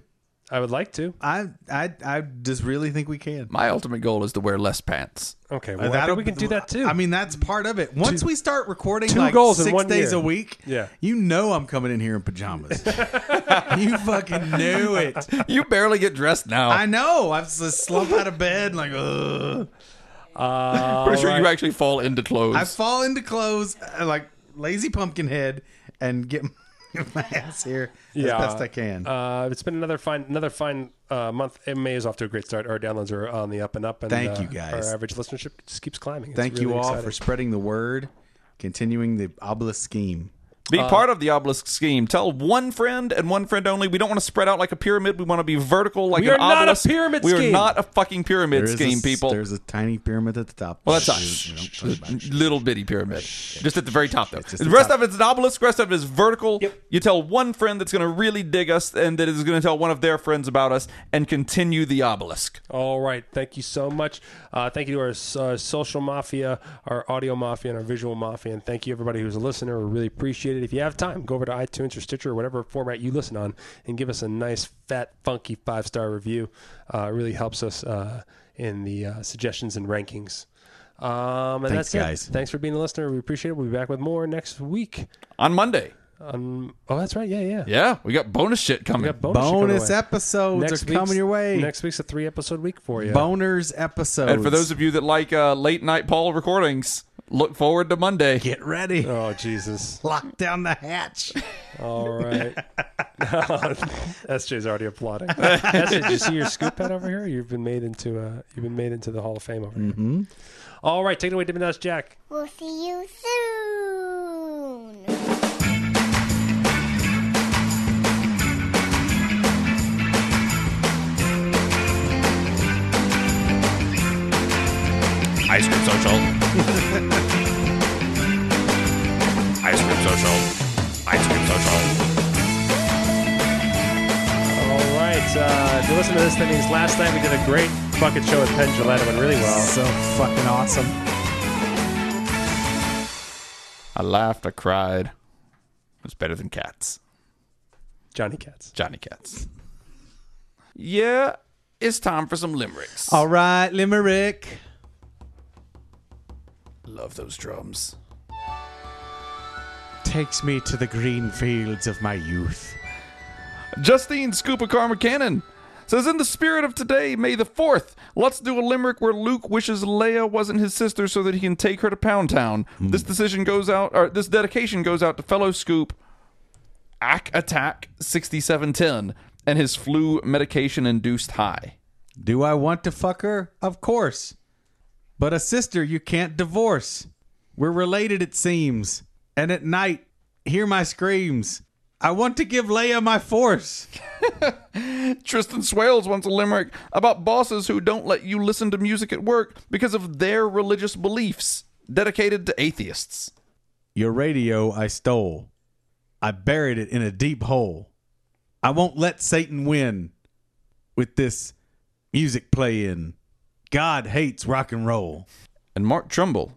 Speaker 3: I would like to.
Speaker 4: I I I just really think we can.
Speaker 5: My ultimate goal is to wear less pants.
Speaker 3: Okay, well, I
Speaker 4: That'll
Speaker 3: think we can
Speaker 4: be-
Speaker 3: do that too.
Speaker 4: I mean, that's part of it. Once we start recording
Speaker 3: two
Speaker 4: like
Speaker 3: goals in
Speaker 4: six
Speaker 3: one
Speaker 4: days
Speaker 3: year.
Speaker 4: a week,
Speaker 3: Yeah.
Speaker 4: you know I'm coming in here in pajamas. you fucking knew it.
Speaker 5: You barely get dressed now.
Speaker 4: I know. I've just slump out of bed like, ugh.
Speaker 3: Uh,
Speaker 5: Pretty sure
Speaker 3: all
Speaker 5: you
Speaker 3: right.
Speaker 5: actually fall into clothes.
Speaker 4: I fall into clothes uh, like lazy pumpkin head and get my ass here as
Speaker 3: Yeah.
Speaker 4: best I can.
Speaker 3: Uh, it's been another fine, another fine uh, month. May is off to a great start. Our downloads are on the up and up. And
Speaker 4: Thank
Speaker 3: uh,
Speaker 4: you, guys.
Speaker 3: Our average listenership just keeps climbing. It's
Speaker 4: Thank you
Speaker 3: really
Speaker 4: all
Speaker 3: exciting.
Speaker 4: for spreading the word, continuing the obelisk scheme.
Speaker 5: Be
Speaker 3: Uh,
Speaker 5: part of the obelisk scheme. Tell one friend and one friend only. We don't want to spread out like a pyramid. We want to be vertical like
Speaker 3: We
Speaker 5: an
Speaker 3: are not a
Speaker 5: obelisk.
Speaker 3: pyramid
Speaker 5: We are
Speaker 3: scheme.
Speaker 5: not a fucking pyramid
Speaker 4: There is a
Speaker 5: scheme,
Speaker 4: s-
Speaker 5: people.
Speaker 4: There's a tiny pyramid at the top.
Speaker 5: Well, that's
Speaker 4: We don't
Speaker 5: us.
Speaker 4: talk about it.
Speaker 5: Little bitty pyramid. Just at the very top, though.
Speaker 4: just
Speaker 5: The
Speaker 4: the
Speaker 5: rest
Speaker 4: top.
Speaker 5: of it's an obelisk. The rest of it is vertical. You tell one friend that's going to really dig us and that is going to tell one of their friends about us and continue the obelisk.
Speaker 3: All right. Thank you so much. Uh, thank you to our uh, social mafia, our audio mafia, and our visual mafia. And thank you, everybody who's a listener. We really appreciate it. If you have time, go over to iTunes or Stitcher or whatever format you listen on and give us a nice, fat, funky five star review. Uh, it really helps us uh, in the uh, suggestions and rankings. Um, and
Speaker 4: Thanks,
Speaker 3: that's it.
Speaker 4: guys.
Speaker 3: Thanks for being a listener. We appreciate it. We'll be back with more next week.
Speaker 5: On Monday.
Speaker 3: Um, oh, that's right. Yeah, yeah.
Speaker 5: Yeah, we got bonus shit coming.
Speaker 3: We got bonus, shit going
Speaker 4: Bonus
Speaker 3: away.
Speaker 4: episodes
Speaker 3: Next
Speaker 4: are coming
Speaker 3: week's-
Speaker 4: your way.
Speaker 3: Next week's a three episode week for you.
Speaker 4: Boners episodes.
Speaker 5: and for those of you that like uh, late night Paul recordings, look forward to Monday.
Speaker 4: get ready,
Speaker 3: oh, Jesus.
Speaker 4: lock down the hatch.
Speaker 3: All right. SJ's already applauding. SJ, did you see your scoop head over here? You've been made into uh you've been made into the Hall of Fame over here. All right, take it away, Dippin' Dots Jack.
Speaker 7: We'll see you soon.
Speaker 8: Ice cream social. Ice cream social. Ice cream social.
Speaker 3: All right. Uh, if you listen to this, that means last night we did a great bucket show with Penn Gillette. It went really well.
Speaker 4: So fucking awesome.
Speaker 5: I laughed, I cried. It was better than cats.
Speaker 3: Johnny Cats.
Speaker 5: Johnny Cats. Yeah, it's time for some limericks.
Speaker 4: All right, Limerick.
Speaker 5: Love those drums.
Speaker 4: Takes me to the green fields of my youth.
Speaker 5: Justine Scoop of Karma Cannon says, In the spirit of today, May the 4th, let's do a limerick where Luke wishes Leia wasn't his sister so that he can take her to Pound Town. This decision goes out, or this dedication goes out to fellow Scoop Ack Attack 6710 and his flu medication induced high.
Speaker 4: Do I want to fuck her? Of course. But a sister you can't divorce. We're related, it seems. And at night, hear my screams. I want to give Leia my force.
Speaker 5: Tristan Swales wants a limerick about bosses who don't let you listen to music at work because of their religious beliefs, dedicated to atheists.
Speaker 4: Your radio I stole. I buried it in a deep hole. I won't let Satan win with this music playing. God hates rock and roll.
Speaker 5: And Mark Trumbull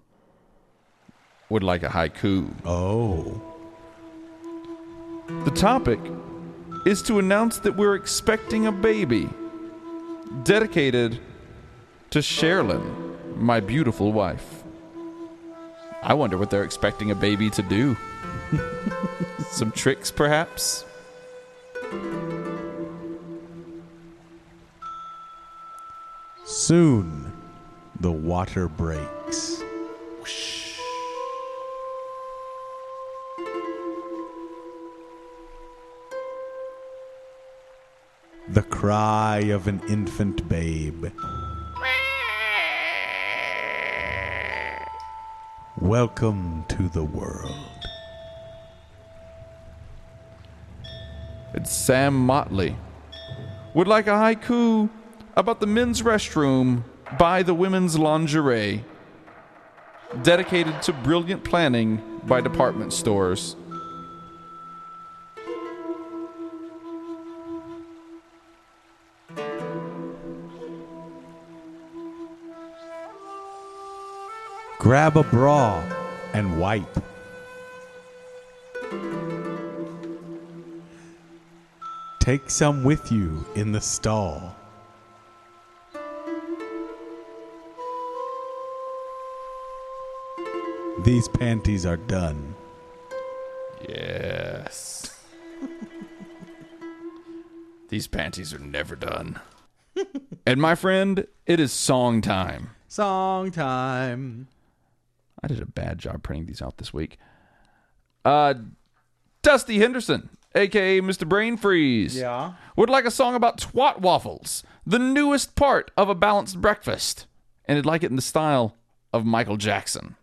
Speaker 5: would like a haiku.
Speaker 4: Oh.
Speaker 5: The topic is to announce that we're expecting a baby dedicated to Sherilyn, my beautiful wife. I wonder what they're expecting a baby to do. Some tricks, perhaps?
Speaker 4: Soon the water breaks. The cry of an infant babe. Welcome to the world.
Speaker 5: It's Sam Motley. Would like a haiku about the men's restroom by the women's lingerie. Dedicated to brilliant planning by department stores.
Speaker 4: Grab a bra and wipe. Take some with you in the stall. These panties are done.
Speaker 5: Yes. These panties are never done. and my friend, it is song time.
Speaker 4: Song time.
Speaker 5: I did a bad job printing these out this week. Uh, Dusty Henderson, aka Mr. Brain Freeze,
Speaker 4: Yeah.
Speaker 5: would like a song about twat waffles, the newest part of a balanced breakfast, and he'd like it in the style of Michael Jackson.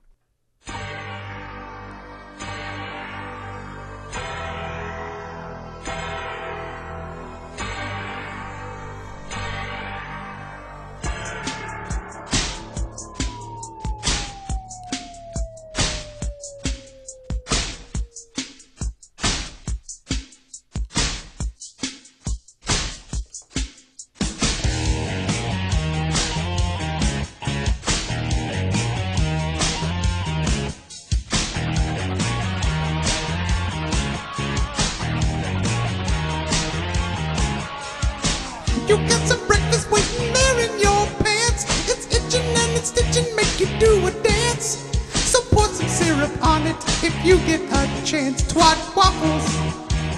Speaker 9: You got some breakfast waiting there in your pants. It's itching and it's stitching, make you do a dance. So pour some syrup on it if you get a chance. Twat waffles,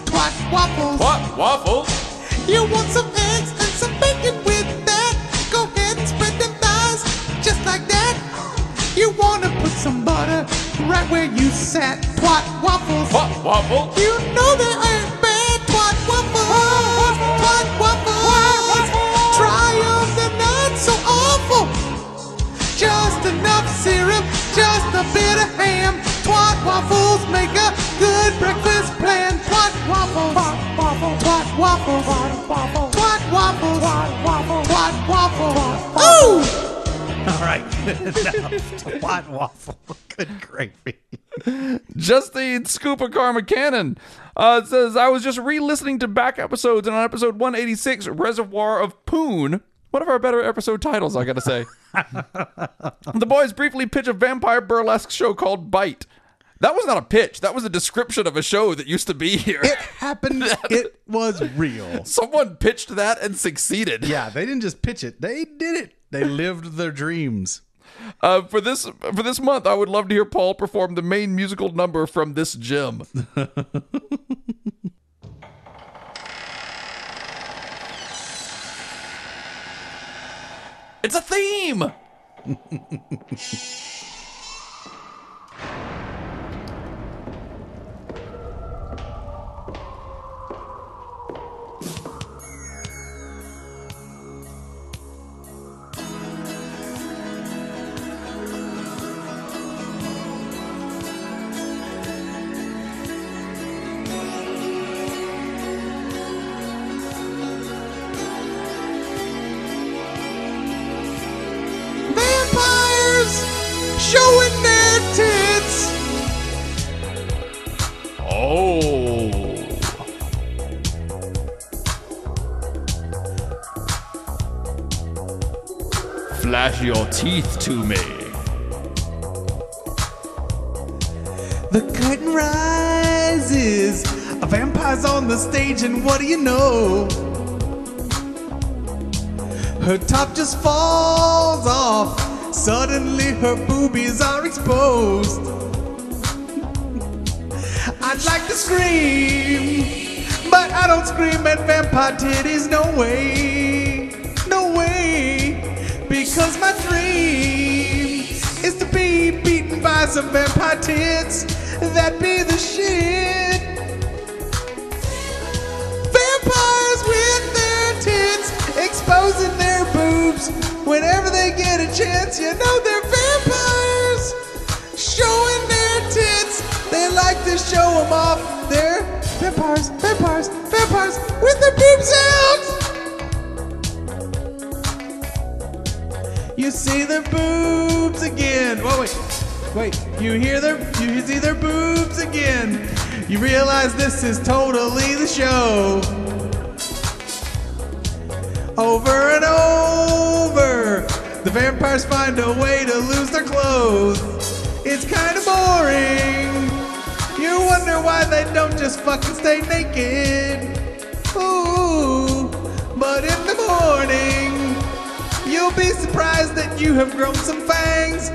Speaker 9: twat waffles.
Speaker 5: Twat waffles?
Speaker 9: You want some eggs and some bacon with that? Go ahead and spread them thighs just like that. You wanna put some butter right where you sat. Twat waffles.
Speaker 5: Twat waffles?
Speaker 9: You know they ain't bad. Twat waffles. Twat waffles. Try 'em, they're not so awful. Just enough syrup, just a bit of ham. Twat waffles make a good breakfast plan. Twat waffles. Twat waffles. Twat waffles. Twat waffles. Twat waffles. Twat waffles. Ooh!
Speaker 4: All right. Enough. Twat waffle. Good gravy.
Speaker 5: Justine Scooper Karma Cannon uh, says, I was just re listening to back episodes, and on episode 186, Reservoir of Poon, one of our better episode titles, I gotta say. the boys briefly pitch a vampire burlesque show called Bite. That was not a pitch, that was a description of a show that used to be here.
Speaker 4: It happened. it was real.
Speaker 5: Someone pitched that and succeeded.
Speaker 4: Yeah, they didn't just pitch it. They did it. They lived their dreams.
Speaker 5: Uh, for this for this month, I would love to hear Paul perform the main musical number from this gym. it's a theme.
Speaker 9: Vampires showing their tits.
Speaker 5: Oh. Flash your teeth to me.
Speaker 4: The curtain rises. A vampire's on the stage, and what do you know? Her top just falls off. Suddenly, her boobies are exposed. I'd like to scream, but I don't scream at vampire titties. No way, no way, because my dream is to be beaten by some vampire tits. That be the shit. Vampires with their tits exposing their boobs whenever they get a chance. You know they're vampires showing their tits. They like to show them off. They're vampires, vampires, vampires with their boobs out. You see their boobs again. Whoa, wait, wait. You hear their, you see their boobs again. You realize this is totally the show. Over and over, the vampires find a way to lose their clothes. It's kind of boring. You wonder why they don't just fucking stay naked. Ooh, but in the morning, You'll be surprised that you have grown some fangs.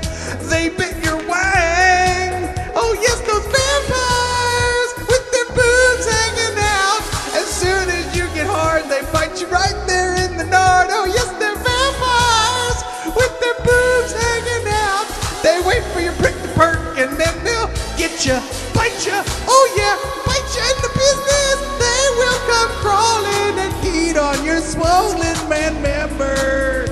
Speaker 4: They bit your wang. Oh, yes, those vampires with their boobs hanging out. As soon as you get hard, they bite you right there in the nard. Oh, yes, they're vampires with their boobs
Speaker 9: ya, bite ya, oh yeah, bite ya in the business. They will come crawling and eat on your swollen man member.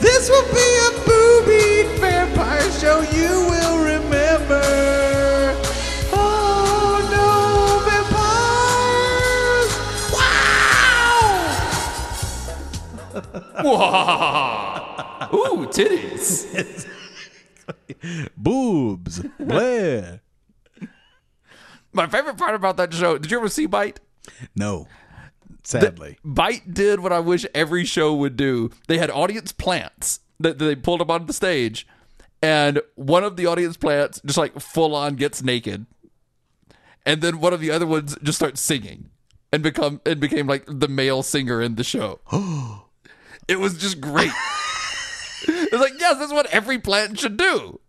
Speaker 9: this will be a boobied vampire show you will remember. Oh no, vampires! Wow!
Speaker 5: Ooh, titties.
Speaker 4: Boobs. Bleh.
Speaker 5: My favorite part about that show. Did you ever see Bite?
Speaker 4: No. Sadly.
Speaker 5: Bite did what I wish every show would do. They had audience plants that that they pulled up onto the stage, and one of the audience plants just like full on gets naked, and then one of the other ones just starts singing and become and became like the male singer in the show. it was just great. It's like, yes, that's what every plant should do.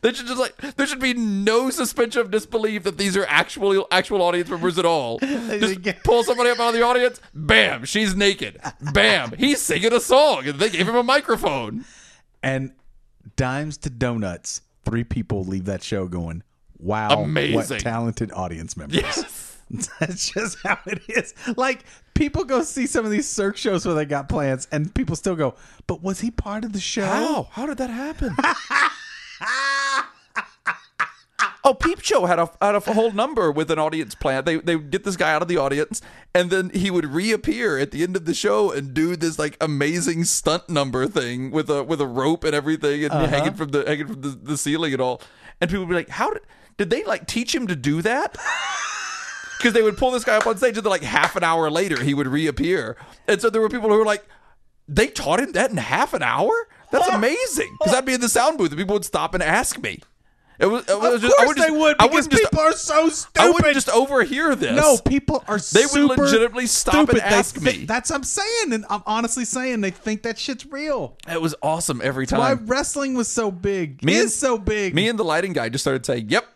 Speaker 5: They should just like there should be no suspension of disbelief that these are actual actual audience members at all. Just pull somebody up out of the audience, bam, she's naked. Bam, he's singing a song, and they gave him a microphone.
Speaker 4: and dimes to donuts. Three people leave that show going, wow,
Speaker 5: Amazing.
Speaker 4: what talented audience members.
Speaker 5: Yes.
Speaker 4: That's just how it is. Like people go see some of these Cirque shows where they got plants, and people still go, "But was he part of the show?"
Speaker 5: How did that happen? oh, Peep Show had a had a whole number with an audience plan. They they would get this guy out of the audience, and then he would reappear at the end of the show and do this like amazing stunt number thing with a with a rope and everything, and hanging from the hanging from the, the ceiling and all. And people would be like, "How did did they like teach him to do that?" because they would pull this guy up on stage and then like half an hour later he would reappear and so there were people who were like they taught him that in half an hour that's amazing because i'd be in the sound booth and people would stop and ask me it was, it was
Speaker 4: Of
Speaker 5: just,
Speaker 4: course
Speaker 5: I would just,
Speaker 4: they would
Speaker 5: I
Speaker 4: because
Speaker 5: wouldn't just,
Speaker 4: people are so
Speaker 5: I wouldn't
Speaker 4: stupid.
Speaker 5: just overhear this
Speaker 4: no, people are
Speaker 5: They would
Speaker 4: super
Speaker 5: legitimately stop and
Speaker 4: stupid. They
Speaker 5: ask
Speaker 4: thi-
Speaker 5: me.
Speaker 4: That's what I'm saying, and I'm honestly saying they think that shit's real.
Speaker 5: it was awesome every
Speaker 4: Why
Speaker 5: time
Speaker 4: wrestling was so big
Speaker 5: Me
Speaker 4: is
Speaker 5: and-
Speaker 4: so big.
Speaker 5: me and the lighting guy just started saying yep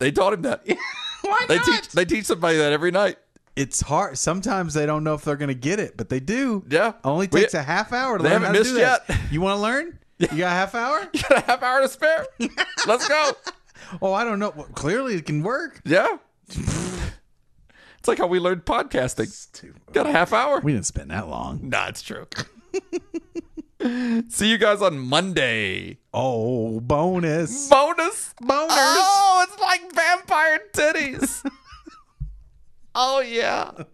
Speaker 5: they taught him that
Speaker 4: Why
Speaker 5: they
Speaker 4: not?
Speaker 5: teach they teach somebody that every night
Speaker 4: it's hard. Sometimes they don't know if they're going to get it, but they do.
Speaker 5: Yeah.
Speaker 4: Only
Speaker 5: We-
Speaker 4: takes a half hour to
Speaker 5: they
Speaker 4: learn
Speaker 5: haven't
Speaker 4: how to do
Speaker 5: missed
Speaker 4: that.
Speaker 5: yet.
Speaker 4: You want to learn? You got a half hour?
Speaker 5: got a half hour to spare let's go
Speaker 4: Oh, I don't know. Well, clearly, it can work.
Speaker 5: yeah it's like how we learned podcasting got a half hour
Speaker 4: We didn't spend that long.
Speaker 5: Nah, it's true. See you guys on Monday.
Speaker 4: Oh, bonus.
Speaker 5: Bonus.
Speaker 4: Boners.
Speaker 5: Oh, it's like vampire titties. oh, yeah.